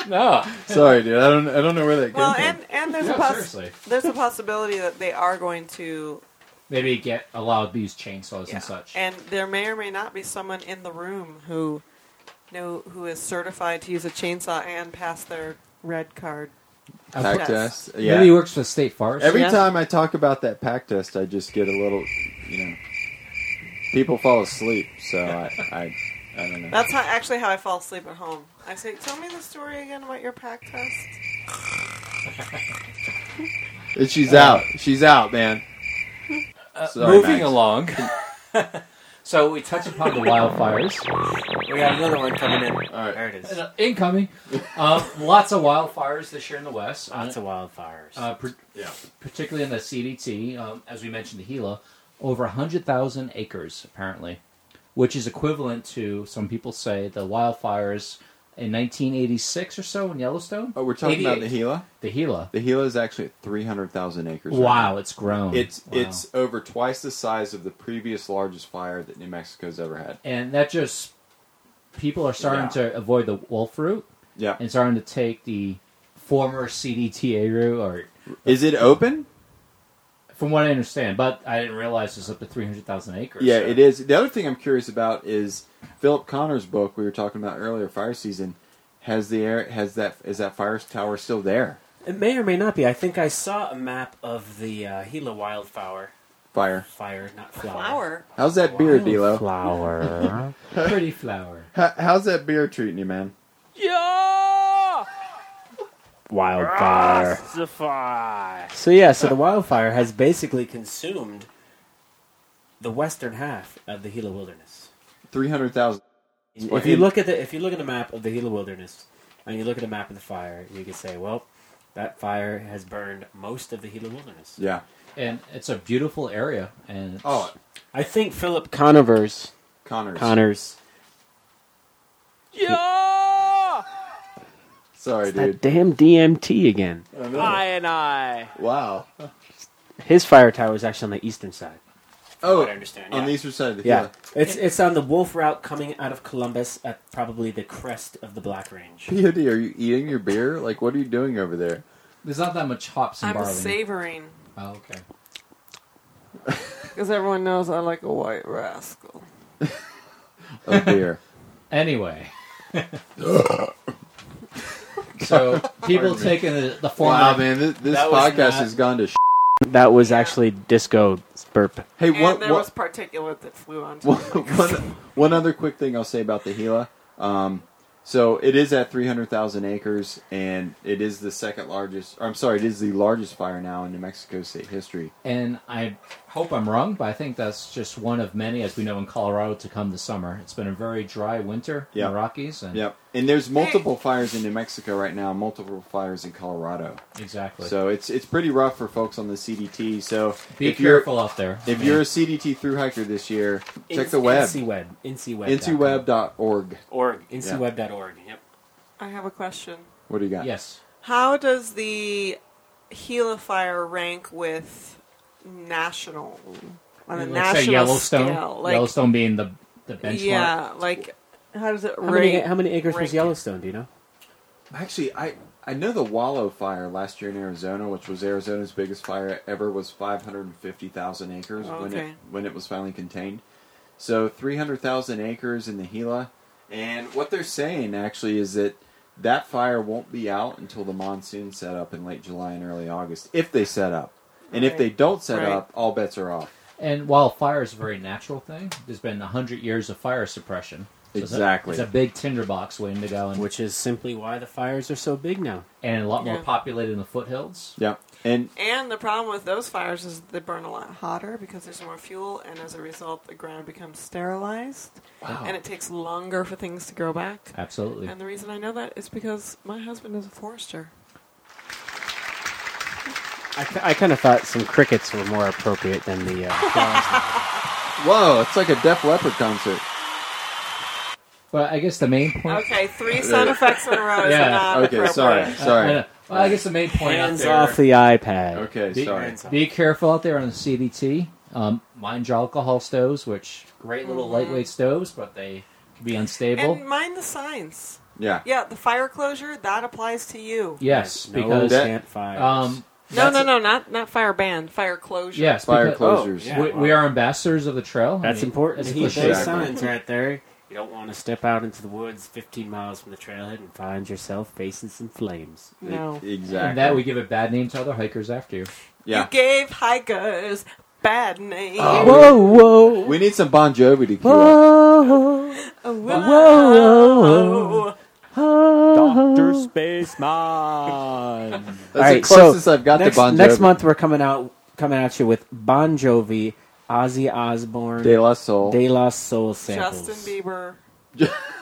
[SPEAKER 5] No.
[SPEAKER 1] Sorry, dude. I don't Ah, I don't know where that came
[SPEAKER 4] Well,
[SPEAKER 1] from.
[SPEAKER 4] and and there's
[SPEAKER 5] No,
[SPEAKER 4] a poss-
[SPEAKER 5] seriously.
[SPEAKER 4] there's a possibility that they are going to,
[SPEAKER 5] Maybe get allowed to use chainsaws
[SPEAKER 4] yeah.
[SPEAKER 5] and such.
[SPEAKER 4] and there may or may not be someone in the room who, know who is certified to use a chainsaw and pass their red card.
[SPEAKER 1] pack
[SPEAKER 4] Yes.
[SPEAKER 1] test.
[SPEAKER 5] Maybe he
[SPEAKER 1] Yeah.
[SPEAKER 5] works for the state forest.
[SPEAKER 1] Every
[SPEAKER 4] Yeah.
[SPEAKER 1] time I talk about that pack test, I just get a little, you know, people fall asleep. So I I, I don't know.
[SPEAKER 4] That's how, actually how I fall asleep at home. I say, "Tell me the story again about your pack test."
[SPEAKER 1] And she's out. She's out, man. Sorry,
[SPEAKER 5] uh, Moving
[SPEAKER 1] Max.
[SPEAKER 5] along. so we touch upon the wildfires.
[SPEAKER 3] We got another one coming in.
[SPEAKER 1] right.
[SPEAKER 3] There it is.
[SPEAKER 5] Uh, Incoming. Um, lots of wildfires this year in the West.
[SPEAKER 3] Lots of wildfires.
[SPEAKER 5] uh, par-
[SPEAKER 1] Yeah.
[SPEAKER 5] particularly in the CDT, um, as we mentioned, the Gila, over 100,000 acres, apparently, which is equivalent to, some people say, the wildfires in 1986 or so in Yellowstone.
[SPEAKER 1] Oh, we're talking about the
[SPEAKER 5] 88.
[SPEAKER 1] Gila.
[SPEAKER 5] The Gila.
[SPEAKER 1] The Gila is actually at three hundred thousand acres. right now.
[SPEAKER 5] Wow, it's grown.
[SPEAKER 1] It's
[SPEAKER 5] Wow.
[SPEAKER 1] it's over twice the size of the previous largest fire that New Mexico's ever had.
[SPEAKER 5] And that just, people are starting
[SPEAKER 1] Yeah.
[SPEAKER 5] to avoid the wolf route
[SPEAKER 1] Yeah.
[SPEAKER 5] and starting to take the former CDTA route or...
[SPEAKER 1] Is it open?
[SPEAKER 5] From what I understand, but I didn't realize it's up to 300,000 acres.
[SPEAKER 1] Yeah,
[SPEAKER 5] so-
[SPEAKER 1] it is. The other thing I'm curious about is Philip Connor's book we were talking about earlier, Fire Season. Has the air has that is that fire tower still there?
[SPEAKER 3] It may or may not be. I think I saw a map of the uh, Gila wildflower.
[SPEAKER 1] Fire.
[SPEAKER 3] Fire, not flower.
[SPEAKER 4] Flower.
[SPEAKER 1] How's that beer, D'Lo?
[SPEAKER 3] Flower.
[SPEAKER 5] Pretty flower.
[SPEAKER 1] How, how's that beer treating you, man?
[SPEAKER 3] wildfire. Justify.
[SPEAKER 13] So yeah, so the wildfire
[SPEAKER 3] Has basically consumed the western half of the Gila wilderness.
[SPEAKER 1] Three hundred thousand.
[SPEAKER 3] If you look at the if you look at a map of the Gila wilderness and you look at a map of the fire, you could say, well,
[SPEAKER 6] That fire has burned most of the Gila wilderness.
[SPEAKER 1] Yeah.
[SPEAKER 5] and it's a beautiful area. And it's,
[SPEAKER 1] Oh,
[SPEAKER 6] I think Philip Conovers,
[SPEAKER 1] Connors.
[SPEAKER 6] Connors,
[SPEAKER 1] Sorry, dude.
[SPEAKER 6] that damn DMT again.
[SPEAKER 1] I know.
[SPEAKER 6] I and I.
[SPEAKER 1] Wow.
[SPEAKER 6] His fire tower is actually on the eastern side.
[SPEAKER 1] Oh,
[SPEAKER 6] I understand.
[SPEAKER 1] on
[SPEAKER 6] yeah.
[SPEAKER 1] the eastern side of the
[SPEAKER 6] Yeah.
[SPEAKER 1] hill.
[SPEAKER 6] It's it's on the Wolf Route coming out of Columbus at probably the crest of the Black Range.
[SPEAKER 1] POD, are you eating your beer? Like, what are you doing over there?
[SPEAKER 5] there's not that much hops and
[SPEAKER 4] I'm
[SPEAKER 5] barley.
[SPEAKER 4] savoring
[SPEAKER 5] oh, okay.
[SPEAKER 4] because everyone knows I like a white rascal.
[SPEAKER 1] Oh, beer.
[SPEAKER 5] Anyway. so people
[SPEAKER 1] Pardon me.
[SPEAKER 5] taking the, the form
[SPEAKER 1] wow,
[SPEAKER 5] of
[SPEAKER 1] man, this, this
[SPEAKER 6] That was
[SPEAKER 1] podcast
[SPEAKER 6] not-
[SPEAKER 1] has gone to. Sh-
[SPEAKER 6] That was actually disco burp.
[SPEAKER 1] hey,
[SPEAKER 4] And
[SPEAKER 1] one,
[SPEAKER 4] there
[SPEAKER 1] one-
[SPEAKER 4] was particulate that flew onto
[SPEAKER 1] one,
[SPEAKER 4] it.
[SPEAKER 1] one, one other quick thing I'll say about the Gila. Um, so it is at 300,000 acres, and it is the second largest. Or I'm sorry, it is the largest fire now in New Mexico state history.
[SPEAKER 5] And I hope I'm wrong, but I think that's just one of many, as we know in Colorado, to come this summer. It's been a very dry winter in
[SPEAKER 1] Yeah.
[SPEAKER 5] the Rockies, and
[SPEAKER 1] Yep. And there's multiple fires in New Mexico right now, multiple fires in Colorado.
[SPEAKER 5] exactly.
[SPEAKER 1] So it's it's pretty rough for folks on the CDT. So
[SPEAKER 5] Be
[SPEAKER 1] if you're
[SPEAKER 5] careful out there.
[SPEAKER 1] if you're a CDT through hiker this year, check the web.
[SPEAKER 6] IncyWeb. IncyWeb.
[SPEAKER 1] E IncyWeb.org.
[SPEAKER 6] Org. IncyWeb.org. Yep.
[SPEAKER 4] I have a question.
[SPEAKER 1] What do you got?
[SPEAKER 5] yes,
[SPEAKER 4] How does the Gila fire rank with national on a
[SPEAKER 5] Let's
[SPEAKER 4] national
[SPEAKER 5] say Yellowstone.
[SPEAKER 4] scale? Like,
[SPEAKER 5] Yellowstone being the the benchmark.
[SPEAKER 4] yeah, like how does it
[SPEAKER 6] How many,
[SPEAKER 4] rank?
[SPEAKER 6] how many acres
[SPEAKER 4] rank?
[SPEAKER 6] was Yellowstone? Do you know?
[SPEAKER 1] Actually, I I know the Wallow fire last year in Arizona, which was Arizona's biggest fire ever, was 550,000 acres when it
[SPEAKER 4] Oh, Okay.
[SPEAKER 1] when it was finally contained. So 300,000 acres in the Gila, and what they're saying actually is that that fire won't be out until the monsoon set up in late July and early August, if they set up. And if
[SPEAKER 4] Right.
[SPEAKER 1] they don't set
[SPEAKER 4] Right.
[SPEAKER 1] up, all bets are off.
[SPEAKER 5] And while fire is a very natural thing, there's been hundred years of fire suppression. So it's a-
[SPEAKER 1] Exactly.
[SPEAKER 5] it's a, big tinderbox waiting to go, and,
[SPEAKER 6] Which is simply why the fires are so big now.
[SPEAKER 5] and a lot more
[SPEAKER 4] Yeah.
[SPEAKER 5] populated in the foothills.
[SPEAKER 1] Yeah, and
[SPEAKER 4] And the problem with those fires is they burn a lot hotter because there's more fuel, and as a result, the ground becomes sterilized,
[SPEAKER 5] Wow,
[SPEAKER 4] and it takes longer for things to grow back.
[SPEAKER 5] absolutely.
[SPEAKER 4] And the reason I know that is because my husband is a forester.
[SPEAKER 6] I, ki- I kind of thought some crickets were more appropriate than the. Uh,
[SPEAKER 1] whoa, it's like a Def Leppard concert.
[SPEAKER 5] But I guess the main point.
[SPEAKER 4] Okay, three sound effects in a row is
[SPEAKER 5] Yeah. Uh,
[SPEAKER 4] not
[SPEAKER 1] Okay,
[SPEAKER 4] appropriate.
[SPEAKER 1] sorry,
[SPEAKER 5] I,
[SPEAKER 1] sorry.
[SPEAKER 5] know. well, I guess the main point. out
[SPEAKER 6] hands
[SPEAKER 5] there-
[SPEAKER 6] off the iPad.
[SPEAKER 1] Okay, sorry.
[SPEAKER 5] Be careful out there on the CDT. Um, mind your alcohol stoves, which great little lightweight stoves, but they can be unstable.
[SPEAKER 4] Mm-hmm. And mind the signs.
[SPEAKER 1] Yeah,
[SPEAKER 4] Yeah, the fire closure that applies to you.
[SPEAKER 5] yes,
[SPEAKER 6] No
[SPEAKER 5] because
[SPEAKER 1] that-
[SPEAKER 6] campfires.
[SPEAKER 5] um,
[SPEAKER 4] No,
[SPEAKER 5] that's-
[SPEAKER 4] no, no, not not fire ban, fire closure.
[SPEAKER 5] Yes,
[SPEAKER 1] fire
[SPEAKER 5] because- oh,
[SPEAKER 1] closures.
[SPEAKER 6] yeah.
[SPEAKER 5] we, we are ambassadors of the trail. I
[SPEAKER 6] That's
[SPEAKER 5] mean,
[SPEAKER 6] important.
[SPEAKER 5] it's
[SPEAKER 6] Heed
[SPEAKER 5] cliche.
[SPEAKER 6] those signs right there. You don't want to step out into the woods 15 miles from the trailhead and find yourself facing some flames.
[SPEAKER 4] No.
[SPEAKER 1] Exactly.
[SPEAKER 5] And that we give a bad name to other hikers after you.
[SPEAKER 1] yeah.
[SPEAKER 4] You gave hikers bad name.
[SPEAKER 6] Whoa, whoa,
[SPEAKER 1] We need some Bon Jovi to queue up.
[SPEAKER 6] Oh, whoa!
[SPEAKER 4] Whoa. Uh-huh.
[SPEAKER 6] Doctor Spaceman.
[SPEAKER 1] That's
[SPEAKER 6] All
[SPEAKER 1] the
[SPEAKER 6] right,
[SPEAKER 1] closest I've got
[SPEAKER 6] next,
[SPEAKER 1] to Bon Jovi.
[SPEAKER 6] next month we're coming out coming at you with Bon Jovi, Ozzy Osbourne,
[SPEAKER 1] De La Soul.
[SPEAKER 6] De La Soul samples.
[SPEAKER 4] Justin Bieber.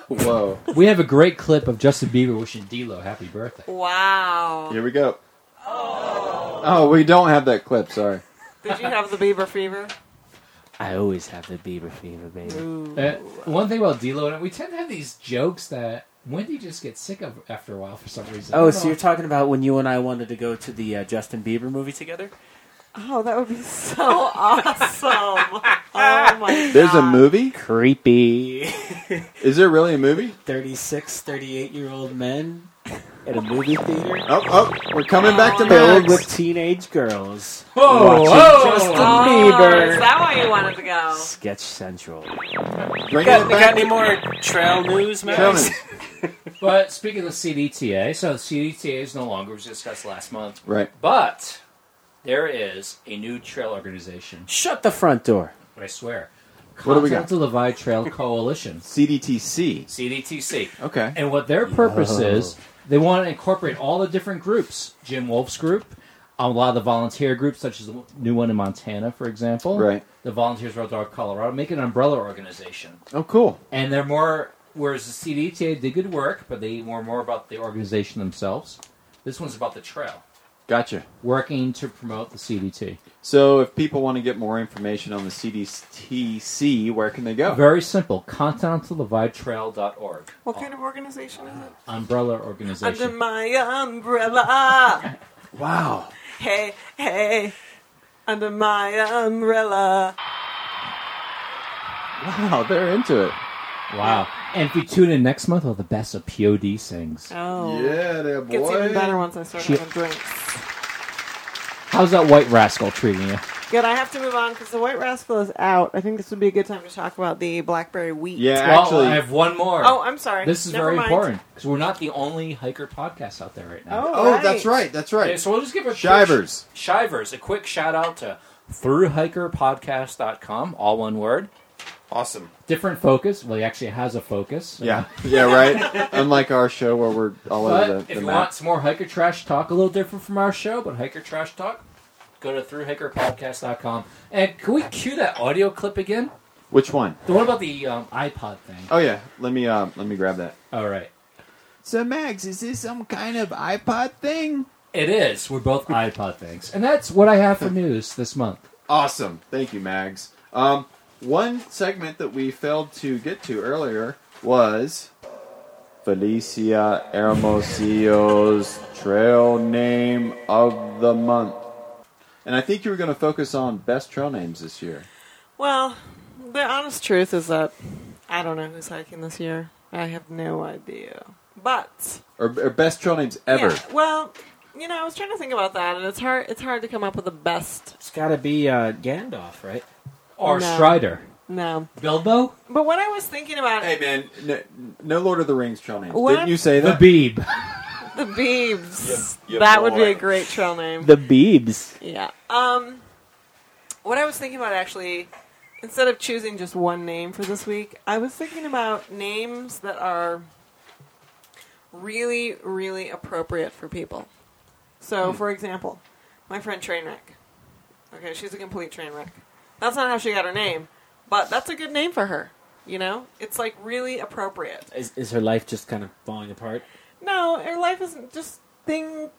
[SPEAKER 1] Whoa.
[SPEAKER 5] We have a great clip of Justin Bieber wishing D'Lo happy birthday.
[SPEAKER 4] Wow.
[SPEAKER 1] Here we go. Oh. we don't have that clip. Sorry.
[SPEAKER 4] Did you have the Bieber fever?
[SPEAKER 6] I always have the Bieber fever, baby.
[SPEAKER 4] Ooh.
[SPEAKER 5] Uh, one thing about D'Lo, and we tend to have these jokes that Wendy just gets sick of after a while for some reason.
[SPEAKER 6] Oh, so you're talking about when you and I wanted to go to the uh, Justin Bieber movie together?
[SPEAKER 4] Oh, that would be so awesome. Oh my
[SPEAKER 1] There's a
[SPEAKER 6] Ah.
[SPEAKER 4] God.
[SPEAKER 1] movie?
[SPEAKER 6] Creepy.
[SPEAKER 1] Is there really a movie?
[SPEAKER 6] 36, 38 year old men at a movie theater
[SPEAKER 1] Oh, oh, we're coming back to
[SPEAKER 6] filled
[SPEAKER 1] Max.
[SPEAKER 6] with teenage girls.
[SPEAKER 5] Whoa,
[SPEAKER 6] watching
[SPEAKER 5] whoa.
[SPEAKER 6] Justin
[SPEAKER 4] Oh, is
[SPEAKER 6] Bieber.
[SPEAKER 4] that why you wanted to go?
[SPEAKER 6] Sketch Central.
[SPEAKER 1] Bring
[SPEAKER 6] Got,
[SPEAKER 1] it back.
[SPEAKER 6] got any more trail news,
[SPEAKER 1] Gentlemen,
[SPEAKER 6] Max?
[SPEAKER 5] But speaking of the CDTA, so CDTA is no longer was discussed last month,
[SPEAKER 1] Right.
[SPEAKER 5] but there is a new trail organization.
[SPEAKER 6] Shut the front door.
[SPEAKER 5] I swear,
[SPEAKER 1] What do we got?
[SPEAKER 5] Continental Divide Trail Coalition
[SPEAKER 1] CDTC.
[SPEAKER 5] (CDTC),
[SPEAKER 1] Okay.
[SPEAKER 5] and what their purpose is, they want to incorporate all the different groups. Jim Wolf's group, a lot of the volunteer groups, such as the new one in Montana, for example,
[SPEAKER 1] Right.
[SPEAKER 5] The Volunteers Road Dog Colorado make an umbrella organization.
[SPEAKER 1] Oh, cool.
[SPEAKER 5] and they're more. Whereas the CDTA did good work, but they were more about the organization themselves. This one's about the trail,
[SPEAKER 1] Gotcha.
[SPEAKER 5] working to promote the CDT.
[SPEAKER 1] So if people want to get more information on the CDTC, where can they go?
[SPEAKER 5] Very simple. ContinentalDivideTrail.org.
[SPEAKER 4] What kind of organization is it?
[SPEAKER 5] Umbrella
[SPEAKER 4] Under
[SPEAKER 5] organization.
[SPEAKER 4] my umbrella.
[SPEAKER 1] Wow.
[SPEAKER 4] Hey, hey. Under my umbrella.
[SPEAKER 1] Wow, they're into it.
[SPEAKER 5] Wow. And if you tune in next month, I'll have the best of POD sings.
[SPEAKER 4] Oh.
[SPEAKER 1] Yeah, they boy.
[SPEAKER 4] Gets even better once I start
[SPEAKER 5] Shit.
[SPEAKER 4] having drinks.
[SPEAKER 5] How's that white rascal treating you?
[SPEAKER 4] Good, I have to move on because the White Rascal is out. I think this would be a good time to talk about the Blackberry Wheat.
[SPEAKER 1] Yeah,
[SPEAKER 5] well, I
[SPEAKER 1] actually.
[SPEAKER 5] have one more.
[SPEAKER 4] Oh, I'm sorry.
[SPEAKER 5] this is
[SPEAKER 4] Never
[SPEAKER 5] very
[SPEAKER 4] mind.
[SPEAKER 5] important because we're not the only hiker podcast out there right now.
[SPEAKER 4] Oh,
[SPEAKER 1] Oh, that's right. That's
[SPEAKER 5] Okay,
[SPEAKER 1] right.
[SPEAKER 5] so we'll just give a quick-
[SPEAKER 1] Shivers.
[SPEAKER 5] Shivers, a quick shout out to throughhikerpodcast.com, all one word.
[SPEAKER 1] Awesome.
[SPEAKER 5] Different focus. Well, he actually has a focus.
[SPEAKER 1] Yeah. Yeah. Right. Unlike our show where we're all
[SPEAKER 5] But
[SPEAKER 1] over the,
[SPEAKER 5] if
[SPEAKER 1] the
[SPEAKER 5] you
[SPEAKER 1] map.
[SPEAKER 5] want some more hiker trash talk, a little different from our show, but hiker trash talk, go to throughhikerpodcast.com. And can we cue that audio clip again?
[SPEAKER 1] Which one?
[SPEAKER 5] The one about the um, iPod thing.
[SPEAKER 1] Oh yeah. Let me um. Let me grab that.
[SPEAKER 5] All right.
[SPEAKER 1] So Max, is this some kind of iPod thing?
[SPEAKER 5] It is. We're both iPod things. And that's what I have for news this month.
[SPEAKER 1] Awesome. Thank you, Mags. Um, one segment that we failed to get to earlier was Felicia Hermosillo's Trail Name of the Month. And I think you were going to focus on best trail names this year.
[SPEAKER 4] Well, the honest truth is that I don't know who's hiking this year. I have no idea. But
[SPEAKER 1] Or, or best trail names ever.
[SPEAKER 4] yeah, well, you know, I was trying to think about that, and it's hard. It's hard to come up with the best.
[SPEAKER 6] It's got to be uh, Gandalf, right?
[SPEAKER 5] Or
[SPEAKER 4] No.
[SPEAKER 5] Strider.
[SPEAKER 4] No,
[SPEAKER 5] Bilbo?
[SPEAKER 4] but what I was thinking about
[SPEAKER 1] Hey, man, no, no Lord of the Rings trail names.
[SPEAKER 4] What?
[SPEAKER 1] Didn't you say
[SPEAKER 5] The
[SPEAKER 1] that?
[SPEAKER 5] Beeb.
[SPEAKER 4] the Beebs.
[SPEAKER 1] Yeah, yeah,
[SPEAKER 4] that would be
[SPEAKER 1] boy.
[SPEAKER 4] a great trail name.
[SPEAKER 6] The Beebs.
[SPEAKER 4] Yeah. Um, what I was thinking about actually, instead of choosing just one name for this week, I was thinking about names that are really, really appropriate for people. So, for example, my friend Trainwreck. Okay, she's a complete train wreck. That's not how she got her name, but that's a good name for her. You know, it's like really appropriate.
[SPEAKER 6] Is, is her life just kind of falling apart?
[SPEAKER 4] No, her life isn't just thing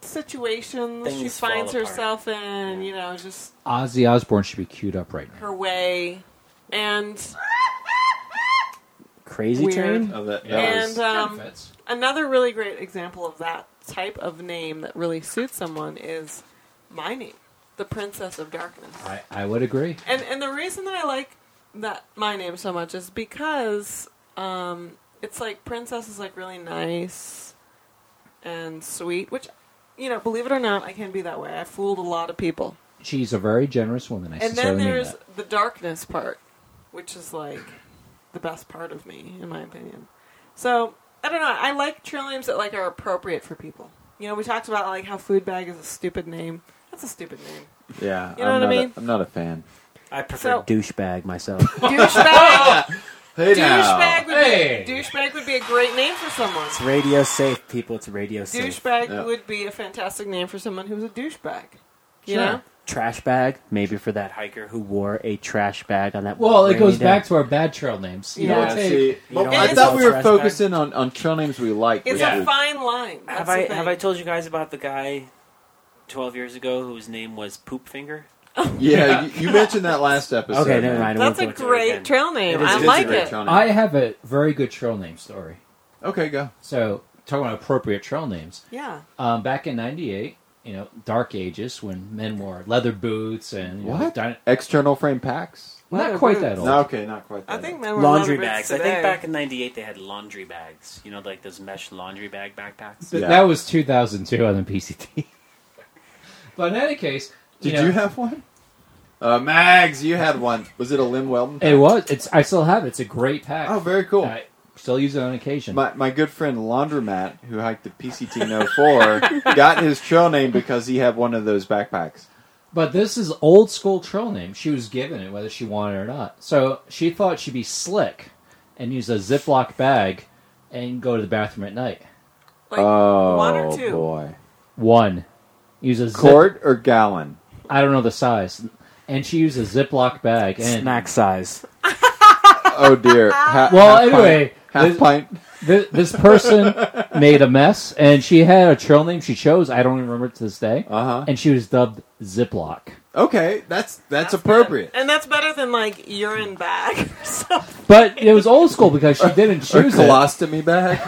[SPEAKER 4] situations she
[SPEAKER 6] Things fall
[SPEAKER 4] finds
[SPEAKER 6] apart.
[SPEAKER 4] herself in. You know, just
[SPEAKER 5] Ozzy Osbourne should be queued up right now.
[SPEAKER 4] her way, and
[SPEAKER 6] Crazy
[SPEAKER 4] Weird.
[SPEAKER 6] Train?
[SPEAKER 1] Oh, that, that
[SPEAKER 4] and
[SPEAKER 1] was-
[SPEAKER 4] um, another really great example of that type of name that really suits someone is my name, the Princess of Darkness.
[SPEAKER 5] I, I would agree.
[SPEAKER 4] And and the reason that I like that my name so much is because um, it's like Princess is like really nice and sweet, which you know, believe it or not, I can be that way. I fooled a lot of people.
[SPEAKER 5] She's a very generous woman. I
[SPEAKER 4] And then
[SPEAKER 5] sincerely mean
[SPEAKER 4] there's
[SPEAKER 5] that.
[SPEAKER 4] the darkness part, which is like the best part of me, in my opinion. So I don't know. I like trail names that like are appropriate for people. You know, we talked about like how food bag is a stupid name. That's a stupid name.
[SPEAKER 1] yeah,
[SPEAKER 4] You know
[SPEAKER 1] I'm,
[SPEAKER 4] what I
[SPEAKER 1] not
[SPEAKER 4] mean?
[SPEAKER 1] A, I'm not a fan.
[SPEAKER 6] I prefer
[SPEAKER 4] So-
[SPEAKER 6] douchebag myself.
[SPEAKER 4] douchebag.
[SPEAKER 1] Hey,
[SPEAKER 4] douchebag would
[SPEAKER 5] Hey.
[SPEAKER 4] be douchebag would be a great name for someone.
[SPEAKER 6] it's radio safe, people. It's radio safe.
[SPEAKER 4] Douchebag
[SPEAKER 1] Yeah.
[SPEAKER 4] would be a fantastic name for someone who's a douchebag. You
[SPEAKER 1] Sure.
[SPEAKER 4] know?
[SPEAKER 6] Trash bag, maybe for that hiker who wore a trash bag on that.
[SPEAKER 5] Well, it
[SPEAKER 6] rainy
[SPEAKER 5] goes
[SPEAKER 6] day.
[SPEAKER 5] back to our bad trail names. You know,
[SPEAKER 1] Yeah,
[SPEAKER 5] it's a-
[SPEAKER 1] see,
[SPEAKER 6] don't
[SPEAKER 1] but
[SPEAKER 4] like
[SPEAKER 1] I thought we were
[SPEAKER 6] Southwest
[SPEAKER 1] focusing on, on trail names we like.
[SPEAKER 4] It's
[SPEAKER 5] Yeah.
[SPEAKER 4] a fine line. That's
[SPEAKER 3] have
[SPEAKER 4] the
[SPEAKER 3] I
[SPEAKER 4] thing.
[SPEAKER 3] have I told you guys about the guy twelve years ago whose name was Poop Finger?
[SPEAKER 1] Yeah, You, you mentioned that last episode.
[SPEAKER 6] Okay, never
[SPEAKER 1] man.
[SPEAKER 6] mind. I won't
[SPEAKER 4] That's a
[SPEAKER 6] go into it
[SPEAKER 4] great
[SPEAKER 3] again.
[SPEAKER 4] trail name.
[SPEAKER 1] It is-
[SPEAKER 4] I
[SPEAKER 1] it is a
[SPEAKER 4] like
[SPEAKER 1] great
[SPEAKER 4] it.
[SPEAKER 1] trail name.
[SPEAKER 5] I have a very good trail name story.
[SPEAKER 1] okay, go.
[SPEAKER 5] So, talking about appropriate trail names,
[SPEAKER 4] Yeah.
[SPEAKER 5] um, back in '98, you know, dark ages when men wore leather boots and you know,
[SPEAKER 1] What?
[SPEAKER 5] dino-
[SPEAKER 1] External frame packs?
[SPEAKER 5] not
[SPEAKER 4] Leather
[SPEAKER 5] quite
[SPEAKER 4] boots.
[SPEAKER 5] that old.
[SPEAKER 1] No, okay, not quite.
[SPEAKER 4] I
[SPEAKER 1] That
[SPEAKER 4] think
[SPEAKER 1] old.
[SPEAKER 4] men were
[SPEAKER 3] Laundry
[SPEAKER 4] leather boots
[SPEAKER 3] bags. I think
[SPEAKER 4] today.
[SPEAKER 3] back in '98 they had laundry bags. You know, like those mesh laundry bag backpacks.
[SPEAKER 5] Th-
[SPEAKER 1] Yeah.
[SPEAKER 5] That was 2002 on the PCT. but in any case,
[SPEAKER 1] Did
[SPEAKER 5] know,
[SPEAKER 1] you have one? Uh, Mags, you had one. Was it a Lim Weldon?
[SPEAKER 5] It was. It's. I still have it. It's a great pack.
[SPEAKER 1] Oh, very cool.
[SPEAKER 5] I still use it on occasion.
[SPEAKER 1] My, my good friend Laundromat, who hiked the PCT 04, got his trail name because he had one of those backpacks.
[SPEAKER 5] But this is old school trail name. She was given it whether she wanted it or not. So she thought she'd be slick and use a Ziploc bag and go to the bathroom at night.
[SPEAKER 4] Like
[SPEAKER 1] Uh,
[SPEAKER 4] one or two.
[SPEAKER 1] Oh, boy.
[SPEAKER 5] One. Use a zip,
[SPEAKER 1] Quart or gallon?
[SPEAKER 5] I don't know the size. And she used a Ziploc bag and
[SPEAKER 6] Snack size.
[SPEAKER 1] Oh, dear. How,
[SPEAKER 5] Well,
[SPEAKER 1] how fine-
[SPEAKER 5] anyway,
[SPEAKER 1] how half pint.
[SPEAKER 5] Th- this person made a mess, and she had a trail name she chose. I don't even remember it to this day.
[SPEAKER 1] Uh-huh.
[SPEAKER 5] And she was dubbed Ziploc.
[SPEAKER 1] Okay, that's that's, appropriate.
[SPEAKER 4] And that's better than like urine bag or something.
[SPEAKER 5] But it was old school because she didn't
[SPEAKER 1] Or
[SPEAKER 5] choose it.
[SPEAKER 1] colostomy bag.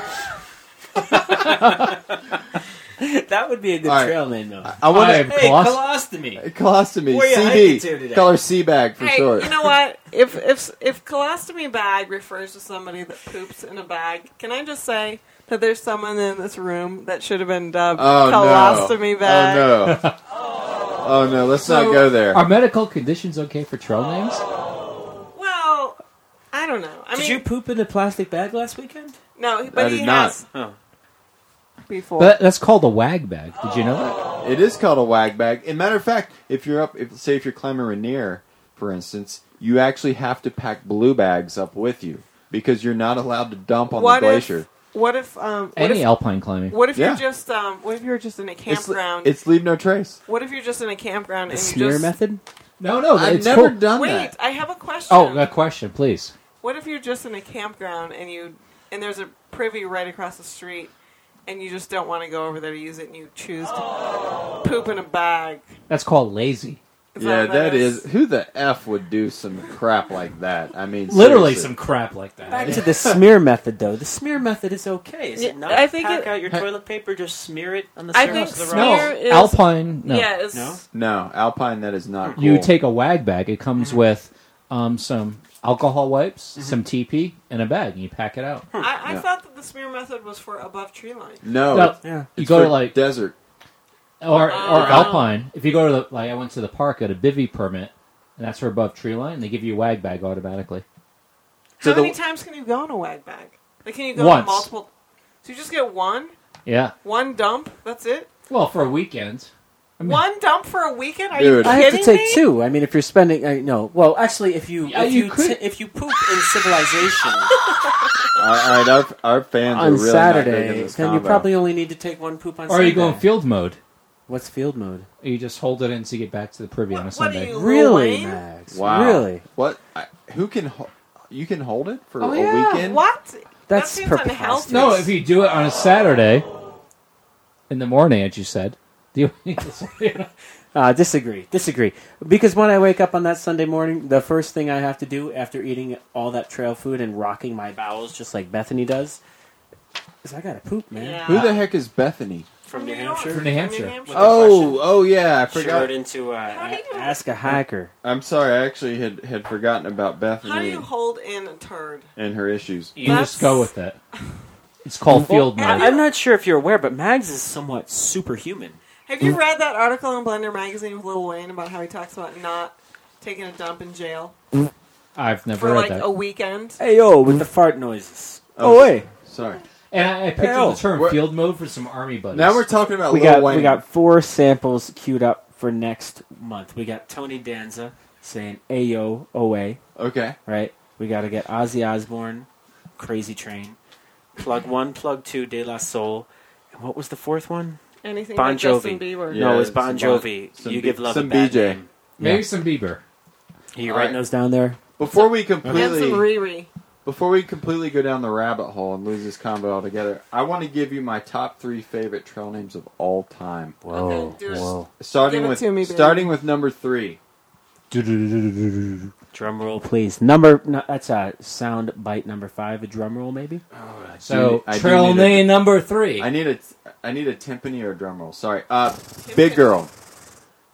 [SPEAKER 2] that would be a good
[SPEAKER 1] All right.
[SPEAKER 2] trail name, though.
[SPEAKER 1] I want
[SPEAKER 5] I-
[SPEAKER 1] to
[SPEAKER 2] Hey,
[SPEAKER 5] Colos-
[SPEAKER 2] colostomy.
[SPEAKER 1] colostomy.
[SPEAKER 2] Where you hiking to
[SPEAKER 1] CB.
[SPEAKER 2] today?
[SPEAKER 1] Call her C bag for
[SPEAKER 4] hey,
[SPEAKER 1] short.
[SPEAKER 4] you know what? If if if colostomy bag refers to somebody that poops in a bag, can I just say that there's someone in this room that should have been dubbed
[SPEAKER 1] oh
[SPEAKER 4] colostomy
[SPEAKER 1] no!
[SPEAKER 4] bag?
[SPEAKER 1] Oh no! oh no! Let's not
[SPEAKER 5] So,
[SPEAKER 1] go there. Oh.
[SPEAKER 5] Are medical conditions okay for trail names?
[SPEAKER 4] Well, I don't know. I
[SPEAKER 2] Did
[SPEAKER 4] mean,
[SPEAKER 2] you poop in a plastic bag last weekend?
[SPEAKER 4] no,
[SPEAKER 1] I
[SPEAKER 4] but
[SPEAKER 1] did
[SPEAKER 4] he
[SPEAKER 1] not.
[SPEAKER 4] has
[SPEAKER 2] Oh.
[SPEAKER 4] before.
[SPEAKER 5] That, that's called a wag bag. Did you know that?
[SPEAKER 1] It is called a wag bag. And matter of fact, if you're up, if say if you're climbing Rainier, for instance, you actually have to pack blue bags up with you because you're not allowed to dump on
[SPEAKER 4] what
[SPEAKER 1] the glacier.
[SPEAKER 4] if? What if? Um, what
[SPEAKER 5] Any
[SPEAKER 4] if?
[SPEAKER 5] alpine climbing.
[SPEAKER 4] What if
[SPEAKER 1] Yeah.
[SPEAKER 4] you're just? Um, what if you're just in a
[SPEAKER 1] It's,
[SPEAKER 4] campground?
[SPEAKER 1] it's leave no trace.
[SPEAKER 4] what if you're just in a campground
[SPEAKER 3] The
[SPEAKER 4] and you
[SPEAKER 3] smear
[SPEAKER 4] just?
[SPEAKER 3] method?
[SPEAKER 5] No, no,
[SPEAKER 1] I've
[SPEAKER 5] it's
[SPEAKER 1] never
[SPEAKER 5] cool.
[SPEAKER 1] done
[SPEAKER 4] Wait,
[SPEAKER 1] that.
[SPEAKER 4] I have a question.
[SPEAKER 5] Oh, a question, please.
[SPEAKER 4] What if you're just in a campground and you and there's a privy right across the street and you just don't want to go over there to use it and you choose to poop in a bag?
[SPEAKER 5] That's called lazy.
[SPEAKER 4] Is
[SPEAKER 1] Yeah,
[SPEAKER 4] what
[SPEAKER 1] that is. Who the f would do some crap like that? I mean,
[SPEAKER 5] Literally
[SPEAKER 1] seriously.
[SPEAKER 5] some crap like that.
[SPEAKER 3] Back to the smear method, though. The smear
[SPEAKER 2] Smear method is okay. Is
[SPEAKER 4] Yeah,
[SPEAKER 2] it not?
[SPEAKER 4] I think
[SPEAKER 2] Pack
[SPEAKER 4] it-
[SPEAKER 2] out your toilet paper, just smear it on the
[SPEAKER 4] I
[SPEAKER 2] surface
[SPEAKER 4] think
[SPEAKER 2] of the
[SPEAKER 4] smear-
[SPEAKER 2] rock.
[SPEAKER 4] Here is-
[SPEAKER 5] alpine. No,
[SPEAKER 4] Yeah, it's,
[SPEAKER 2] No?
[SPEAKER 1] No, Alpine. That is not. Cool.
[SPEAKER 5] you take a wag bag. It
[SPEAKER 4] Mm-hmm.
[SPEAKER 5] comes with um, some alcohol wipes, some TP, and a bag, and you pack it out.
[SPEAKER 4] I, I
[SPEAKER 1] Yeah.
[SPEAKER 4] thought that the smear method was for above tree line.
[SPEAKER 1] no.
[SPEAKER 5] No,
[SPEAKER 1] Oh, it's-
[SPEAKER 3] Yeah.
[SPEAKER 5] you
[SPEAKER 1] it's
[SPEAKER 5] go
[SPEAKER 1] for
[SPEAKER 5] to like
[SPEAKER 1] desert.
[SPEAKER 5] or or
[SPEAKER 4] Oh.
[SPEAKER 5] alpine. If you go to the like, I went to the park at a bivy permit, and that's for above tree line. And they give you a wag bag automatically.
[SPEAKER 1] So
[SPEAKER 4] How
[SPEAKER 1] the-
[SPEAKER 4] many times can you go in a wag bag? Like, can you go
[SPEAKER 5] Once.
[SPEAKER 4] in multiple? So you just get one,
[SPEAKER 5] Yeah.
[SPEAKER 4] one dump. That's it.
[SPEAKER 5] Well, for a weekend. I mean-
[SPEAKER 4] One dump for a weekend? Are
[SPEAKER 1] Dude.
[SPEAKER 4] you
[SPEAKER 3] I have
[SPEAKER 4] kidding
[SPEAKER 3] to take
[SPEAKER 4] me?
[SPEAKER 3] two. I mean, if you're spending, I, no. Well, actually, if you
[SPEAKER 5] Yeah,
[SPEAKER 3] if
[SPEAKER 5] you
[SPEAKER 3] you,
[SPEAKER 5] could-
[SPEAKER 3] t- if you poop in civilization
[SPEAKER 1] All right, our, our fans are
[SPEAKER 3] on
[SPEAKER 1] really not good
[SPEAKER 3] Saturday,
[SPEAKER 1] at this
[SPEAKER 3] then you
[SPEAKER 1] combo.
[SPEAKER 3] probably only need to take one poop on.
[SPEAKER 5] Or are
[SPEAKER 3] Sunday.
[SPEAKER 5] you going field mode?
[SPEAKER 3] What's field mode?
[SPEAKER 5] You just hold it in to get back to the privy on a
[SPEAKER 4] What- what do
[SPEAKER 5] Sunday.
[SPEAKER 4] you-
[SPEAKER 3] Really,
[SPEAKER 4] Wayne?
[SPEAKER 3] Max?
[SPEAKER 1] Wow.
[SPEAKER 3] Really?
[SPEAKER 1] What? I, who can? Ho- you can hold it for
[SPEAKER 3] Oh,
[SPEAKER 1] a
[SPEAKER 3] yeah.
[SPEAKER 1] weekend.
[SPEAKER 4] What? That
[SPEAKER 3] That's
[SPEAKER 4] seems unhealthy.
[SPEAKER 3] preposterous.
[SPEAKER 5] No, if you do it on a Saturday in the morning, as you said. Do you,
[SPEAKER 3] Uh, disagree. Disagree. Because when I wake up on that Sunday morning, the first thing I have to do after eating all that trail food and rocking my bowels just like Bethany does is I gotta poop, man.
[SPEAKER 4] Yeah.
[SPEAKER 1] Who the heck is Bethany?
[SPEAKER 2] From New
[SPEAKER 4] You know,
[SPEAKER 2] Hampshire.
[SPEAKER 5] From New Hampshire.
[SPEAKER 1] Oh, oh yeah, I
[SPEAKER 2] She wrote
[SPEAKER 1] forgot.
[SPEAKER 2] into uh,
[SPEAKER 4] How do
[SPEAKER 2] a-
[SPEAKER 4] you,
[SPEAKER 3] Ask a hiker.
[SPEAKER 1] I'm sorry, I actually had, had forgotten about
[SPEAKER 4] how do
[SPEAKER 1] Bethany
[SPEAKER 4] you hold in a turd?
[SPEAKER 1] and her issues.
[SPEAKER 5] you just go with it. It's called field
[SPEAKER 2] I-
[SPEAKER 5] mode.
[SPEAKER 2] I'm not sure if you're aware, but Mags is somewhat superhuman.
[SPEAKER 4] Have you read that article in Blender Magazine with Lil Wayne about how he talks about not taking a dump in jail
[SPEAKER 5] I've never
[SPEAKER 4] for
[SPEAKER 5] read
[SPEAKER 4] like
[SPEAKER 5] that.
[SPEAKER 4] a weekend?
[SPEAKER 3] Hey yo,
[SPEAKER 2] With the fart noises.
[SPEAKER 1] Oh,
[SPEAKER 3] oh hey,
[SPEAKER 1] Sorry.
[SPEAKER 5] And I, I picked
[SPEAKER 3] Hell,
[SPEAKER 5] up the term
[SPEAKER 1] we're-
[SPEAKER 5] field mode for some army buddies.
[SPEAKER 1] Now we're talking about
[SPEAKER 3] we
[SPEAKER 1] Lil
[SPEAKER 3] got
[SPEAKER 1] Wayne.
[SPEAKER 3] we got four samples queued up for next month.
[SPEAKER 2] We got Tony Danza.
[SPEAKER 3] Saying ayo oa,
[SPEAKER 1] okay.
[SPEAKER 3] right? We gotta get Ozzy
[SPEAKER 2] Osbourne, Crazy Train. Plug one, plug two, De La Soul. And what was the fourth one?
[SPEAKER 4] Anything
[SPEAKER 2] Bon
[SPEAKER 4] like Justin
[SPEAKER 2] Jovi.
[SPEAKER 4] Bieber?
[SPEAKER 1] Yeah,
[SPEAKER 2] no, it was
[SPEAKER 1] some
[SPEAKER 2] Bon
[SPEAKER 1] Bon-
[SPEAKER 2] Jovi.
[SPEAKER 1] some
[SPEAKER 2] you
[SPEAKER 1] B-
[SPEAKER 2] give love
[SPEAKER 1] some
[SPEAKER 2] a bad
[SPEAKER 1] BJ.
[SPEAKER 2] name.
[SPEAKER 5] Maybe
[SPEAKER 3] Yeah.
[SPEAKER 5] some Bieber.
[SPEAKER 2] Are you
[SPEAKER 1] All
[SPEAKER 2] writing
[SPEAKER 1] right.
[SPEAKER 2] those
[SPEAKER 3] Osbourne's down there.
[SPEAKER 1] Before we
[SPEAKER 4] And some
[SPEAKER 1] completely
[SPEAKER 4] Riri.
[SPEAKER 1] before we completely go down the rabbit hole and lose this combo altogether, I want to give you my top three favorite trail names of all time.
[SPEAKER 4] Okay, do it.
[SPEAKER 1] Starting
[SPEAKER 4] Give it
[SPEAKER 1] with
[SPEAKER 4] to me, baby.
[SPEAKER 1] starting with number three.
[SPEAKER 2] drum roll?
[SPEAKER 3] Please, number no, that's a sound bite number five. A drum roll, maybe.
[SPEAKER 5] So
[SPEAKER 1] I do
[SPEAKER 5] trail
[SPEAKER 1] need a-
[SPEAKER 5] name number three.
[SPEAKER 1] I need a I need a timpani or a drum roll. Sorry. Uh, big girl.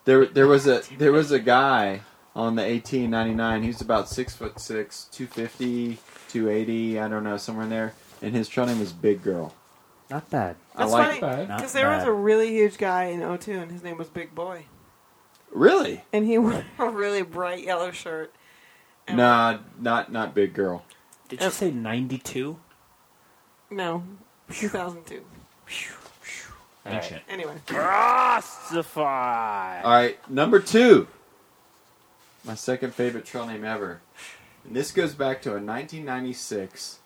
[SPEAKER 1] There there was a there was a guy on the eighteen ninety nine. He was about six foot six, 250, 280, I don't know, somewhere in there. And his trail name was Big Girl.
[SPEAKER 3] Not bad.
[SPEAKER 4] That's
[SPEAKER 1] I like
[SPEAKER 4] funny
[SPEAKER 5] that.
[SPEAKER 3] Not
[SPEAKER 4] because there was
[SPEAKER 3] bad.
[SPEAKER 4] a really huge guy in O2 and his name was Big Boy,
[SPEAKER 1] Really?
[SPEAKER 4] and he wore a really bright yellow shirt. And
[SPEAKER 1] Nah, not not Big Girl.
[SPEAKER 2] Did you say 92?
[SPEAKER 4] no, 2002.
[SPEAKER 5] Ancient.
[SPEAKER 4] Anyway,
[SPEAKER 1] All right, number two. My second favorite trail name ever, and this goes back to a 1996.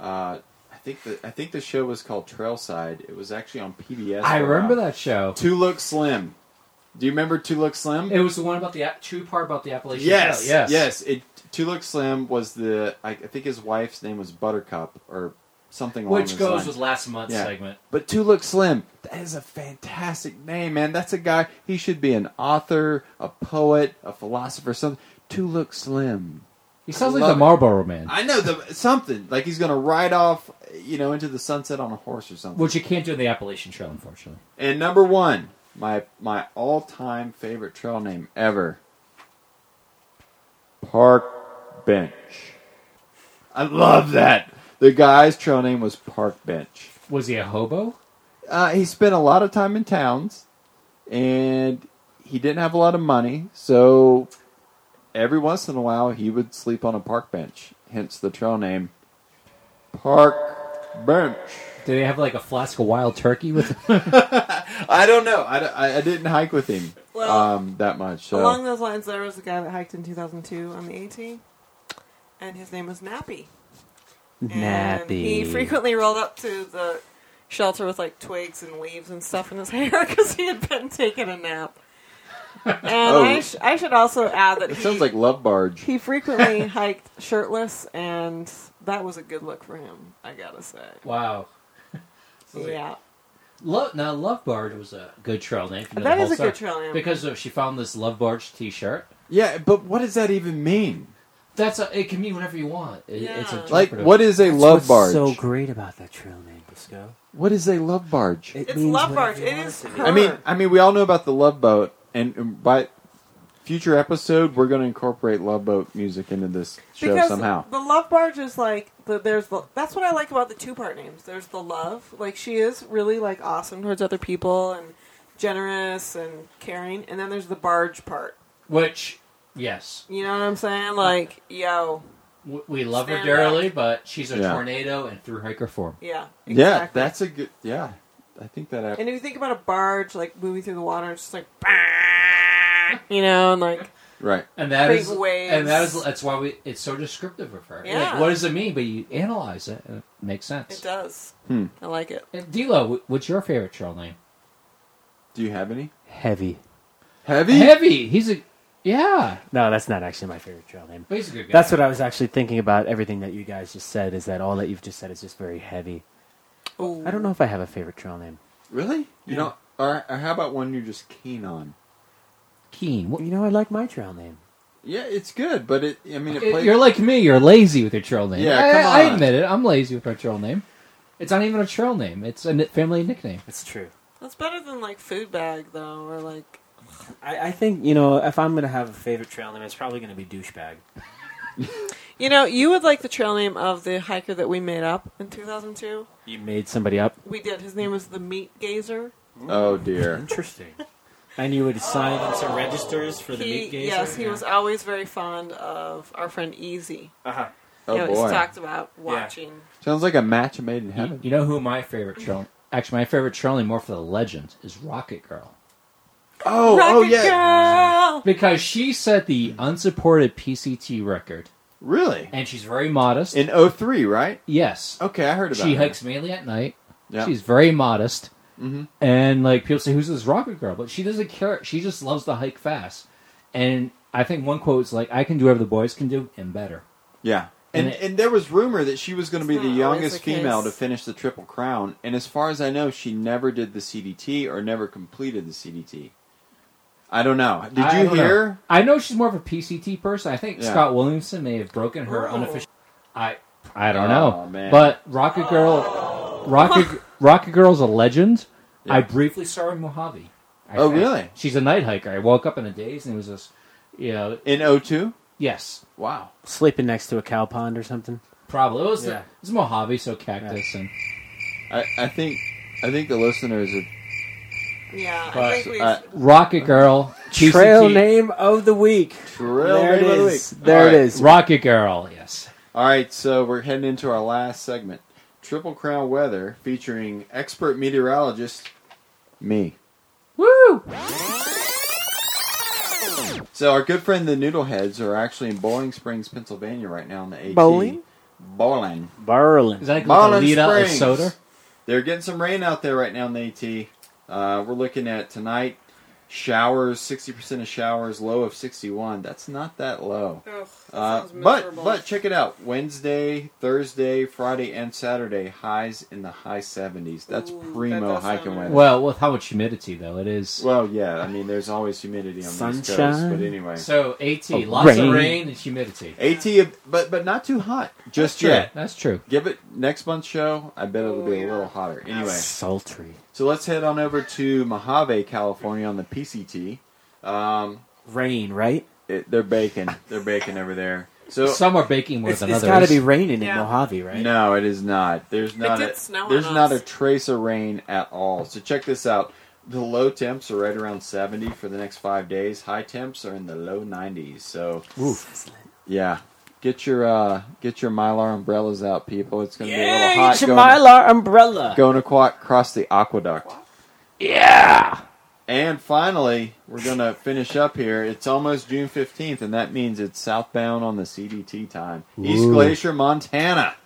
[SPEAKER 1] Uh, I think the I think the show was called Trailside. It was actually on PBS.
[SPEAKER 5] I
[SPEAKER 1] for a
[SPEAKER 5] remember
[SPEAKER 1] while.
[SPEAKER 5] that show.
[SPEAKER 1] Two Look Slim. Do you remember Two Look Slim?
[SPEAKER 5] It was the one about the app- true part about the Appalachian
[SPEAKER 1] yes,
[SPEAKER 5] Trail. Yes.
[SPEAKER 1] yes. It Tuluk Slim was the I, I think his wife's name was Buttercup or something along
[SPEAKER 5] Which
[SPEAKER 1] those
[SPEAKER 5] goes
[SPEAKER 1] lines.
[SPEAKER 5] with last month's
[SPEAKER 1] Yeah.
[SPEAKER 5] segment.
[SPEAKER 1] But Tuluk Slim, that is a fantastic name, man. That's a guy. He should be an author, a poet, a philosopher, something. Tuluk Slim.
[SPEAKER 5] He sounds like
[SPEAKER 1] Love
[SPEAKER 5] the
[SPEAKER 1] it.
[SPEAKER 5] Marlboro Man,
[SPEAKER 1] I know the something like he's gonna ride off, you know, into the sunset on a horse or something.
[SPEAKER 5] which you can't do in the Appalachian Trail, unfortunately.
[SPEAKER 1] And number one, my my all time favorite trail name ever. Park Bench. I love that. The guy's trail name was Park Bench.
[SPEAKER 5] Was he a hobo?
[SPEAKER 1] Uh, he spent a lot of time in towns, and he didn't have a lot of money, so every once in a while he would sleep on a park bench. Hence the trail name, Park Bench.
[SPEAKER 5] Did he have like a flask of wild turkey with him?
[SPEAKER 1] I don't know. I, I, I didn't hike with him
[SPEAKER 4] Well,
[SPEAKER 1] um, that much. So.
[SPEAKER 4] Along those lines, there was a guy that hiked in 2002 on the AT, and his name was Nappy. And he frequently rolled up to the shelter with like twigs and leaves and stuff in his hair because he had been taking a nap. And I,
[SPEAKER 1] Oh.
[SPEAKER 4] sh- I should also add that
[SPEAKER 1] It
[SPEAKER 4] he,
[SPEAKER 1] sounds like Love Barge.
[SPEAKER 4] he frequently hiked shirtless, and that was a good look for him, I gotta say.
[SPEAKER 5] Wow.
[SPEAKER 4] yeah.
[SPEAKER 5] Love, now, Love Barge was a good trail name. if you know
[SPEAKER 4] That
[SPEAKER 5] the
[SPEAKER 4] is
[SPEAKER 5] whole
[SPEAKER 4] a good
[SPEAKER 5] story.
[SPEAKER 4] trail name.
[SPEAKER 5] Because uh, she found this Love Barge t shirt.
[SPEAKER 1] Yeah, but what does that even mean?
[SPEAKER 5] That's a, It can mean whatever you want. It- It's a
[SPEAKER 4] Yeah.
[SPEAKER 1] Like,
[SPEAKER 5] interpretive-
[SPEAKER 1] what is a love
[SPEAKER 6] What's
[SPEAKER 1] barge?
[SPEAKER 6] so great about that trail name, Disco?
[SPEAKER 1] what is a love barge?
[SPEAKER 6] It
[SPEAKER 4] It's
[SPEAKER 6] means
[SPEAKER 4] Love
[SPEAKER 6] whatever
[SPEAKER 4] Barge.
[SPEAKER 6] you
[SPEAKER 4] It
[SPEAKER 6] want
[SPEAKER 4] is
[SPEAKER 6] to
[SPEAKER 4] her.
[SPEAKER 1] I mean, I mean, we all know about the love boat, and, and by future episode, we're going to incorporate love boat music into this show
[SPEAKER 4] because
[SPEAKER 1] somehow.
[SPEAKER 4] the love barge is like the, there's the that's what I like about the two part names. There's the love, like she is really like awesome towards other people and generous and caring, and then there's the barge part.
[SPEAKER 5] Which, yes,
[SPEAKER 4] You know what I'm saying? Like, yo,
[SPEAKER 5] w- we love her
[SPEAKER 4] Stand
[SPEAKER 5] dearly, but she's a
[SPEAKER 1] Yeah.
[SPEAKER 5] tornado and through hiker form.
[SPEAKER 4] yeah,
[SPEAKER 1] Yeah,
[SPEAKER 4] exactly.
[SPEAKER 1] that's a good. Yeah, I think that. Happened.
[SPEAKER 4] And if you think about a barge like moving through the water, it's just like, you know, and like
[SPEAKER 1] Right.
[SPEAKER 5] And that
[SPEAKER 4] Big
[SPEAKER 5] is,
[SPEAKER 4] waves.
[SPEAKER 5] and that is, that's why we. It's so descriptive of her. Like,
[SPEAKER 4] Yeah.
[SPEAKER 5] what does it mean? But you analyze it, and it makes sense.
[SPEAKER 4] it does.
[SPEAKER 1] Hmm.
[SPEAKER 4] I like it.
[SPEAKER 5] And Dilo, wh- what's your favorite trail name?
[SPEAKER 1] Do you have any
[SPEAKER 6] Heavy.
[SPEAKER 1] heavy?
[SPEAKER 5] Heavy. He's a yeah.
[SPEAKER 6] No, that's not actually my favorite trail name.
[SPEAKER 5] But he's a good guy.
[SPEAKER 6] That's what I was actually thinking about. Everything that you guys just said is that all that you've just said is just very heavy.
[SPEAKER 4] Ooh.
[SPEAKER 6] I don't know if I have a favorite trail name.
[SPEAKER 1] Really? You know, or, or uh, how about one you're just keen on?
[SPEAKER 5] keen. What-
[SPEAKER 6] You know, I like my trail name.
[SPEAKER 1] Yeah, it's good, but it. I mean, it plays.
[SPEAKER 5] You're like me. You're lazy with your trail name.
[SPEAKER 1] Yeah,
[SPEAKER 5] I,
[SPEAKER 1] come
[SPEAKER 5] I
[SPEAKER 1] on.
[SPEAKER 5] admit it. I'm lazy with my trail name. It's not even a trail name. It's a ni- family nickname.
[SPEAKER 6] That's true.
[SPEAKER 4] That's better than like food bag though, or like
[SPEAKER 6] I, I think you know if I'm gonna have a favorite trail name, it's probably gonna be douchebag.
[SPEAKER 4] you know you would like the trail name of the hiker that we made up in 2002.
[SPEAKER 6] You made somebody up.
[SPEAKER 4] We did. His name was the Meat Gazer.
[SPEAKER 1] oh dear.
[SPEAKER 6] Interesting. and you would assign them to registers for the
[SPEAKER 4] He,
[SPEAKER 6] meat gazer.
[SPEAKER 4] yes, he
[SPEAKER 6] Yeah.
[SPEAKER 4] was always very fond of our friend Easy.
[SPEAKER 6] Uh-huh.
[SPEAKER 4] he
[SPEAKER 1] Oh
[SPEAKER 4] always
[SPEAKER 1] boy.
[SPEAKER 4] talked about watching.
[SPEAKER 1] Sounds like a match made in
[SPEAKER 5] You,
[SPEAKER 1] heaven.
[SPEAKER 5] you know who my favorite trail? Actually, my favorite trail name, more for the legend, is Rocket Girl
[SPEAKER 1] Oh, oh
[SPEAKER 4] Rocket
[SPEAKER 1] yeah.
[SPEAKER 4] Girl!
[SPEAKER 5] because she set the unsupported PCT record,
[SPEAKER 1] Really?
[SPEAKER 5] and she's very modest.
[SPEAKER 1] In 03, right?
[SPEAKER 5] yes,
[SPEAKER 1] Okay, I heard about
[SPEAKER 5] she
[SPEAKER 1] her.
[SPEAKER 5] hikes mainly at night.
[SPEAKER 1] Yeah.
[SPEAKER 5] She's very modest.
[SPEAKER 1] Mhm.
[SPEAKER 5] And like people say, who's this rocket girl? But she doesn't care. She just loves to hike fast. And I think one quote is like, "I can do whatever the boys can do and better."
[SPEAKER 1] Yeah. And,
[SPEAKER 5] And it-
[SPEAKER 1] and there was rumor that she was going to be
[SPEAKER 4] It's
[SPEAKER 1] the
[SPEAKER 4] not always
[SPEAKER 1] youngest
[SPEAKER 4] the case.
[SPEAKER 1] female to finish the Triple Crown, and as far as I know, she never did the CDT or never completed the CDT. I don't know. Did
[SPEAKER 5] I
[SPEAKER 1] you
[SPEAKER 5] don't know.
[SPEAKER 1] hear?
[SPEAKER 5] I know she's more of a PCT person. I think
[SPEAKER 1] Yeah.
[SPEAKER 5] Scott Williamson may have broken her
[SPEAKER 4] Oh.
[SPEAKER 5] unofficial. I I don't
[SPEAKER 1] Oh,
[SPEAKER 5] know.
[SPEAKER 1] man.
[SPEAKER 5] But Rocket Girl, Rocket Rocket Girl's a legend.
[SPEAKER 1] Yeah.
[SPEAKER 5] I briefly saw her in Mojave. I-
[SPEAKER 1] Oh,
[SPEAKER 5] I-
[SPEAKER 1] really?
[SPEAKER 5] she's a night hiker. I woke up in a daze and it was this. You know,
[SPEAKER 1] In 02?
[SPEAKER 5] yes,
[SPEAKER 1] Wow.
[SPEAKER 6] sleeping next to a cow pond or something.
[SPEAKER 5] probably it was. the-
[SPEAKER 6] Yeah.
[SPEAKER 5] it was Mojave, so cactus and.
[SPEAKER 1] I, I think I think the listeners are.
[SPEAKER 4] Yeah, I
[SPEAKER 1] But,
[SPEAKER 4] think we.
[SPEAKER 1] uh,
[SPEAKER 5] Rocket Girl, PCT,
[SPEAKER 6] Trail name of the week.
[SPEAKER 1] Trail
[SPEAKER 6] there it
[SPEAKER 1] name of the
[SPEAKER 6] is.
[SPEAKER 1] week.
[SPEAKER 6] There
[SPEAKER 1] All
[SPEAKER 6] it
[SPEAKER 1] right.
[SPEAKER 6] is.
[SPEAKER 5] Rocket Girl. Yes,
[SPEAKER 1] All right, so we're heading into our last segment Triple Crown Weather featuring expert meteorologist, me.
[SPEAKER 5] woo!
[SPEAKER 1] So our good friend the Noodleheads are actually in Bowling Springs, Pennsylvania right now in the AT.
[SPEAKER 4] Bowling?
[SPEAKER 1] Bowling.
[SPEAKER 5] Is
[SPEAKER 6] Berlin.
[SPEAKER 5] that like a
[SPEAKER 1] Marlin
[SPEAKER 5] lead out of
[SPEAKER 1] Springs.
[SPEAKER 5] soda?
[SPEAKER 1] They're getting some rain out there right now in the AT. Uh, we're looking at tonight Showers, 60% of showers, low of 61. That's not that low.
[SPEAKER 4] Ugh, that
[SPEAKER 1] Uh,
[SPEAKER 4] sounds
[SPEAKER 1] but
[SPEAKER 4] miserable.
[SPEAKER 1] but check it out. Wednesday, Thursday, Friday, and Saturday highs in the high 70s. That's
[SPEAKER 4] Ooh, that
[SPEAKER 1] primo
[SPEAKER 4] does
[SPEAKER 1] hiking
[SPEAKER 4] sound
[SPEAKER 1] weather.
[SPEAKER 4] nice.
[SPEAKER 12] Well, with how much humidity though, it is.
[SPEAKER 1] Well, yeah. I mean, there's always humidity on the East Coast, but
[SPEAKER 6] Sunshine.
[SPEAKER 1] anyway.
[SPEAKER 12] So AT,
[SPEAKER 6] Oh,
[SPEAKER 12] lots
[SPEAKER 6] rain.
[SPEAKER 12] of rain and humidity.
[SPEAKER 1] AT, but but not too hot just
[SPEAKER 12] True.
[SPEAKER 1] yet.
[SPEAKER 12] That's true.
[SPEAKER 1] Give it next month's show. I bet it'll
[SPEAKER 4] Oh,
[SPEAKER 1] be a
[SPEAKER 4] yeah.
[SPEAKER 1] little hotter. Anyway,
[SPEAKER 6] Sultry.
[SPEAKER 1] so let's head on over to Mojave, California, on the PCT. Um,
[SPEAKER 6] Rain, right?
[SPEAKER 1] it, they're baking. They're baking over there. So
[SPEAKER 12] Some are baking more
[SPEAKER 6] It's,
[SPEAKER 12] than
[SPEAKER 6] it's
[SPEAKER 12] others.
[SPEAKER 6] got to be raining
[SPEAKER 4] Yeah.
[SPEAKER 6] in Mojave, right?
[SPEAKER 1] no, it is not. There's not.
[SPEAKER 4] did
[SPEAKER 1] a,
[SPEAKER 4] snow
[SPEAKER 1] there's
[SPEAKER 4] on
[SPEAKER 1] not
[SPEAKER 4] us.
[SPEAKER 1] a trace of rain at all. So check this out. The low temps are right around 70 for the next five days. High temps are in the low 90s. So yeah, get your uh, get your mylar umbrellas out, people. It's gonna be a little hot.
[SPEAKER 6] It's a
[SPEAKER 1] going-
[SPEAKER 6] Mylar umbrella.
[SPEAKER 1] going aqua- across the aqueduct. Yeah. And finally, we're going to finish up here. It's almost June 15th, and that means it's southbound on the CDT time. East Glacier, Montana.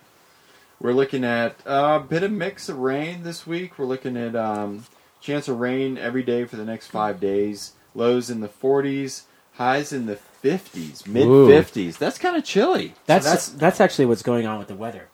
[SPEAKER 1] We're looking at uh, a bit of mix of rain this week. We're looking at um, chance of rain every day for the next five days. Lows in the 40s, highs in the 50s, mid 50s. That's kind of chilly.
[SPEAKER 6] That's, that's that's actually what's going on with the weather.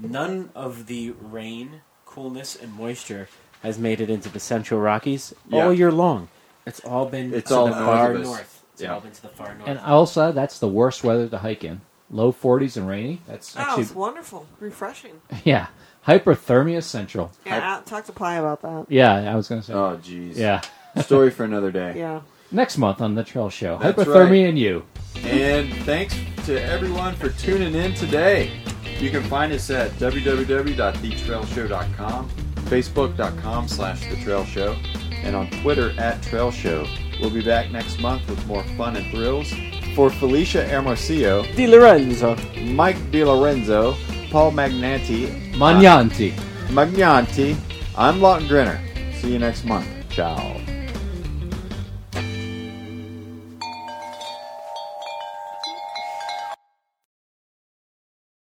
[SPEAKER 6] None of the rain, coolness, and moisture has made it into the Central Rockies
[SPEAKER 1] Yeah.
[SPEAKER 6] all year long. It's all been
[SPEAKER 1] It's
[SPEAKER 6] to
[SPEAKER 1] all
[SPEAKER 6] the
[SPEAKER 1] north
[SPEAKER 6] far
[SPEAKER 1] of us.
[SPEAKER 6] north. It's
[SPEAKER 1] Yeah.
[SPEAKER 6] all been to the far north.
[SPEAKER 12] And also, that's the worst weather to hike in. Low 40s and rainy. That's
[SPEAKER 4] Oh,
[SPEAKER 12] actually
[SPEAKER 4] it's wonderful, refreshing.
[SPEAKER 12] yeah. Hyperthermia central.
[SPEAKER 4] Yeah, I, talk to Pie about that.
[SPEAKER 12] Yeah, I was gonna say.
[SPEAKER 1] Oh, jeez.
[SPEAKER 12] yeah.
[SPEAKER 1] Story for another day.
[SPEAKER 4] Yeah.
[SPEAKER 12] Next month on the Trail Show,
[SPEAKER 1] That's
[SPEAKER 12] hyperthermia
[SPEAKER 1] right.
[SPEAKER 12] and you.
[SPEAKER 1] And thanks to everyone for tuning in today. You can find us at www.thetrailshow.com, facebook.com slash the trail show, and on Twitter at trail show. We'll be back next month with more fun and thrills. For Felicia Hermosillo,
[SPEAKER 6] Di Lorenzo.
[SPEAKER 1] Mike DiLorenzo, Paul Magnanti,
[SPEAKER 12] Magnanti.
[SPEAKER 1] Magnanti, I'm Lawton Grinner. See you next month. Ciao.